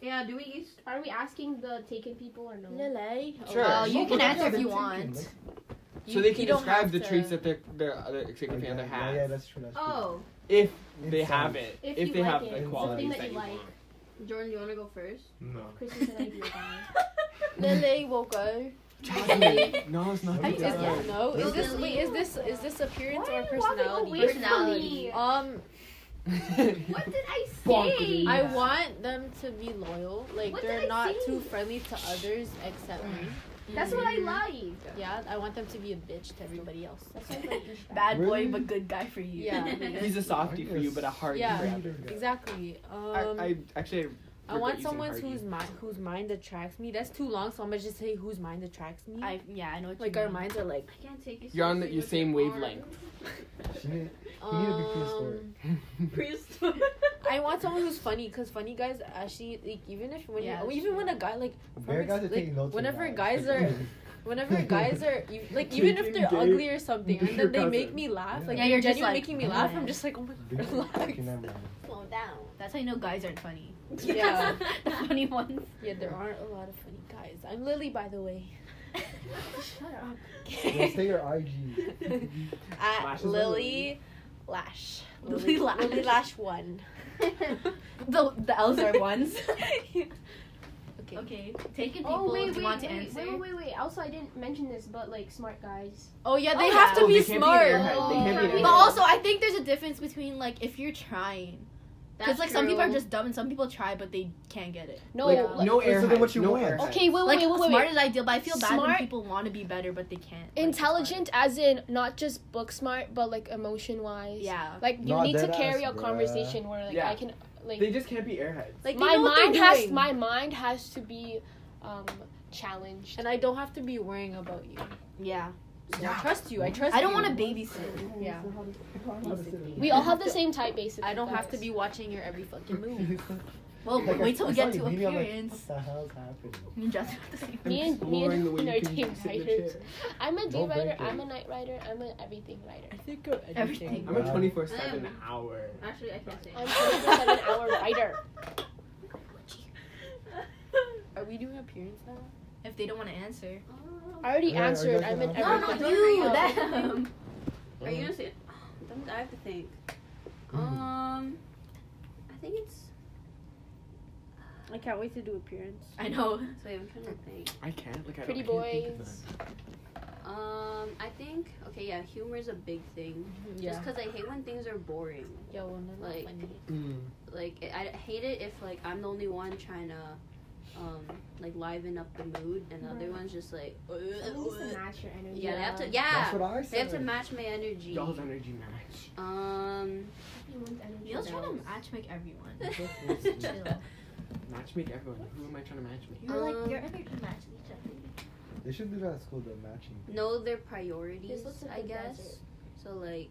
Speaker 2: Yeah, do we?
Speaker 9: Are we asking the taken people or no?
Speaker 4: Lily.
Speaker 3: Sure.
Speaker 4: Oh, you
Speaker 1: Oh,
Speaker 4: can
Speaker 1: yeah,
Speaker 4: answer if
Speaker 1: that's
Speaker 4: you
Speaker 1: it.
Speaker 4: want.
Speaker 3: So
Speaker 4: You-
Speaker 3: they can
Speaker 4: you don't
Speaker 3: describe
Speaker 4: have
Speaker 3: the
Speaker 4: to-
Speaker 3: traits that their their other significant
Speaker 1: Okay,
Speaker 3: other
Speaker 1: yeah,
Speaker 3: has.
Speaker 1: yeah, that's true. That's true.
Speaker 2: Oh,
Speaker 3: if
Speaker 1: It
Speaker 3: they have
Speaker 1: sounds-
Speaker 3: it,
Speaker 9: If
Speaker 3: if,
Speaker 9: you
Speaker 3: they
Speaker 9: like
Speaker 3: have
Speaker 9: it.
Speaker 3: the
Speaker 1: Something
Speaker 3: qualities
Speaker 9: that
Speaker 3: that
Speaker 9: you
Speaker 3: you
Speaker 9: like.
Speaker 3: want.
Speaker 2: Jordan, do you want to go first?
Speaker 8: No.
Speaker 9: Chris is an idea guy.
Speaker 4: Lily will go.
Speaker 3: Jasmine, no, it's not.
Speaker 1: Hey,
Speaker 3: the
Speaker 1: is-
Speaker 3: other.
Speaker 6: No. Is this
Speaker 2: Lily.
Speaker 6: wait? Is this is this appearance or
Speaker 2: away
Speaker 6: personality?
Speaker 2: from Personality. Oh.
Speaker 6: Um,
Speaker 2: What did I say?
Speaker 8: Bonkers.
Speaker 3: E.
Speaker 6: I want them to be loyal. Like
Speaker 2: What did
Speaker 6: they're
Speaker 2: I
Speaker 6: not
Speaker 2: say?
Speaker 6: too friendly to others except me.
Speaker 9: That's what I like.
Speaker 6: Yeah, I want them to be a bitch to everybody else.
Speaker 9: That's what I like.
Speaker 4: Bad
Speaker 1: Really?
Speaker 4: boy, but good guy for you.
Speaker 6: Yeah.
Speaker 3: He's a softie for you, but a hard
Speaker 6: Yeah.
Speaker 3: grabber.
Speaker 6: Exactly.
Speaker 3: I,
Speaker 6: Um,
Speaker 3: I actually.
Speaker 6: I
Speaker 3: regret
Speaker 6: want
Speaker 3: using
Speaker 6: someone
Speaker 3: hardy.
Speaker 6: whose mind whose mind attracts me. That's too long, so I'm gonna just say whose mind attracts me.
Speaker 4: I yeah, I know what
Speaker 6: like
Speaker 4: you
Speaker 6: our
Speaker 4: mean.
Speaker 6: minds are like.
Speaker 2: I can't take you.
Speaker 3: You're on the
Speaker 2: seriously
Speaker 3: your
Speaker 2: with
Speaker 3: same
Speaker 2: your
Speaker 3: wavelength.
Speaker 1: She need, he need to be prehistoric.
Speaker 6: Um, I want someone who's funny, cause funny guys actually like even if when
Speaker 4: Yeah,
Speaker 6: you oh,
Speaker 4: that's
Speaker 6: even
Speaker 4: true.
Speaker 6: when a guy like
Speaker 1: Bear
Speaker 6: ex-
Speaker 1: guys are
Speaker 6: like,
Speaker 1: taking notes.
Speaker 6: whenever
Speaker 1: right now.
Speaker 6: guys are whenever guys are you- like even if
Speaker 8: Taking
Speaker 6: they're
Speaker 8: Gabe
Speaker 6: ugly or something and
Speaker 8: your
Speaker 6: then they make
Speaker 8: cousin.
Speaker 6: me laugh like
Speaker 4: Yeah, you're just
Speaker 6: genuinely
Speaker 4: like,
Speaker 6: making me laugh
Speaker 4: yeah.
Speaker 6: I'm just like oh my
Speaker 1: Dude,
Speaker 6: god relax
Speaker 1: fucking never mind.
Speaker 4: slow down. That's how you know guys aren't funny.
Speaker 6: yeah
Speaker 4: the funny ones.
Speaker 6: yeah there aren't a lot of funny guys I'm Lily by the way shut
Speaker 1: Yeah,
Speaker 6: up
Speaker 1: say your IG.
Speaker 6: at
Speaker 3: Lash is on
Speaker 6: Lily Lash.
Speaker 4: Lily Lash.
Speaker 6: Lily Lash. Lily Lash one.
Speaker 4: the the L's are ones.
Speaker 6: Okay.
Speaker 4: okay, taken people.
Speaker 9: Oh wait,
Speaker 4: do
Speaker 9: wait,
Speaker 4: you want to
Speaker 9: wait,
Speaker 4: answer?
Speaker 9: wait, wait, wait. Also, I didn't mention this, but like smart guys.
Speaker 6: Oh yeah,
Speaker 4: Oh,
Speaker 6: they
Speaker 4: yeah.
Speaker 6: have to
Speaker 3: Oh,
Speaker 6: be
Speaker 3: they can't be in
Speaker 6: smart.
Speaker 3: their head. They can't be in their
Speaker 4: But
Speaker 3: head.
Speaker 4: also, I think there's a difference between like if you're trying, because like some people are just dumb and some people try but they can't get it.
Speaker 9: No,
Speaker 3: Like,
Speaker 9: like-
Speaker 3: no
Speaker 1: Wait, so
Speaker 3: air.
Speaker 1: then what you
Speaker 3: no
Speaker 1: want?
Speaker 3: airheads.
Speaker 9: okay, wait, wait,
Speaker 4: like
Speaker 9: wait, wait, wait.
Speaker 4: smart is ideal, but I feel bad when
Speaker 9: Smart-
Speaker 4: people want to be better but they can't. Like, it's
Speaker 9: Intelligent, as in not just book smart, but like emotion
Speaker 4: hard.
Speaker 9: wise.
Speaker 4: Yeah.
Speaker 9: Like you
Speaker 1: Not
Speaker 9: need to
Speaker 1: deadass,
Speaker 9: carry a
Speaker 1: bruh.
Speaker 9: conversation where like
Speaker 3: Yeah.
Speaker 9: I can like
Speaker 3: They just can't be airheads.
Speaker 6: Like they
Speaker 9: my
Speaker 6: know what they're
Speaker 9: mind has
Speaker 6: doing.
Speaker 9: my mind has to be um challenged.
Speaker 6: and I don't have to be worrying about you.
Speaker 4: Yeah.
Speaker 6: So I trust you. I trust.
Speaker 4: I don't
Speaker 6: you.
Speaker 4: want to babysit.
Speaker 6: Yeah.
Speaker 9: We all have the same type basically.
Speaker 6: I don't have to
Speaker 9: guys.
Speaker 6: be watching your every fucking move.
Speaker 4: Well,
Speaker 1: Like, I-
Speaker 4: wait till we
Speaker 1: I
Speaker 4: get
Speaker 1: saw
Speaker 4: to
Speaker 1: you reading, I'm like,
Speaker 4: appearance.
Speaker 1: What the hell's happening?
Speaker 4: Me and Jess are the same.
Speaker 9: Me and- me and-
Speaker 3: Exploring the way
Speaker 9: and
Speaker 3: you
Speaker 9: our
Speaker 3: can
Speaker 9: team
Speaker 3: sit in the
Speaker 9: writers.
Speaker 3: chair.
Speaker 9: I'm a day
Speaker 1: Don't
Speaker 9: writer,
Speaker 1: break it.
Speaker 9: I'm a night writer, I'm an everything writer.
Speaker 6: I think of
Speaker 4: Everything.
Speaker 3: I'm
Speaker 1: Wow.
Speaker 3: a 24 7
Speaker 2: Mm.
Speaker 3: hour.
Speaker 2: Actually, I can't say.
Speaker 9: I'm 27 hour writer.
Speaker 6: Are we doing appearance now?
Speaker 4: If they don't want to answer.
Speaker 9: I already
Speaker 1: Yeah, I
Speaker 9: answered.
Speaker 1: guess
Speaker 9: I meant
Speaker 1: I-
Speaker 2: No, no,
Speaker 9: everything.
Speaker 2: you,
Speaker 9: Oh.
Speaker 2: them. Are you
Speaker 1: Um,
Speaker 2: gonna say? Don't- I have to think. Um, I think it's.
Speaker 6: I can't wait to do appearance.
Speaker 4: I know.
Speaker 2: So I'm trying to think.
Speaker 3: I can't. Like, I
Speaker 9: Pretty
Speaker 3: don't, I can't think of
Speaker 9: boys.
Speaker 3: that.
Speaker 2: Um, I think. Okay, yeah, humor is a big thing. Just
Speaker 6: Yeah.
Speaker 2: because I hate when things are boring.
Speaker 6: Mm-hmm. Yo, and then
Speaker 2: Like-
Speaker 6: like, funny.
Speaker 3: Mm.
Speaker 2: Like I I hate it if like I'm the only one trying to, um, like liven up the mood, and the other one's just like. "Uh, uh." Yeah, they have to.
Speaker 1: That's
Speaker 2: Yeah,
Speaker 1: what I said.
Speaker 2: they have to match my energy.
Speaker 3: Y'all's energy match.
Speaker 2: Um.
Speaker 4: Neil's trying to matchmake everyone.
Speaker 3: Match make everyone. Who am I trying to match make?
Speaker 2: You're like-
Speaker 9: Um,
Speaker 2: you're
Speaker 4: energy matching each other.
Speaker 1: They should do that at school, the matching.
Speaker 2: know their priorities,
Speaker 9: looks like
Speaker 2: I
Speaker 9: a
Speaker 2: guess.
Speaker 9: desert.
Speaker 2: So like,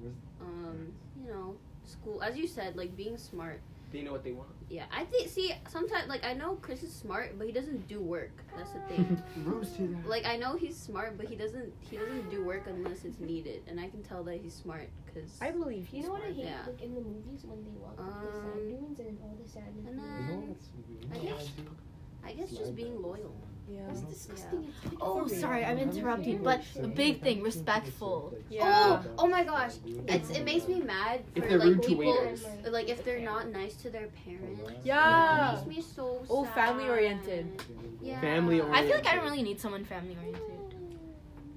Speaker 1: Where's-
Speaker 2: um, you know, school. As you said, like being smart.
Speaker 3: They know what they want.
Speaker 2: Yeah, I think. See, sometimes like I know Chris is smart, but he doesn't do work. That's the thing.
Speaker 3: Roasted.
Speaker 2: like I know he's smart, but he doesn't. He doesn't do work unless it's needed, and I can tell that he's smart because.
Speaker 6: I believe
Speaker 9: You
Speaker 6: he's
Speaker 9: know what I
Speaker 6: smart.
Speaker 9: hate?
Speaker 2: Yeah.
Speaker 9: Like in the movies when they walk up the
Speaker 2: Um,
Speaker 9: sand dunes and all the sand is
Speaker 2: and
Speaker 9: blue.
Speaker 1: You know
Speaker 2: then
Speaker 1: what's weird?
Speaker 2: I
Speaker 1: You know
Speaker 2: guess-
Speaker 1: what I
Speaker 2: I guess just
Speaker 1: Slide
Speaker 2: being
Speaker 1: down.
Speaker 2: loyal.
Speaker 6: Yeah.
Speaker 9: It's
Speaker 1: Yeah.
Speaker 9: disgusting. It's like
Speaker 4: Oh, sorry, I'm interrupting, but a big thing, respectful.
Speaker 6: Yeah.
Speaker 2: Oh, oh my gosh, It's, it makes me mad
Speaker 3: If
Speaker 2: for
Speaker 3: they're
Speaker 2: like
Speaker 3: rude to
Speaker 2: people.
Speaker 3: waiters.
Speaker 2: Like if they're not nice to their parents.
Speaker 6: Yeah.
Speaker 2: It makes me so sad.
Speaker 6: Oh, family-oriented.
Speaker 2: Yeah.
Speaker 3: Family
Speaker 4: I feel like I don't really need someone family oriented.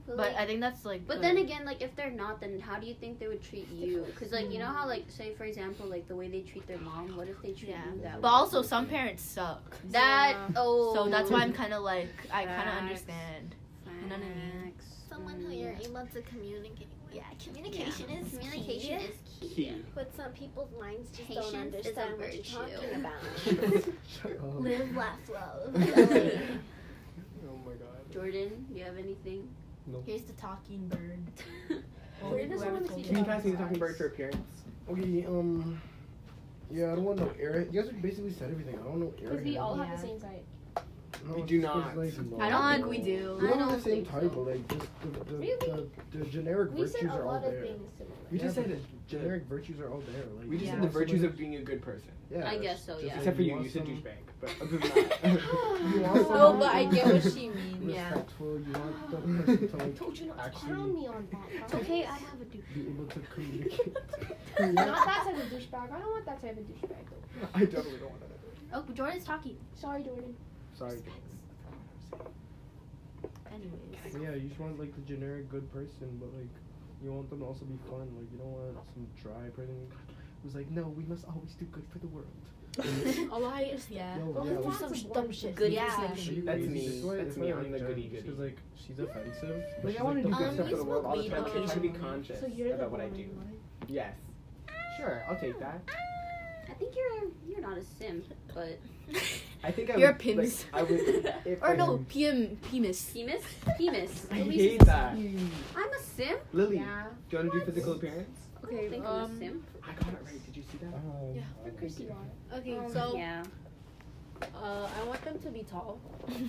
Speaker 4: But
Speaker 2: like-
Speaker 4: I think that's like.
Speaker 2: But
Speaker 4: good.
Speaker 2: then again, like if they're not, then how do you think they would treat you? Because like you know how like say for example like the way they treat their mom. What if they treat
Speaker 4: Yeah.
Speaker 2: you that?
Speaker 4: But
Speaker 2: way?
Speaker 4: also, some parents suck.
Speaker 2: that
Speaker 5: Yeah.
Speaker 2: oh.
Speaker 4: So that's why I'm kind of like I kind of
Speaker 2: Facts.
Speaker 4: understand. you know what I mean?
Speaker 2: Facts.
Speaker 9: Someone who you're able to communicate with. Yeah, communication is
Speaker 2: Communication
Speaker 9: key.
Speaker 2: is key.
Speaker 3: Key.
Speaker 9: But some people's minds just
Speaker 2: Patience
Speaker 9: don't
Speaker 2: is a
Speaker 9: understand what you're
Speaker 2: virtue.
Speaker 9: talking about.
Speaker 1: Shut up.
Speaker 9: Live, laugh, love.
Speaker 8: Oh my god.
Speaker 2: Jordan, do you have anything?
Speaker 4: Here's the talking bird.
Speaker 5: Where does
Speaker 4: Whoever
Speaker 5: one
Speaker 4: told
Speaker 5: see
Speaker 4: you
Speaker 3: Can you
Speaker 4: that.
Speaker 3: pass me the talking bird for appearance?
Speaker 8: Okay, um. Yeah, I don't want no air. You guys basically said everything. I don't know air.
Speaker 5: Because we all have the
Speaker 4: Yeah.
Speaker 5: same type.
Speaker 8: No,
Speaker 3: We
Speaker 8: it's
Speaker 3: do
Speaker 8: just
Speaker 3: not.
Speaker 8: like-
Speaker 4: I don't think we
Speaker 8: We
Speaker 4: do.
Speaker 8: all
Speaker 2: I
Speaker 8: have
Speaker 2: don't
Speaker 8: the same
Speaker 2: think
Speaker 8: type,
Speaker 2: so.
Speaker 8: but like just the, the,
Speaker 5: Really?
Speaker 8: the, the generic
Speaker 9: we
Speaker 8: virtues
Speaker 9: said a
Speaker 8: are all
Speaker 9: lot of
Speaker 8: there.
Speaker 9: things similar.
Speaker 8: We just
Speaker 3: Yeah,
Speaker 8: said
Speaker 3: but
Speaker 8: the
Speaker 3: gen-
Speaker 8: generic virtues are all there. Like
Speaker 3: We just
Speaker 4: Yeah.
Speaker 3: said the virtues of being a good person.
Speaker 8: Yeah,
Speaker 2: I
Speaker 8: it's
Speaker 2: guess so,
Speaker 8: just
Speaker 2: yeah.
Speaker 8: like
Speaker 3: Except for you,
Speaker 8: want
Speaker 3: you said
Speaker 8: some-
Speaker 3: douchebag. But other than that,
Speaker 8: You want
Speaker 6: No,
Speaker 9: Oh,
Speaker 8: someone
Speaker 6: but I
Speaker 8: who's
Speaker 6: get what she means.
Speaker 4: Yeah.
Speaker 8: Respectful. You want the person to like
Speaker 9: told you not
Speaker 8: Actually-
Speaker 9: to clown me on that.
Speaker 2: It's okay, I have a dude.
Speaker 8: be able to communicate.
Speaker 9: not that type of douchebag. I don't want that type of douchebag though.
Speaker 8: I definitely don't want that.
Speaker 4: Oh, Jordan's talking.
Speaker 9: Sorry, Jordan.
Speaker 8: Sorry.
Speaker 4: Anyways.
Speaker 8: Yeah, you just want like the generic good person, but like you want them to also be fun. Like you don't want some dry person who's like, no, we must always do good for the world.
Speaker 4: Elias. Yeah.
Speaker 8: Yo,
Speaker 9: Well,
Speaker 8: yeah,
Speaker 9: there's
Speaker 8: like,
Speaker 9: lots of dumb shit.
Speaker 4: Good
Speaker 9: Yeah.
Speaker 4: yeah.
Speaker 8: are you
Speaker 3: That's
Speaker 8: crazy?
Speaker 3: me.
Speaker 8: That's why-
Speaker 3: That's
Speaker 8: that's
Speaker 3: me. I'm
Speaker 8: why like
Speaker 3: the
Speaker 8: Jen,
Speaker 3: goody
Speaker 8: just 'cause,
Speaker 3: goody.
Speaker 8: like she's offensive. but
Speaker 1: Like, I
Speaker 8: she's,
Speaker 1: wanna
Speaker 8: the
Speaker 1: do
Speaker 8: good
Speaker 1: good
Speaker 8: stuff
Speaker 1: for
Speaker 8: in
Speaker 1: the
Speaker 3: world all the
Speaker 4: time.
Speaker 3: I should be
Speaker 4: Um,
Speaker 3: conscious
Speaker 9: So you're the
Speaker 3: about what I
Speaker 9: one,
Speaker 3: do.
Speaker 9: right?
Speaker 3: Yes. Sure, I'll take that.
Speaker 2: I think you're you're not a simp, but
Speaker 3: I think I
Speaker 4: You're
Speaker 3: would,
Speaker 4: pims.
Speaker 3: Like, I would. If
Speaker 4: Or
Speaker 3: I,
Speaker 4: no, PM Pimus.
Speaker 2: penis, penis.
Speaker 3: I
Speaker 2: At least
Speaker 3: hate
Speaker 2: it's-
Speaker 3: that.
Speaker 2: I'm a simp.
Speaker 3: Lily,
Speaker 9: Yeah.
Speaker 3: do you want to do physical appearance?
Speaker 2: Okay, I think I'm a
Speaker 4: um,
Speaker 2: simp.
Speaker 3: I got it right. Did you see that?
Speaker 1: Um,
Speaker 4: Yeah,
Speaker 1: I
Speaker 9: Chris, you
Speaker 1: like
Speaker 9: are.
Speaker 4: Okay,
Speaker 2: Um,
Speaker 4: so
Speaker 2: yeah.
Speaker 6: Uh, I want them to be tall.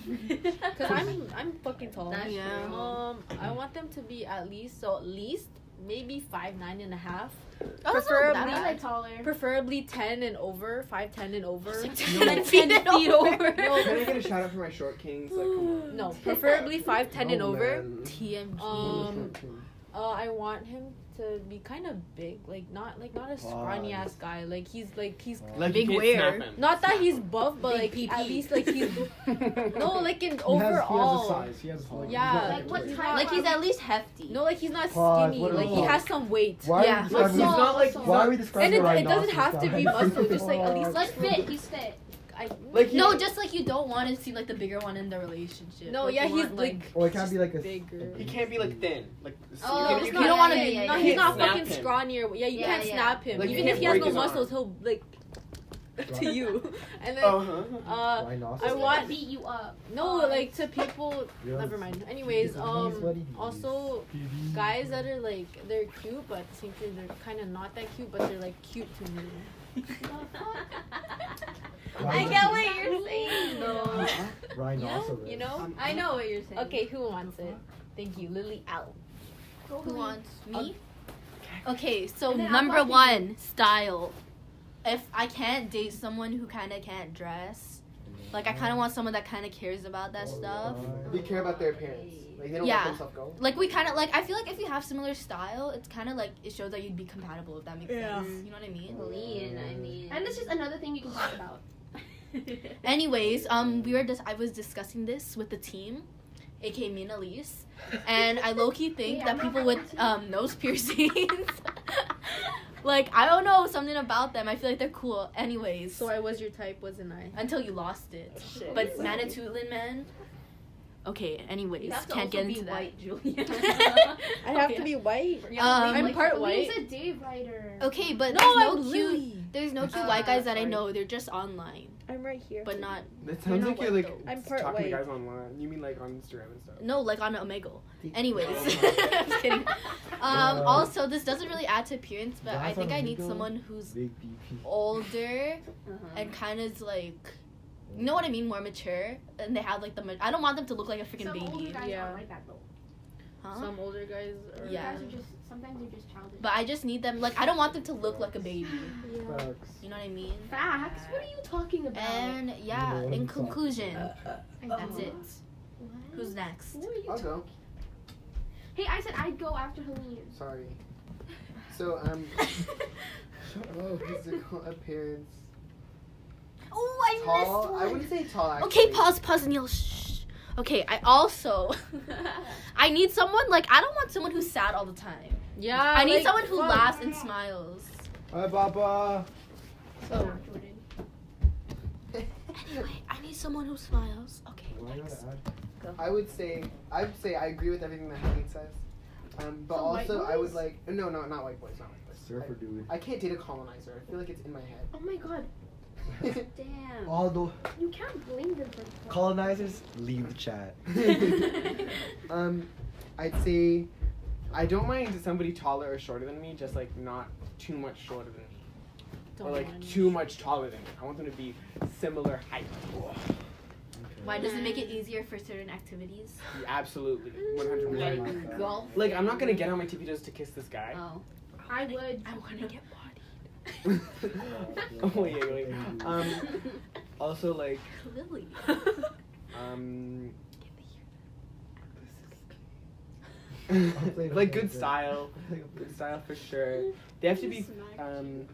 Speaker 6: Cause I'm I'm fucking tall.
Speaker 2: That's
Speaker 4: Yeah.
Speaker 2: true.
Speaker 6: Um, I want them to be at least so at least maybe five nine and a half.
Speaker 4: that's not
Speaker 6: Preferably,
Speaker 4: that bad.
Speaker 9: taller.
Speaker 6: preferably ten and over, five ten and over.
Speaker 4: Ten feet and over.
Speaker 3: Can I get a shout out for my short kings? Like, come on.
Speaker 6: No, preferably five ten and
Speaker 8: Oh,
Speaker 6: over.
Speaker 8: man.
Speaker 4: TMG.
Speaker 6: Um, uh, I want him to be kind of big, like not like not a scrawny
Speaker 1: Pause.
Speaker 6: ass guy. Like he's like he's
Speaker 3: Like,
Speaker 4: Big
Speaker 3: you
Speaker 4: wear.
Speaker 3: can't snap him.
Speaker 6: not that he's buff, but
Speaker 4: Big
Speaker 6: like
Speaker 4: PP.
Speaker 6: at least like he's no like in
Speaker 8: He has-
Speaker 6: overall.
Speaker 8: He has a size. He has a size.
Speaker 6: Yeah.
Speaker 8: He's not
Speaker 6: Like,
Speaker 8: like
Speaker 6: what
Speaker 8: a-
Speaker 6: type-
Speaker 4: like he's at least hefty.
Speaker 6: No, like he's not
Speaker 1: Pause,
Speaker 6: skinny.
Speaker 1: what
Speaker 6: Like he
Speaker 1: about-
Speaker 6: has some weight.
Speaker 1: Why are
Speaker 4: Yeah.
Speaker 1: we
Speaker 3: Like,
Speaker 1: describing
Speaker 3: he's not like.
Speaker 1: Why are we describing
Speaker 6: And it,
Speaker 1: a
Speaker 6: it doesn't
Speaker 1: rhinoceros
Speaker 6: have to be
Speaker 1: guy?
Speaker 6: muscle. Just like at least
Speaker 2: He's like fit.
Speaker 6: fit.
Speaker 2: He's fit.
Speaker 6: I,
Speaker 3: Like, he-
Speaker 4: No, just like you don't want to seem like the bigger one in the relationship.
Speaker 6: no,
Speaker 4: Like,
Speaker 6: yeah,
Speaker 4: you
Speaker 6: he's
Speaker 4: want,
Speaker 6: like
Speaker 1: Or it Oh, can't be like a.
Speaker 6: bigger.
Speaker 3: He can't be like thin. Like
Speaker 2: Oh,
Speaker 3: you
Speaker 2: it's
Speaker 3: can- you
Speaker 6: you
Speaker 2: not-
Speaker 3: can-
Speaker 6: don't want to
Speaker 2: yeah,
Speaker 6: be.
Speaker 2: yeah, yeah,
Speaker 6: no,
Speaker 3: you
Speaker 6: he's
Speaker 3: can't
Speaker 6: not
Speaker 3: snap
Speaker 6: fucking
Speaker 3: him.
Speaker 6: scrawny or yeah. You
Speaker 2: Yeah,
Speaker 6: can't
Speaker 2: yeah.
Speaker 6: snap him.
Speaker 3: Like,
Speaker 6: Even
Speaker 3: you
Speaker 6: if he
Speaker 3: can't break
Speaker 6: has no
Speaker 3: his arm.
Speaker 6: muscles, he'll like to you. uh, And then
Speaker 3: Uh-huh.
Speaker 6: uh,
Speaker 1: Rhinoceros.
Speaker 6: I want
Speaker 2: beat you up.
Speaker 6: no like to people.
Speaker 1: Yeah.
Speaker 6: Never mind. Anyways,
Speaker 1: Because it is what it
Speaker 6: um,
Speaker 1: is.
Speaker 6: also guys that are like they're cute, but at the same time they're kind of not that cute, but they're like cute to me.
Speaker 1: Why is it
Speaker 2: what you're saying.
Speaker 6: No.
Speaker 1: Rhinoceros.
Speaker 6: You know.
Speaker 2: I know what you're saying.
Speaker 6: Okay, who wants it? Thank you, Lily. Out.
Speaker 4: Who wants me? Okay, so number one, style. If I can't date someone who kind of can't dress, like I kind of want someone that kind of cares about that stuff.
Speaker 3: They care about their appearance. Like they don't
Speaker 4: Yeah.
Speaker 3: let themselves go.
Speaker 4: Like we kind of like I feel like if you have similar style, it's kind of like it shows that you'd be compatible if that makes
Speaker 6: Yeah.
Speaker 4: sense. You know what I mean?
Speaker 2: Lean, I mean.
Speaker 9: And that's just another thing you can talk about.
Speaker 4: Anyways, um, we were just I was discussing this with the team, aka me and Elise, and I low key think
Speaker 9: Yeah,
Speaker 4: that
Speaker 9: no,
Speaker 4: people
Speaker 9: I
Speaker 4: with
Speaker 9: want to-
Speaker 4: um nose piercings, like I don't know something about them. I feel like they're cool. Anyways,
Speaker 6: So I was your type, wasn't I?
Speaker 4: until you lost it,
Speaker 6: Shit.
Speaker 4: but Manitoulin man. Okay. Anyways,
Speaker 2: You have to
Speaker 4: can't
Speaker 2: also
Speaker 4: get
Speaker 2: be
Speaker 4: into that.
Speaker 2: white, Julia.
Speaker 6: I have to be white.
Speaker 4: Um,
Speaker 6: I'm part white.
Speaker 9: He's a day writer.
Speaker 4: Okay, but
Speaker 6: No,
Speaker 4: there's
Speaker 6: I'm
Speaker 4: no cute.
Speaker 6: Lily.
Speaker 4: There's no cute
Speaker 2: Uh,
Speaker 4: white guys that I
Speaker 2: sorry.
Speaker 4: know. They're just online,
Speaker 5: I'm right here.
Speaker 4: but not
Speaker 3: That
Speaker 4: You're
Speaker 3: sounds
Speaker 4: not
Speaker 3: like you're
Speaker 4: white,
Speaker 3: like
Speaker 6: though. I'm part
Speaker 3: talking
Speaker 6: white.
Speaker 3: to guys online. You mean like on Instagram and stuff.
Speaker 4: no like on Omegle. Anyways,
Speaker 3: Oh
Speaker 4: I'm just kidding. Um,
Speaker 3: Uh,
Speaker 1: Yeah.
Speaker 4: also, this doesn't really add to appearance, but I
Speaker 1: That's
Speaker 4: think
Speaker 1: on
Speaker 4: I need
Speaker 1: Omegle.
Speaker 4: someone who's
Speaker 1: Big BP.
Speaker 4: older
Speaker 2: Uh-huh.
Speaker 4: and kind of like, you know what I mean, more mature. And they have like the. Ma- I don't want them to look like a freaking
Speaker 9: Some older
Speaker 4: baby.
Speaker 9: guys
Speaker 6: Yeah.
Speaker 9: aren't like that though.
Speaker 4: Huh?
Speaker 6: Some older guys are.
Speaker 9: Older
Speaker 4: Yeah.
Speaker 9: Guys are just sometimes they're just childish.
Speaker 4: but I just need them. Like I don't want them to look like a baby.
Speaker 1: Facts.
Speaker 4: You know what I mean?
Speaker 9: Facts. What are you talking about?
Speaker 4: And yeah,
Speaker 1: Yeah.
Speaker 4: in conclusion,
Speaker 9: I
Speaker 4: that's
Speaker 9: know.
Speaker 4: it.
Speaker 9: What?
Speaker 4: Who's next?
Speaker 9: What Oh. are you
Speaker 3: I'll
Speaker 9: talking?
Speaker 3: go.
Speaker 9: Hey, I said I'd go after Helene.
Speaker 3: Sorry. So um, oh, physical appearance.
Speaker 4: oh, I
Speaker 3: Tall.
Speaker 4: Oh, missed one.
Speaker 3: I wouldn't say tall. Actually.
Speaker 4: Okay, pause, pause, Neil. Shh. Okay, I also I need someone like I don't want someone who's sad all the time.
Speaker 6: Yeah.
Speaker 4: I need
Speaker 6: like,
Speaker 4: someone who
Speaker 6: fuck.
Speaker 4: laughs and smiles.
Speaker 10: Hi, Papa.
Speaker 8: Oh.
Speaker 9: So, Jordan.
Speaker 4: Anyway, I need someone who smiles. Okay.
Speaker 1: Why not add
Speaker 3: I would say I would say I agree with everything that Helene says. Um, but
Speaker 9: So white
Speaker 3: also I would
Speaker 9: boys?
Speaker 3: like no no not white boys not white boys.
Speaker 1: surfer dude?
Speaker 3: I, I can't date a colonizer. I feel like it's in my
Speaker 9: Oh my god,
Speaker 3: head.
Speaker 2: Damn.
Speaker 1: All the
Speaker 9: you can't blame them for
Speaker 1: colonizers leave the chat.
Speaker 3: um, I'd say I don't mind somebody taller or shorter than me, just like not too much shorter than me. or like too much taller than me. I want them to be similar height.
Speaker 4: Why does it make it easier for certain activities?
Speaker 3: Yeah, Absolutely, one hundred
Speaker 1: Like
Speaker 3: percent.
Speaker 1: golf.
Speaker 3: Like I'm not gonna get on my TV just to kiss this guy.
Speaker 2: Oh.
Speaker 9: I would.
Speaker 4: I want to get body.
Speaker 3: oh yeah, yeah, yeah. Um, also like
Speaker 4: Lily.
Speaker 3: um.
Speaker 1: play the
Speaker 3: like good
Speaker 1: character.
Speaker 3: style, good style for sure. They have to be um,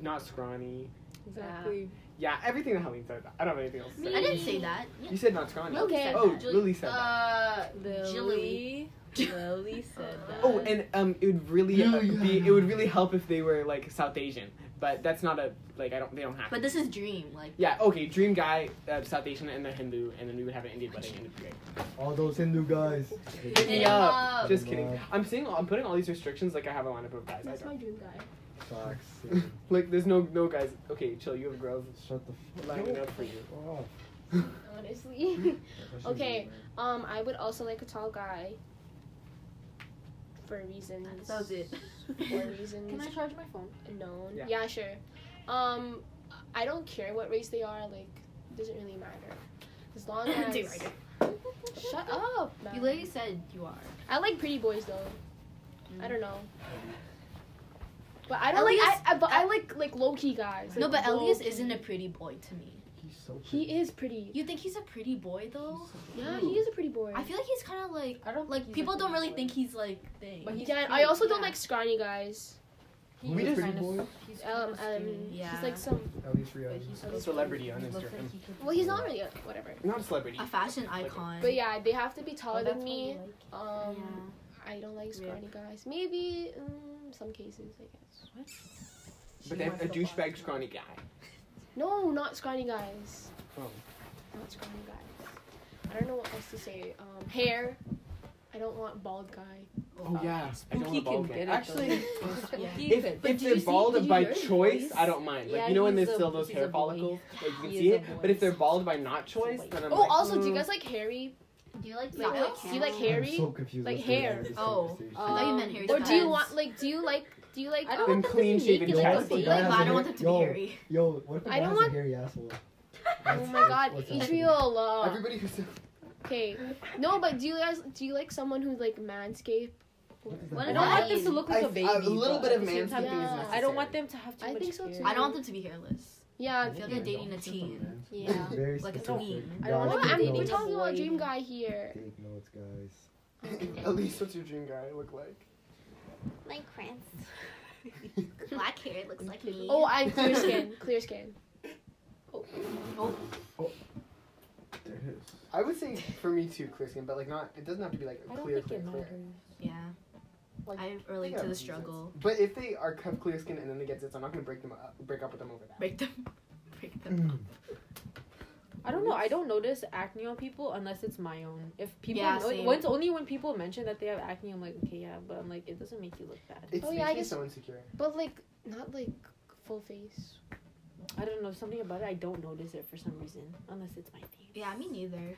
Speaker 3: not scrawny.
Speaker 6: Exactly.
Speaker 3: Yeah, everything that Helene said. I don't have anything else to say.
Speaker 4: I didn't say that.
Speaker 3: You said not scrawny.
Speaker 4: Okay. said
Speaker 3: Oh,
Speaker 4: that.
Speaker 3: Lily said that.
Speaker 2: Uh, Jilly.
Speaker 6: Lily. Lily said that.
Speaker 3: Oh, and um, it would really uh, be. It would really help if they were like South Asian, but that's not a like. I don't. They don't have.
Speaker 4: But
Speaker 3: to.
Speaker 4: this is dream. Like
Speaker 3: Yeah. Okay. Dream guy, uh, South Asian, and they're Hindu, and then we would have an Indian wedding. And it'd be great.
Speaker 1: All those Hindu guys.
Speaker 2: Hit him up.
Speaker 3: Just kidding.
Speaker 1: Wow.
Speaker 3: I'm saying. I'm putting all these restrictions like I have a lineup of guys. I
Speaker 9: That's my
Speaker 3: don't.
Speaker 9: dream guy.
Speaker 1: Fox. uh,
Speaker 3: Like there's no no guys. Okay, chill. You have girls
Speaker 1: Shut the Oh,
Speaker 3: lining
Speaker 1: fuck
Speaker 3: up for you.
Speaker 1: up.
Speaker 9: Honestly. Okay. um, I would also like a tall guy. For reasons.
Speaker 4: that was it.
Speaker 9: For reasons.
Speaker 6: Can I charge my phone?
Speaker 9: known.
Speaker 3: Yeah.
Speaker 9: Yeah. sure. Um, I don't care what race they are. Like, doesn't really matter. As long as
Speaker 4: Dude, I do.
Speaker 9: shut up. man.
Speaker 4: You literally said you are.
Speaker 9: I like pretty boys though. I don't know. But I
Speaker 4: At
Speaker 9: don't like.
Speaker 4: least-
Speaker 9: I, I, but I like like low key guys.
Speaker 4: No,
Speaker 9: like,
Speaker 4: but Elias
Speaker 9: low-key.
Speaker 4: isn't a pretty boy to me.
Speaker 1: He's so pretty.
Speaker 9: He is pretty.
Speaker 4: You think he's a pretty boy though?
Speaker 9: Yeah, he is a pretty boy.
Speaker 4: I feel like he's kind of like
Speaker 6: I don't
Speaker 4: like people don't really think he's like thing.
Speaker 6: But he's
Speaker 9: yeah, and I
Speaker 6: cute,
Speaker 9: also don't
Speaker 6: yeah.
Speaker 9: like scrawny guys.
Speaker 1: Who is pretty boy?
Speaker 9: Um, um,
Speaker 4: Yeah.
Speaker 9: he's like some.
Speaker 1: At least reality.
Speaker 3: Celebrity on Instagram.
Speaker 9: Well, he's not really a, whatever.
Speaker 3: Not a celebrity.
Speaker 4: a fashion icon.
Speaker 9: But yeah, they have to be
Speaker 6: Oh,
Speaker 9: taller than me. Um, I don't like scrawny guys. Maybe um, some cases, I guess.
Speaker 3: But they have a douchebag scrawny guy.
Speaker 9: No, not scrawny guys.
Speaker 3: Oh.
Speaker 9: Not scrawny guys. I don't know what else to say. Um, hair. I don't want bald guy.
Speaker 3: Oh yeah. I don't
Speaker 6: Spooky
Speaker 3: want bald
Speaker 6: can
Speaker 3: guy.
Speaker 6: get it,
Speaker 3: Actually,
Speaker 6: though.
Speaker 4: Yeah.
Speaker 6: Spooky
Speaker 3: if,
Speaker 6: could.
Speaker 3: if they're bald by choice, I don't mind. Like
Speaker 6: Yeah,
Speaker 3: you know when
Speaker 6: he's
Speaker 3: there's
Speaker 6: a-
Speaker 3: still those
Speaker 6: he's a
Speaker 3: hair
Speaker 6: boy.
Speaker 3: follicles, like you can
Speaker 6: He
Speaker 3: see
Speaker 6: is
Speaker 3: it.
Speaker 6: a boy.
Speaker 3: But if they're bald by not choice, then I'm
Speaker 9: Oh,
Speaker 3: like,
Speaker 9: also, do you
Speaker 3: mm.
Speaker 9: guys like hairy?
Speaker 2: Do you like
Speaker 9: Like,
Speaker 2: not
Speaker 9: like- do you like hairy?
Speaker 1: I'm so confused.
Speaker 9: Like
Speaker 1: with the way
Speaker 9: hair.
Speaker 1: I had this
Speaker 4: Oh.
Speaker 1: conversation.
Speaker 6: uh,
Speaker 4: I thought you meant Harry
Speaker 9: or do you
Speaker 4: Styles.
Speaker 9: want like? Do you like? Do you like? um,
Speaker 6: I don't
Speaker 3: Then
Speaker 6: want them to be
Speaker 3: clean-shaven
Speaker 6: naked
Speaker 1: chest.
Speaker 6: like
Speaker 1: Like
Speaker 6: this.
Speaker 1: that.
Speaker 4: Like, but I don't want them to
Speaker 1: Yo.
Speaker 4: be hairy.
Speaker 1: Yo, what if the
Speaker 9: I
Speaker 1: guy
Speaker 9: don't
Speaker 1: has
Speaker 9: want-
Speaker 1: a hairy asshole?
Speaker 9: Oh my God,
Speaker 1: What's happening?
Speaker 9: Israel. uh,
Speaker 3: Everybody who's
Speaker 9: Okay, no, but do you guys do you like someone who's like manscape?
Speaker 1: What is
Speaker 2: What
Speaker 6: I
Speaker 1: that?
Speaker 6: don't
Speaker 2: I
Speaker 6: want
Speaker 2: mean,
Speaker 6: this to look
Speaker 3: I-
Speaker 6: like a baby.
Speaker 3: a little
Speaker 6: but
Speaker 3: bit of
Speaker 6: at the same time,
Speaker 3: manscaping
Speaker 9: is
Speaker 3: necessary.
Speaker 6: I don't want them to have too
Speaker 9: I
Speaker 6: much
Speaker 9: think so,
Speaker 6: hair.
Speaker 9: too.
Speaker 4: I don't want them to be hairless.
Speaker 9: Yeah,
Speaker 1: Oh,
Speaker 4: I feel like you're dating a teen.
Speaker 6: Yeah.
Speaker 1: Very
Speaker 4: Like a
Speaker 1: specific.
Speaker 4: tween.
Speaker 6: I don't
Speaker 1: Guys,
Speaker 9: no,
Speaker 6: wanna
Speaker 1: take
Speaker 9: I mean
Speaker 6: be
Speaker 9: we're
Speaker 1: notes.
Speaker 6: dating-
Speaker 9: talking about
Speaker 6: Void.
Speaker 9: dream guy here.
Speaker 1: Take notes, guys.
Speaker 3: At least what's your dream guy look like?
Speaker 2: Like Prince.
Speaker 4: Black hair looks like me.
Speaker 9: Oh, I clear skin, clear skin.
Speaker 1: There it is.
Speaker 3: I would say for me too, clear skin, but like not. It doesn't have to be like
Speaker 6: I don't
Speaker 3: clear,
Speaker 6: think
Speaker 3: clear,
Speaker 6: it
Speaker 3: clear.
Speaker 6: matters.
Speaker 4: yeah.
Speaker 3: Like,
Speaker 4: I
Speaker 3: I
Speaker 4: relate to
Speaker 3: think
Speaker 4: the
Speaker 3: that makes
Speaker 4: struggle.
Speaker 3: sense. But if they are have clear skin and then they get zits, I'm not gonna break them up, break up with them over that.
Speaker 4: Break them. Break
Speaker 1: Mm.
Speaker 4: them.
Speaker 6: I don't know. I don't notice acne on people unless it's my own. If people,
Speaker 4: Yeah,
Speaker 6: when-
Speaker 4: same.
Speaker 6: once only when people mention that they have acne, I'm like, okay, yeah, but I'm like, it doesn't make you look bad.
Speaker 3: It's
Speaker 9: Oh,
Speaker 3: oh,
Speaker 9: yeah, I guess-
Speaker 3: so insecure.
Speaker 9: But like not like full face.
Speaker 6: I don't know something about it. I don't notice it for some reason unless it's my face.
Speaker 4: Yeah, me neither.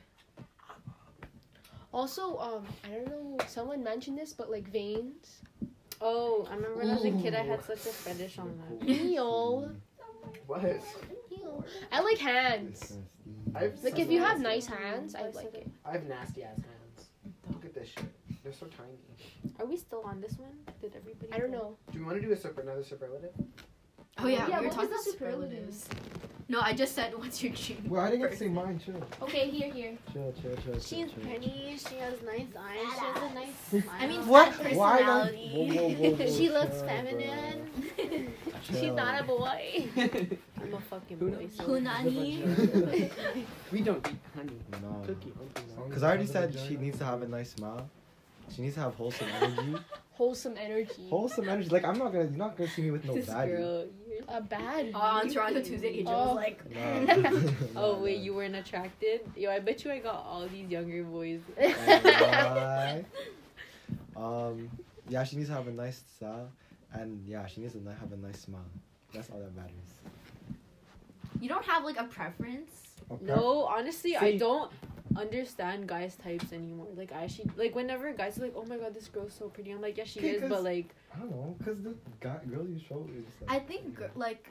Speaker 9: Also, um, I don't know. Someone mentioned this, but like veins.
Speaker 6: Oh, I remember when I was a kid, I had
Speaker 1: Ooh.
Speaker 6: such a fetish on that.
Speaker 9: Neil.
Speaker 3: What?
Speaker 9: I like hands.
Speaker 3: I've
Speaker 9: Like if you have nice hands, I like it.
Speaker 3: I have nasty ass hands. Look at this shit. They're so tiny.
Speaker 6: Are we still on this one? Did everybody?
Speaker 9: I don't know.
Speaker 3: Do you want to do a super, another superlative?
Speaker 4: Oh yeah,
Speaker 9: Yeah,
Speaker 4: we were
Speaker 9: what was
Speaker 4: talking
Speaker 9: the
Speaker 4: about
Speaker 9: superlative?
Speaker 4: superlatives. No, I just said what's your dream?
Speaker 1: Well, I didn't get to say mine. Chill,
Speaker 9: Okay, here, here.
Speaker 1: chill, chill, chill.
Speaker 5: She's
Speaker 1: chill, chill.
Speaker 5: pretty. She has nice eyes.
Speaker 2: She has a nice smile.
Speaker 4: I mean,
Speaker 1: What?
Speaker 4: fat
Speaker 1: Why not? Whoa,
Speaker 4: personality.
Speaker 1: whoa, whoa, whoa,
Speaker 5: She looks
Speaker 1: chill,
Speaker 5: feminine.
Speaker 1: bro.
Speaker 5: She's
Speaker 1: Chill.
Speaker 5: not a boy.
Speaker 6: I'm a fucking
Speaker 3: Who
Speaker 6: boy.
Speaker 3: knows?
Speaker 6: So
Speaker 4: Hunani.
Speaker 3: we don't eat honey.
Speaker 11: No.
Speaker 3: Cookie. open
Speaker 11: Because Um, I already said she needs to have a nice smile. She needs to have wholesome energy.
Speaker 9: Wholesome energy.
Speaker 1: Wholesome energy. Like I'm not gonna, you're not gonna see me with no
Speaker 6: this
Speaker 1: baddie.
Speaker 6: girl. you're-
Speaker 9: A bad.
Speaker 4: Oh, on Toronto Tuesday, Angel
Speaker 9: Oh.
Speaker 4: was like,
Speaker 6: Oh wait, you weren't attracted? Yo, I bet you I got all these younger boys.
Speaker 11: Why? um, yeah, she needs to have a nice style, and yeah, she needs to ni- have a nice smile. That's all that matters.
Speaker 4: you don't have like a preference.
Speaker 1: Okay.
Speaker 6: No, honestly, I
Speaker 3: See-
Speaker 6: don't understand guys' types anymore. Like I she like whenever guys are like, Oh my god, this girl's so pretty, I'm like, Yeah, she
Speaker 1: Okay,
Speaker 6: is,
Speaker 1: 'cause-
Speaker 6: but like
Speaker 1: I don't know, cause the guy, girl you show is like.
Speaker 4: I think gir- like,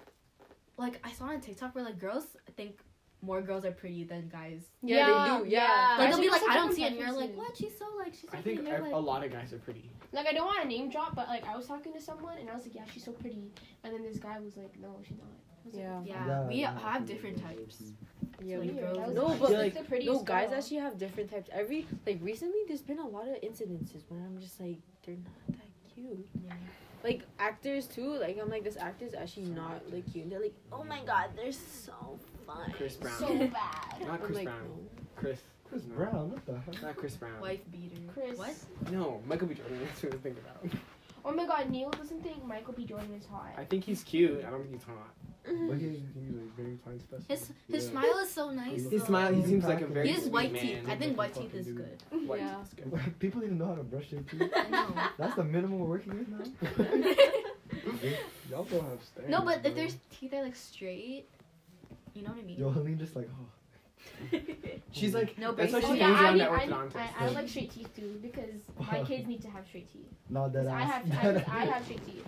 Speaker 4: like I saw on TikTok where like girls think more girls are pretty than guys.
Speaker 6: Yeah, they do, yeah.
Speaker 4: Like
Speaker 9: Guys
Speaker 4: they'll
Speaker 9: are
Speaker 4: be like,
Speaker 9: just
Speaker 4: I
Speaker 9: a
Speaker 4: don't
Speaker 9: different
Speaker 4: see it, and you're like,
Speaker 9: preferences.
Speaker 4: what? She's so like, she's so pretty.
Speaker 3: I think
Speaker 4: And you're
Speaker 3: I, a
Speaker 4: like,
Speaker 3: lot of guys are pretty.
Speaker 9: Like I don't want to name drop, but like I was talking to someone and I was like, yeah, she's so pretty, and then this guy was like, no, she's not. I was like,
Speaker 6: Yeah.
Speaker 4: yeah,
Speaker 1: Yeah,
Speaker 4: we
Speaker 1: yeah.
Speaker 4: have different types.
Speaker 6: Yeah,
Speaker 4: Like,
Speaker 9: weird.
Speaker 4: girls
Speaker 9: That was
Speaker 6: No,
Speaker 9: like,
Speaker 6: but,
Speaker 9: she's
Speaker 6: like,
Speaker 9: the prettiest
Speaker 6: No, guys
Speaker 9: girl.
Speaker 6: actually have different types. Every like recently, there's been a lot of incidences when I'm just like, they're not that cute.
Speaker 4: Yeah.
Speaker 6: Like actors too. Like I'm like, this actor's actually not like cute. And they're like,
Speaker 2: oh my god, they're so fun.
Speaker 3: Chris Brown.
Speaker 9: So bad.
Speaker 3: Not
Speaker 6: I'm
Speaker 3: Chris
Speaker 6: like,
Speaker 3: Brown.
Speaker 6: no.
Speaker 3: Chris.
Speaker 1: Chris
Speaker 3: No.
Speaker 1: Brown, what the heck?
Speaker 3: Not Chris Brown.
Speaker 4: Wife beater.
Speaker 9: Chris.
Speaker 4: What?
Speaker 3: No, Michael B. Jordan. That's what I think about.
Speaker 9: Oh my god, Neil doesn't think Michael B. Jordan is hot.
Speaker 3: I think he's cute. I don't think he's hot.
Speaker 1: But he's, he's like very fine specimen.
Speaker 4: His his
Speaker 1: Yeah.
Speaker 4: smile is so nice.
Speaker 3: His smile. He
Speaker 4: though.
Speaker 3: seems like a
Speaker 1: He
Speaker 3: very.
Speaker 4: He has
Speaker 3: sweet
Speaker 4: white
Speaker 3: man.
Speaker 4: teeth. I think white teeth is
Speaker 1: Fucking
Speaker 4: good.
Speaker 3: White
Speaker 6: Yeah.
Speaker 3: teeth is good.
Speaker 1: People even know how to brush their teeth.
Speaker 4: I know.
Speaker 1: That's the minimum we're working with now. Y'all don't have standards.
Speaker 4: no, but
Speaker 1: bro.
Speaker 4: if their teeth are like straight, you know what I mean.
Speaker 1: Yo, Helene just like, oh.
Speaker 3: She's like.
Speaker 4: No
Speaker 3: that's why
Speaker 4: braces.
Speaker 3: she's
Speaker 4: Actually,
Speaker 9: Oh, yeah,
Speaker 3: usually
Speaker 9: I,
Speaker 3: on
Speaker 9: need,
Speaker 3: that
Speaker 9: I, need,
Speaker 3: orthodontist.
Speaker 9: I, I like straight teeth too because my kids need to have straight teeth.
Speaker 1: No, that
Speaker 9: 'Cause
Speaker 1: ass.
Speaker 9: I have, I
Speaker 1: Dead
Speaker 9: have, I
Speaker 1: ass.
Speaker 9: have straight teeth.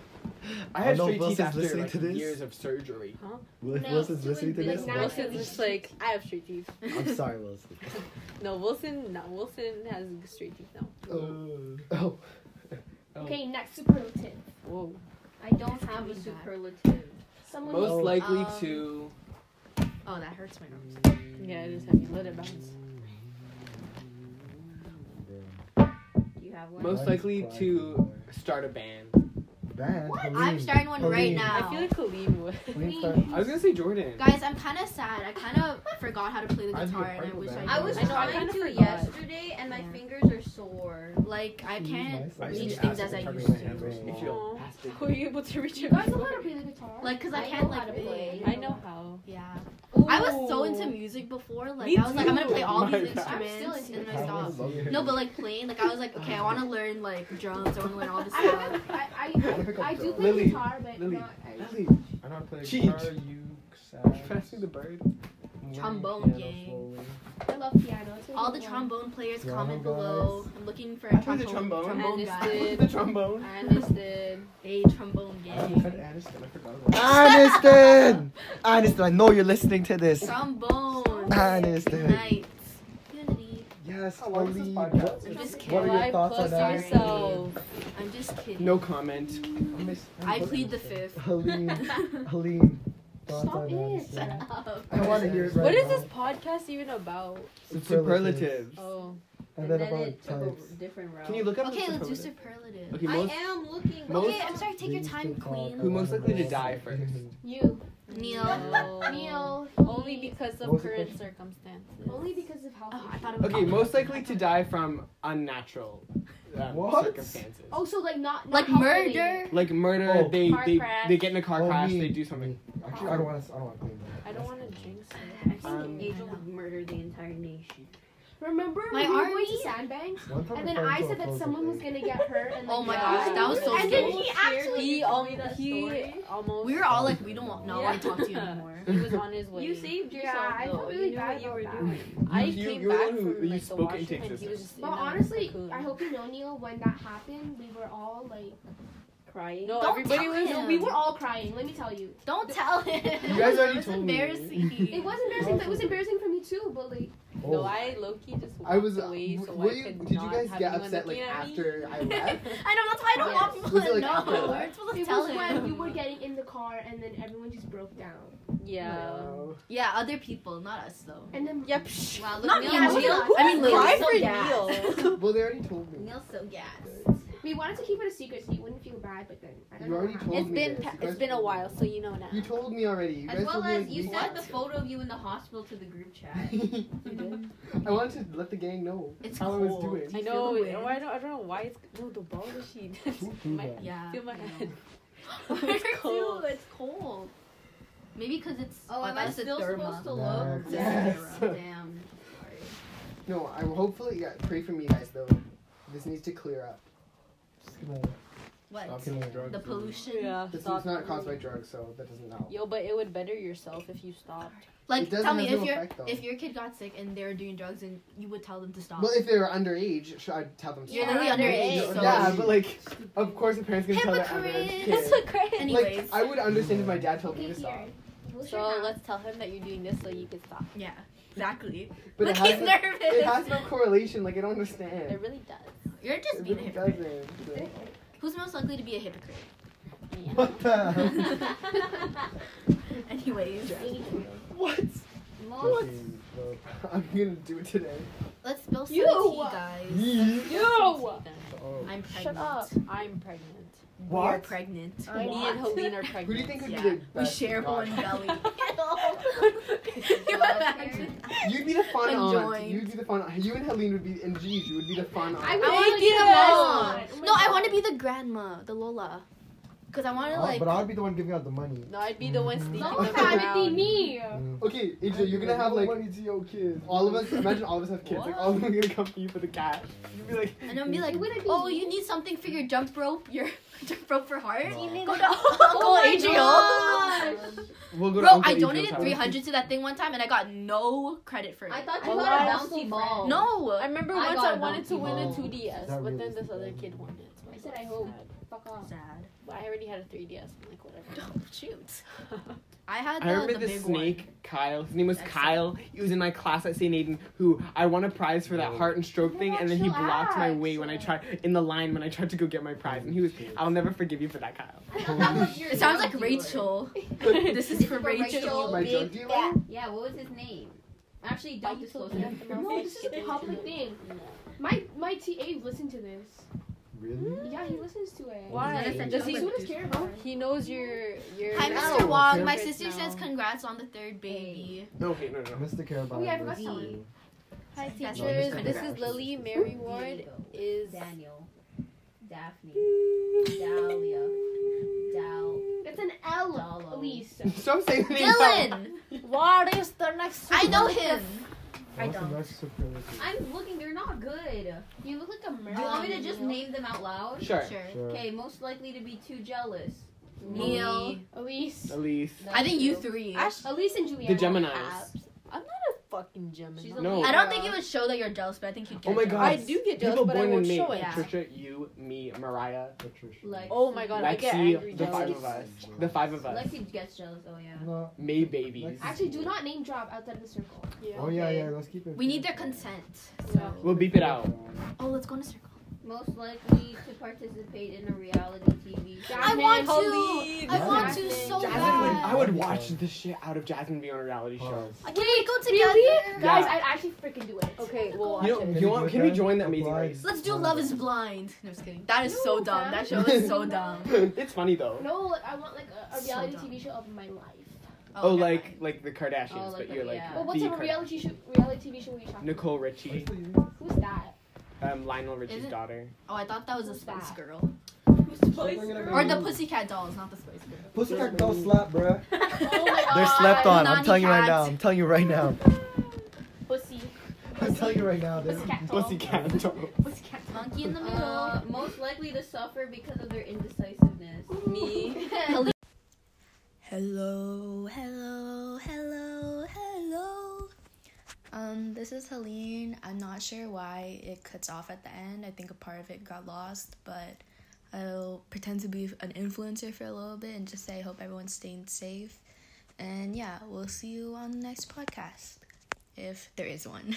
Speaker 3: I had
Speaker 11: know
Speaker 3: straight teeth
Speaker 11: Wilson's
Speaker 3: after
Speaker 11: listening
Speaker 3: like
Speaker 11: to this.
Speaker 3: years of surgery.
Speaker 11: Well, if
Speaker 9: No,
Speaker 11: Wilson's
Speaker 9: she would
Speaker 11: listening to
Speaker 9: be
Speaker 11: this,
Speaker 9: like, nah,
Speaker 11: Wilson-
Speaker 6: Wilson's just like, I have straight teeth.
Speaker 11: I'm sorry, Wilson.
Speaker 6: No, Wilson. No, Wilson has straight teeth now.
Speaker 1: Uh, oh.
Speaker 9: Okay, next superlative.
Speaker 6: Whoa.
Speaker 2: I don't have a superlative.
Speaker 9: Someone
Speaker 3: Most
Speaker 1: Um,
Speaker 3: likely to.
Speaker 4: Oh, that hurts my arms.
Speaker 6: Yeah, it is heavy. Let it bounce.
Speaker 2: Do you have one?
Speaker 3: Most
Speaker 1: Why
Speaker 3: likely
Speaker 1: does Clyde
Speaker 3: to-
Speaker 1: do that?
Speaker 3: Start a band.
Speaker 1: Band. Helene.
Speaker 4: I'm starting one right
Speaker 1: Helene.
Speaker 4: now.
Speaker 6: I feel like Kaleem would.
Speaker 1: Helene
Speaker 9: We-
Speaker 1: start-
Speaker 3: I was gonna say Jordan.
Speaker 4: Guys, I'm kind of sad. I kind of forgot how to play the
Speaker 1: I'd be a
Speaker 4: guitar, and I
Speaker 1: purple
Speaker 4: wish
Speaker 1: band.
Speaker 4: I.
Speaker 2: I was
Speaker 6: I know, I
Speaker 2: trying
Speaker 6: kinda
Speaker 2: to
Speaker 6: forgot.
Speaker 2: yesterday, and my
Speaker 4: Yeah.
Speaker 2: fingers are sore.
Speaker 4: like I
Speaker 1: Use
Speaker 4: can't
Speaker 1: my
Speaker 3: used
Speaker 4: reach
Speaker 3: to
Speaker 4: things
Speaker 3: ask
Speaker 4: as I
Speaker 3: if
Speaker 4: used
Speaker 3: everyone
Speaker 4: to.
Speaker 3: ever
Speaker 1: Aw.
Speaker 3: if you'll ask them.
Speaker 6: Were you able to reach
Speaker 9: You
Speaker 6: it?
Speaker 9: guys know how to play the guitar?
Speaker 4: Like, cause I,
Speaker 9: I
Speaker 4: can't
Speaker 9: know how
Speaker 4: like.
Speaker 9: to play.
Speaker 4: Play.
Speaker 6: I know how.
Speaker 4: Yeah, I was so into music before. Like
Speaker 6: Me
Speaker 4: I was like, I'm gonna
Speaker 6: too.
Speaker 4: play all
Speaker 3: My
Speaker 4: these
Speaker 3: God.
Speaker 9: I'm
Speaker 4: instruments,
Speaker 9: still into
Speaker 4: and
Speaker 9: it.
Speaker 4: then I stopped.
Speaker 1: Yeah.
Speaker 4: No, but like playing, like I was like, okay, I want to learn like drums. I want to learn all this
Speaker 9: I
Speaker 4: stuff.
Speaker 9: haven't. I I, I, I do play
Speaker 3: Lily.
Speaker 9: guitar, but
Speaker 3: Lily.
Speaker 9: not. I,
Speaker 3: Lily,
Speaker 11: I don't play
Speaker 3: Cheat.
Speaker 11: guitar, you sax,
Speaker 3: pass me the bird.
Speaker 4: Trombone
Speaker 11: piano
Speaker 4: gang.
Speaker 11: slowly.
Speaker 9: I love piano. It's my
Speaker 4: All the
Speaker 9: favorite one.
Speaker 4: trombone players
Speaker 1: Yeah,
Speaker 4: comment
Speaker 1: guys.
Speaker 4: below. I'm looking for
Speaker 3: I
Speaker 4: a
Speaker 3: play the
Speaker 4: trombone, trombone
Speaker 3: trombone.
Speaker 4: guy.
Speaker 3: The trombone.
Speaker 6: I understood.
Speaker 4: A trombone
Speaker 3: I said
Speaker 4: gang.
Speaker 3: Aniston. I forgot about that.
Speaker 11: Aniston! Aniston, I know you're listening to this.
Speaker 4: Trombone.
Speaker 11: Aniston.
Speaker 4: Unite. Unity.
Speaker 1: Yes,
Speaker 3: How long is this
Speaker 1: Helene.
Speaker 3: podcast?
Speaker 1: Oh, What-
Speaker 4: I'm just kidding.
Speaker 1: What are your
Speaker 6: Why
Speaker 1: thoughts on
Speaker 6: plus
Speaker 1: that?
Speaker 6: yourself?
Speaker 4: I'm just kidding.
Speaker 3: No comment.
Speaker 1: I miss-
Speaker 4: I plead the fifth.
Speaker 1: Helene. Helene. Thoughts
Speaker 9: Stop
Speaker 1: on
Speaker 9: it.
Speaker 1: Aniston?
Speaker 4: Shut up.
Speaker 1: I want to hear it right
Speaker 6: What is
Speaker 1: now.
Speaker 6: this podcast even about?
Speaker 3: Superlatives.
Speaker 6: Oh,
Speaker 1: And
Speaker 2: And
Speaker 1: then
Speaker 2: then
Speaker 1: about
Speaker 2: it took a
Speaker 1: types.
Speaker 2: different route.
Speaker 3: Can you look up
Speaker 4: Okay,
Speaker 3: the
Speaker 4: let's do
Speaker 3: superlative?
Speaker 4: superlative.
Speaker 3: Okay, most,
Speaker 2: I am looking.
Speaker 3: Most-
Speaker 4: Okay, I'm sorry. Take your time,
Speaker 3: Who
Speaker 4: Queen.
Speaker 3: most likely to die first?
Speaker 9: You,
Speaker 4: Neil.
Speaker 9: Neil.
Speaker 6: Only
Speaker 9: he-
Speaker 6: because
Speaker 1: What
Speaker 6: of
Speaker 1: was the
Speaker 6: current
Speaker 1: question?
Speaker 6: circumstances.
Speaker 9: Only because of how.
Speaker 4: Oh, I thought it was.
Speaker 3: Okay, most likely to die from unnatural um,
Speaker 1: What?
Speaker 3: circumstances.
Speaker 9: Oh, so like not, not
Speaker 4: Like
Speaker 9: health related.
Speaker 4: murder.
Speaker 3: Like murder,
Speaker 1: Oh.
Speaker 3: they
Speaker 9: Car
Speaker 3: they,
Speaker 9: crash.
Speaker 3: they get in a car
Speaker 1: Oh,
Speaker 3: crash,
Speaker 1: me.
Speaker 3: they do something.
Speaker 1: Actually, I don't want to. I don't want to clean that.
Speaker 6: I don't want to jinx
Speaker 2: I think
Speaker 3: Um,
Speaker 2: Angel would murder the entire nation.
Speaker 9: Remember
Speaker 4: My
Speaker 9: when we were going
Speaker 4: army?
Speaker 9: to Sandbanks?
Speaker 1: One time
Speaker 9: And
Speaker 1: my
Speaker 9: then
Speaker 1: friend
Speaker 9: I
Speaker 1: told
Speaker 9: said
Speaker 1: a
Speaker 9: that
Speaker 1: close
Speaker 9: someone was
Speaker 1: friend.
Speaker 9: gonna get hurt, and like,
Speaker 4: Oh my
Speaker 9: die.
Speaker 4: gosh, that was so
Speaker 9: And then
Speaker 4: scary.
Speaker 9: he actually
Speaker 6: He,
Speaker 9: told
Speaker 6: um,
Speaker 9: me that
Speaker 6: he
Speaker 9: story.
Speaker 6: almost.
Speaker 4: We were all like, we don't want, not want to talk to you
Speaker 6: Yeah.
Speaker 4: anymore.
Speaker 6: He was on his way.
Speaker 2: You saved
Speaker 9: Yeah,
Speaker 2: yourself.
Speaker 9: I
Speaker 2: though.
Speaker 9: felt
Speaker 2: You
Speaker 9: really
Speaker 2: knew
Speaker 9: bad
Speaker 2: what you
Speaker 9: about
Speaker 2: were
Speaker 9: that.
Speaker 2: doing.
Speaker 6: I
Speaker 3: You- you-
Speaker 6: came
Speaker 3: you're the
Speaker 6: back
Speaker 3: one who-
Speaker 6: from
Speaker 3: you
Speaker 6: like, the
Speaker 3: spoke into
Speaker 6: washroom and he was
Speaker 9: uh,
Speaker 3: existence.
Speaker 6: just.
Speaker 9: But
Speaker 6: in a
Speaker 9: honestly,
Speaker 6: cocoon.
Speaker 9: I hope you know, Neil, when that happened, we were all like
Speaker 12: crying.
Speaker 6: No,
Speaker 9: Don't
Speaker 6: everybody
Speaker 9: tell
Speaker 6: was.
Speaker 9: him. We were all crying. Let me tell you.
Speaker 4: Don't tell him.
Speaker 3: You guys already
Speaker 4: It's
Speaker 3: told me.
Speaker 4: embarrassing.
Speaker 9: It was embarrassing, but it was embarrassing for me too. But like,
Speaker 6: No, I low key just.
Speaker 3: oh. I was. Uh,
Speaker 6: Away, so
Speaker 3: w-
Speaker 6: I
Speaker 3: were you,
Speaker 6: could
Speaker 3: did you
Speaker 6: not
Speaker 3: guys
Speaker 6: have
Speaker 3: get
Speaker 6: anyone
Speaker 3: upset like
Speaker 6: looking at me.
Speaker 3: after I left?
Speaker 4: I know that's why I don't want
Speaker 9: Yes.
Speaker 4: people
Speaker 3: Was
Speaker 4: to
Speaker 3: it, like,
Speaker 4: know.
Speaker 3: after that?
Speaker 4: We're supposed to
Speaker 9: it
Speaker 4: tell
Speaker 9: was
Speaker 4: him.
Speaker 9: when you were getting in the car and then everyone just broke down.
Speaker 6: Yeah.
Speaker 4: Yeah, other people, not us though.
Speaker 9: And then
Speaker 6: Yep.
Speaker 12: Wow, look,
Speaker 4: Not
Speaker 12: Neil
Speaker 4: me,
Speaker 12: was
Speaker 4: Neil.
Speaker 12: shocked.
Speaker 4: I mean, Neil.
Speaker 6: Cry
Speaker 4: so
Speaker 6: for
Speaker 4: gassed.
Speaker 6: Neil.
Speaker 3: well, they already told me.
Speaker 4: Neil's so gassed.
Speaker 9: we wanted to keep it a secret so you wouldn't feel bad, but then I don't
Speaker 3: You
Speaker 9: know. what
Speaker 3: already
Speaker 9: happened.
Speaker 3: told
Speaker 6: It's
Speaker 3: me.
Speaker 6: been
Speaker 3: this.
Speaker 6: pa-
Speaker 3: You guys
Speaker 6: it's been a
Speaker 3: told me.
Speaker 6: while, so you know now.
Speaker 3: You told me already. You
Speaker 12: As
Speaker 3: guys
Speaker 12: well
Speaker 3: told me,
Speaker 12: as
Speaker 3: like,
Speaker 12: you
Speaker 3: weeks
Speaker 12: sent the photo of you in the hospital to the group chat.
Speaker 3: I wanted to let the gang know
Speaker 4: It's
Speaker 3: how I was
Speaker 4: cold.
Speaker 3: doing.
Speaker 6: I
Speaker 4: feel
Speaker 6: know.
Speaker 4: the wind?
Speaker 6: I don't. I don't know why it's. No, the ball machine. my,
Speaker 4: Yeah.
Speaker 6: feel my
Speaker 4: I know.
Speaker 6: hand.
Speaker 4: Where
Speaker 6: It's
Speaker 4: to?
Speaker 6: cold.
Speaker 4: It's cold. Maybe because it's.
Speaker 12: Oh, am I
Speaker 4: that's a
Speaker 12: still
Speaker 4: therma.
Speaker 12: supposed to
Speaker 1: Yeah.
Speaker 12: look?
Speaker 3: Yes.
Speaker 4: Damn.
Speaker 3: No, I hopefully yeah, pray for me, guys. Though this needs to clear up.
Speaker 4: What?
Speaker 3: Stop killing drugs.
Speaker 4: The pollution.
Speaker 6: Yeah.
Speaker 3: This
Speaker 6: stop.
Speaker 3: is not caused by drugs, so that doesn't help.
Speaker 6: Yo, but it would better yourself if you stopped.
Speaker 4: Like,
Speaker 3: It doesn't
Speaker 4: tell me
Speaker 3: have
Speaker 4: if
Speaker 3: no
Speaker 4: your
Speaker 3: effect, though.
Speaker 4: if your kid got sick and they were doing drugs and you would tell them to stop.
Speaker 3: Well, if they were underage, should I tell them? to
Speaker 4: You're
Speaker 3: stop?
Speaker 4: literally
Speaker 3: No,
Speaker 4: underage, so.
Speaker 3: Yeah, but like, of course, the parents can tell their underage
Speaker 4: Hypocrite.
Speaker 3: kids.
Speaker 4: Anyways.
Speaker 3: Like, I would understand if my dad told me
Speaker 9: Okay,
Speaker 3: to stop,
Speaker 9: here. Who's your
Speaker 6: So
Speaker 9: mouth?
Speaker 6: let's tell him that you're doing this so you can stop.
Speaker 4: yeah. Exactly.
Speaker 3: but it
Speaker 4: Look, he's
Speaker 3: has, no,
Speaker 4: nervous.
Speaker 3: it has no correlation. Like, I don't
Speaker 6: It
Speaker 3: understand.
Speaker 6: really does.
Speaker 4: You're just
Speaker 3: It
Speaker 4: being a
Speaker 3: really
Speaker 4: hypocrite.
Speaker 3: doesn't.
Speaker 4: Who's most likely to be a hypocrite?
Speaker 1: What the hell?
Speaker 4: Anyways,
Speaker 3: What?
Speaker 4: most,
Speaker 1: Fucking-
Speaker 3: I'm gonna do it today.
Speaker 4: let's spill some
Speaker 6: You!
Speaker 4: tea, guys.
Speaker 6: Yo,
Speaker 1: Oh.
Speaker 4: I'm pregnant.
Speaker 6: shut up. I'm pregnant.
Speaker 4: We're
Speaker 3: What?
Speaker 4: pregnant.
Speaker 6: Me and Helene are pregnant.
Speaker 3: Who do you think would
Speaker 4: Yeah.
Speaker 3: be the
Speaker 4: We
Speaker 3: best
Speaker 4: share
Speaker 3: daughter?
Speaker 4: one belly. you
Speaker 9: Love
Speaker 4: imagine?
Speaker 3: You'd be the fun aunt.
Speaker 4: Conjoined.
Speaker 3: You'd be the fun aunt. You and Helene would be, and Jeez, you would be the fun aunt.
Speaker 9: I
Speaker 4: I
Speaker 9: would
Speaker 4: want to be the
Speaker 9: Oh my
Speaker 4: mom. no, I
Speaker 9: God.
Speaker 4: want to be the grandma, the Lola. Cause I want to
Speaker 3: Oh,
Speaker 1: I'll-
Speaker 4: like.
Speaker 1: but I'd be the one giving out the money. Mm.
Speaker 6: No, I'd be the one sneaking
Speaker 9: Don't
Speaker 6: them
Speaker 9: try to be
Speaker 6: around.
Speaker 9: me.
Speaker 3: Okay, AJ, you're gonna have like
Speaker 1: money to your kids.
Speaker 3: all of us. Imagine all of us have kids. Like all of them are gonna come for you for the cash. You'd be like,
Speaker 4: and I'm be like,
Speaker 9: Would I be
Speaker 4: oh,
Speaker 9: you?
Speaker 4: you need something for your jump rope, your jump rope for heart.
Speaker 1: No.
Speaker 4: Go to Uncle Adriel.
Speaker 3: we'll go to
Speaker 4: Bro,
Speaker 3: Uncle
Speaker 4: I
Speaker 3: Adriel's
Speaker 4: donated
Speaker 3: house.
Speaker 4: 300 to that thing one time and I got no credit for it.
Speaker 12: I thought you
Speaker 6: Oh,
Speaker 12: had a
Speaker 6: I
Speaker 12: bouncy ball.
Speaker 4: no.
Speaker 6: I remember
Speaker 12: I
Speaker 6: once
Speaker 12: got
Speaker 6: I
Speaker 12: a
Speaker 6: wanted to win a
Speaker 1: ball.
Speaker 6: 2DS,
Speaker 1: That
Speaker 6: but then
Speaker 1: really
Speaker 6: this other
Speaker 1: is
Speaker 6: kid
Speaker 1: bad.
Speaker 6: won it. So
Speaker 9: I said,
Speaker 6: was
Speaker 9: I hope.
Speaker 6: sad.
Speaker 9: Fuck off.
Speaker 4: Sad.
Speaker 6: But I already had a 3DS. I'm like, whatever.
Speaker 4: Oh, shoot. I had the,
Speaker 3: I remember
Speaker 4: the
Speaker 3: this
Speaker 4: big
Speaker 3: snake, Kyle. His name was
Speaker 4: That's
Speaker 3: Kyle. He was in my class at St. Aiden. Who I won a prize for that
Speaker 1: Oh.
Speaker 3: heart and stroke thing,
Speaker 9: Yeah,
Speaker 3: and then he blocked my
Speaker 9: chillax.
Speaker 3: way when I tried in the line when I tried to go get my prize, and he was. I'll never forgive you for that, Kyle.
Speaker 12: I thought that was your
Speaker 4: one. It sounds like
Speaker 12: drug dealer.
Speaker 4: Rachel. this is for
Speaker 12: For Rachel,
Speaker 4: Rachel.
Speaker 3: My drug
Speaker 12: big
Speaker 3: dealer?
Speaker 12: fat- Yeah, what was his name? Actually,
Speaker 4: Oh,
Speaker 12: don't disclose it.
Speaker 9: No, this is a public thing. My my TA listened to this.
Speaker 1: Really?
Speaker 9: Yeah, he listens to it.
Speaker 6: Why? Does
Speaker 9: He's
Speaker 6: he?
Speaker 9: what it's care about.
Speaker 6: He knows your your.
Speaker 4: Hi,
Speaker 3: Ow.
Speaker 4: Mr. Wong. My
Speaker 6: Favorite
Speaker 4: sister says
Speaker 6: now.
Speaker 4: congrats on the third baby.
Speaker 3: No, okay, no, no, no.
Speaker 1: Mr. Carabao.
Speaker 9: Oh, yeah, I forgot someone.
Speaker 6: Hi,
Speaker 4: That's
Speaker 6: teachers.
Speaker 1: what
Speaker 6: This
Speaker 1: I'm
Speaker 6: is
Speaker 1: saying.
Speaker 6: Lily Mary Ward.
Speaker 12: Diego,
Speaker 6: Is
Speaker 12: Daniel, Daphne, Dahlia, Dal,
Speaker 9: It's an L,
Speaker 12: Dalo.
Speaker 9: Elise.
Speaker 3: Stop saying the name, Kyle.
Speaker 4: Dylan!
Speaker 6: what is the next?
Speaker 4: I know him! I
Speaker 1: What's the
Speaker 4: don't.
Speaker 1: next superlative?
Speaker 12: I'm looking. They're not good.
Speaker 9: You look like a
Speaker 12: Do
Speaker 9: mermaid.
Speaker 12: you want me to just name them out loud?
Speaker 3: Sure.
Speaker 4: Sure.
Speaker 1: Sure.
Speaker 12: Okay, most likely to be too jealous.
Speaker 4: Neil.
Speaker 9: Elise.
Speaker 3: Elise.
Speaker 4: I think you three. I,
Speaker 9: Elise and Juliana.
Speaker 3: The Geminis.
Speaker 6: I'm not a fucking Gemini.
Speaker 12: She's a
Speaker 3: No.
Speaker 12: Libra.
Speaker 4: don't think it would show that you're jealous, but I think you
Speaker 3: Oh my god.
Speaker 6: I do get jealous,
Speaker 3: People
Speaker 6: but I
Speaker 3: born
Speaker 6: won't
Speaker 3: in May.
Speaker 6: show it.
Speaker 4: Yeah.
Speaker 3: Trisha, you, me, Mariah,
Speaker 1: Patricia.
Speaker 12: Like-
Speaker 6: Oh my god, I get angry
Speaker 3: Lexi, the
Speaker 6: jealous.
Speaker 3: five of us. The five of us.
Speaker 12: Lexi gets jealous. Oh yeah.
Speaker 1: No.
Speaker 3: May babies.
Speaker 9: Actually, do not name drop outside of the circle.
Speaker 6: Yeah.
Speaker 1: Oh yeah, yeah. Let's keep it.
Speaker 4: We need their consent.
Speaker 6: Yeah.
Speaker 4: So.
Speaker 3: We'll beep it out.
Speaker 4: Oh, let's go in a circle.
Speaker 12: Most likely to participate in a reality TV show.
Speaker 4: I want
Speaker 6: Colleen.
Speaker 4: to! I want to
Speaker 6: Jasmine.
Speaker 4: so
Speaker 3: Jasmine would, I
Speaker 4: bad!
Speaker 3: would watch the shit out of Jasmine being on a reality show.
Speaker 1: Pause.
Speaker 4: I Can we go together?
Speaker 9: Guys,
Speaker 3: Yeah.
Speaker 9: I'd actually freaking do it.
Speaker 6: Okay, we'll watch
Speaker 3: You know,
Speaker 6: it.
Speaker 3: you want, can we join that amazing
Speaker 1: Apply.
Speaker 3: race?
Speaker 4: Let's do Love is Blind. No, I'm just kidding. That is so
Speaker 9: No,
Speaker 4: dumb. That
Speaker 9: that-
Speaker 4: show is so dumb.
Speaker 3: it's funny though.
Speaker 9: No, like I want like a, a
Speaker 4: So
Speaker 9: reality
Speaker 4: dumb.
Speaker 9: TV show of my life.
Speaker 3: Oh,
Speaker 4: never
Speaker 3: like
Speaker 4: mind.
Speaker 3: like the Kardashians,
Speaker 12: Oh, like
Speaker 3: but
Speaker 12: the-
Speaker 3: you're like
Speaker 12: yeah.
Speaker 9: Well, what
Speaker 3: the
Speaker 9: type of
Speaker 3: Kar-
Speaker 9: reality show, reality TV show were you talking?
Speaker 3: Nicole Richie,
Speaker 9: Who's that?
Speaker 3: um, Lionel Richie's
Speaker 4: Isn't-
Speaker 3: daughter.
Speaker 4: Oh, I thought that was a
Speaker 9: Who's
Speaker 4: Spice
Speaker 9: that?
Speaker 4: Girl. Or the Pussycat Dolls, not the Spice Girl.
Speaker 1: Pussycat Doll slap, bruh.
Speaker 9: Oh my god.
Speaker 13: They're slept on.
Speaker 4: Nanny
Speaker 13: I'm telling you right now.
Speaker 4: cats.
Speaker 13: I'm telling you right now.
Speaker 9: Pussy.
Speaker 13: I'm telling you right now. They're,
Speaker 9: Pussycat doll.
Speaker 3: Pussycat doll.
Speaker 9: Pussycat
Speaker 4: Monkey in the middle.
Speaker 12: Uh, most likely to suffer because of their indecisiveness.
Speaker 6: Me.
Speaker 4: Hello, hello, hello, hello. Um, this is Helene. I'm not sure why it cuts off at the end. I think a part of it got lost, but I'll pretend to be an influencer for a little bit and just say, hope everyone's staying safe. And yeah, we'll see you on the next podcast if there is one.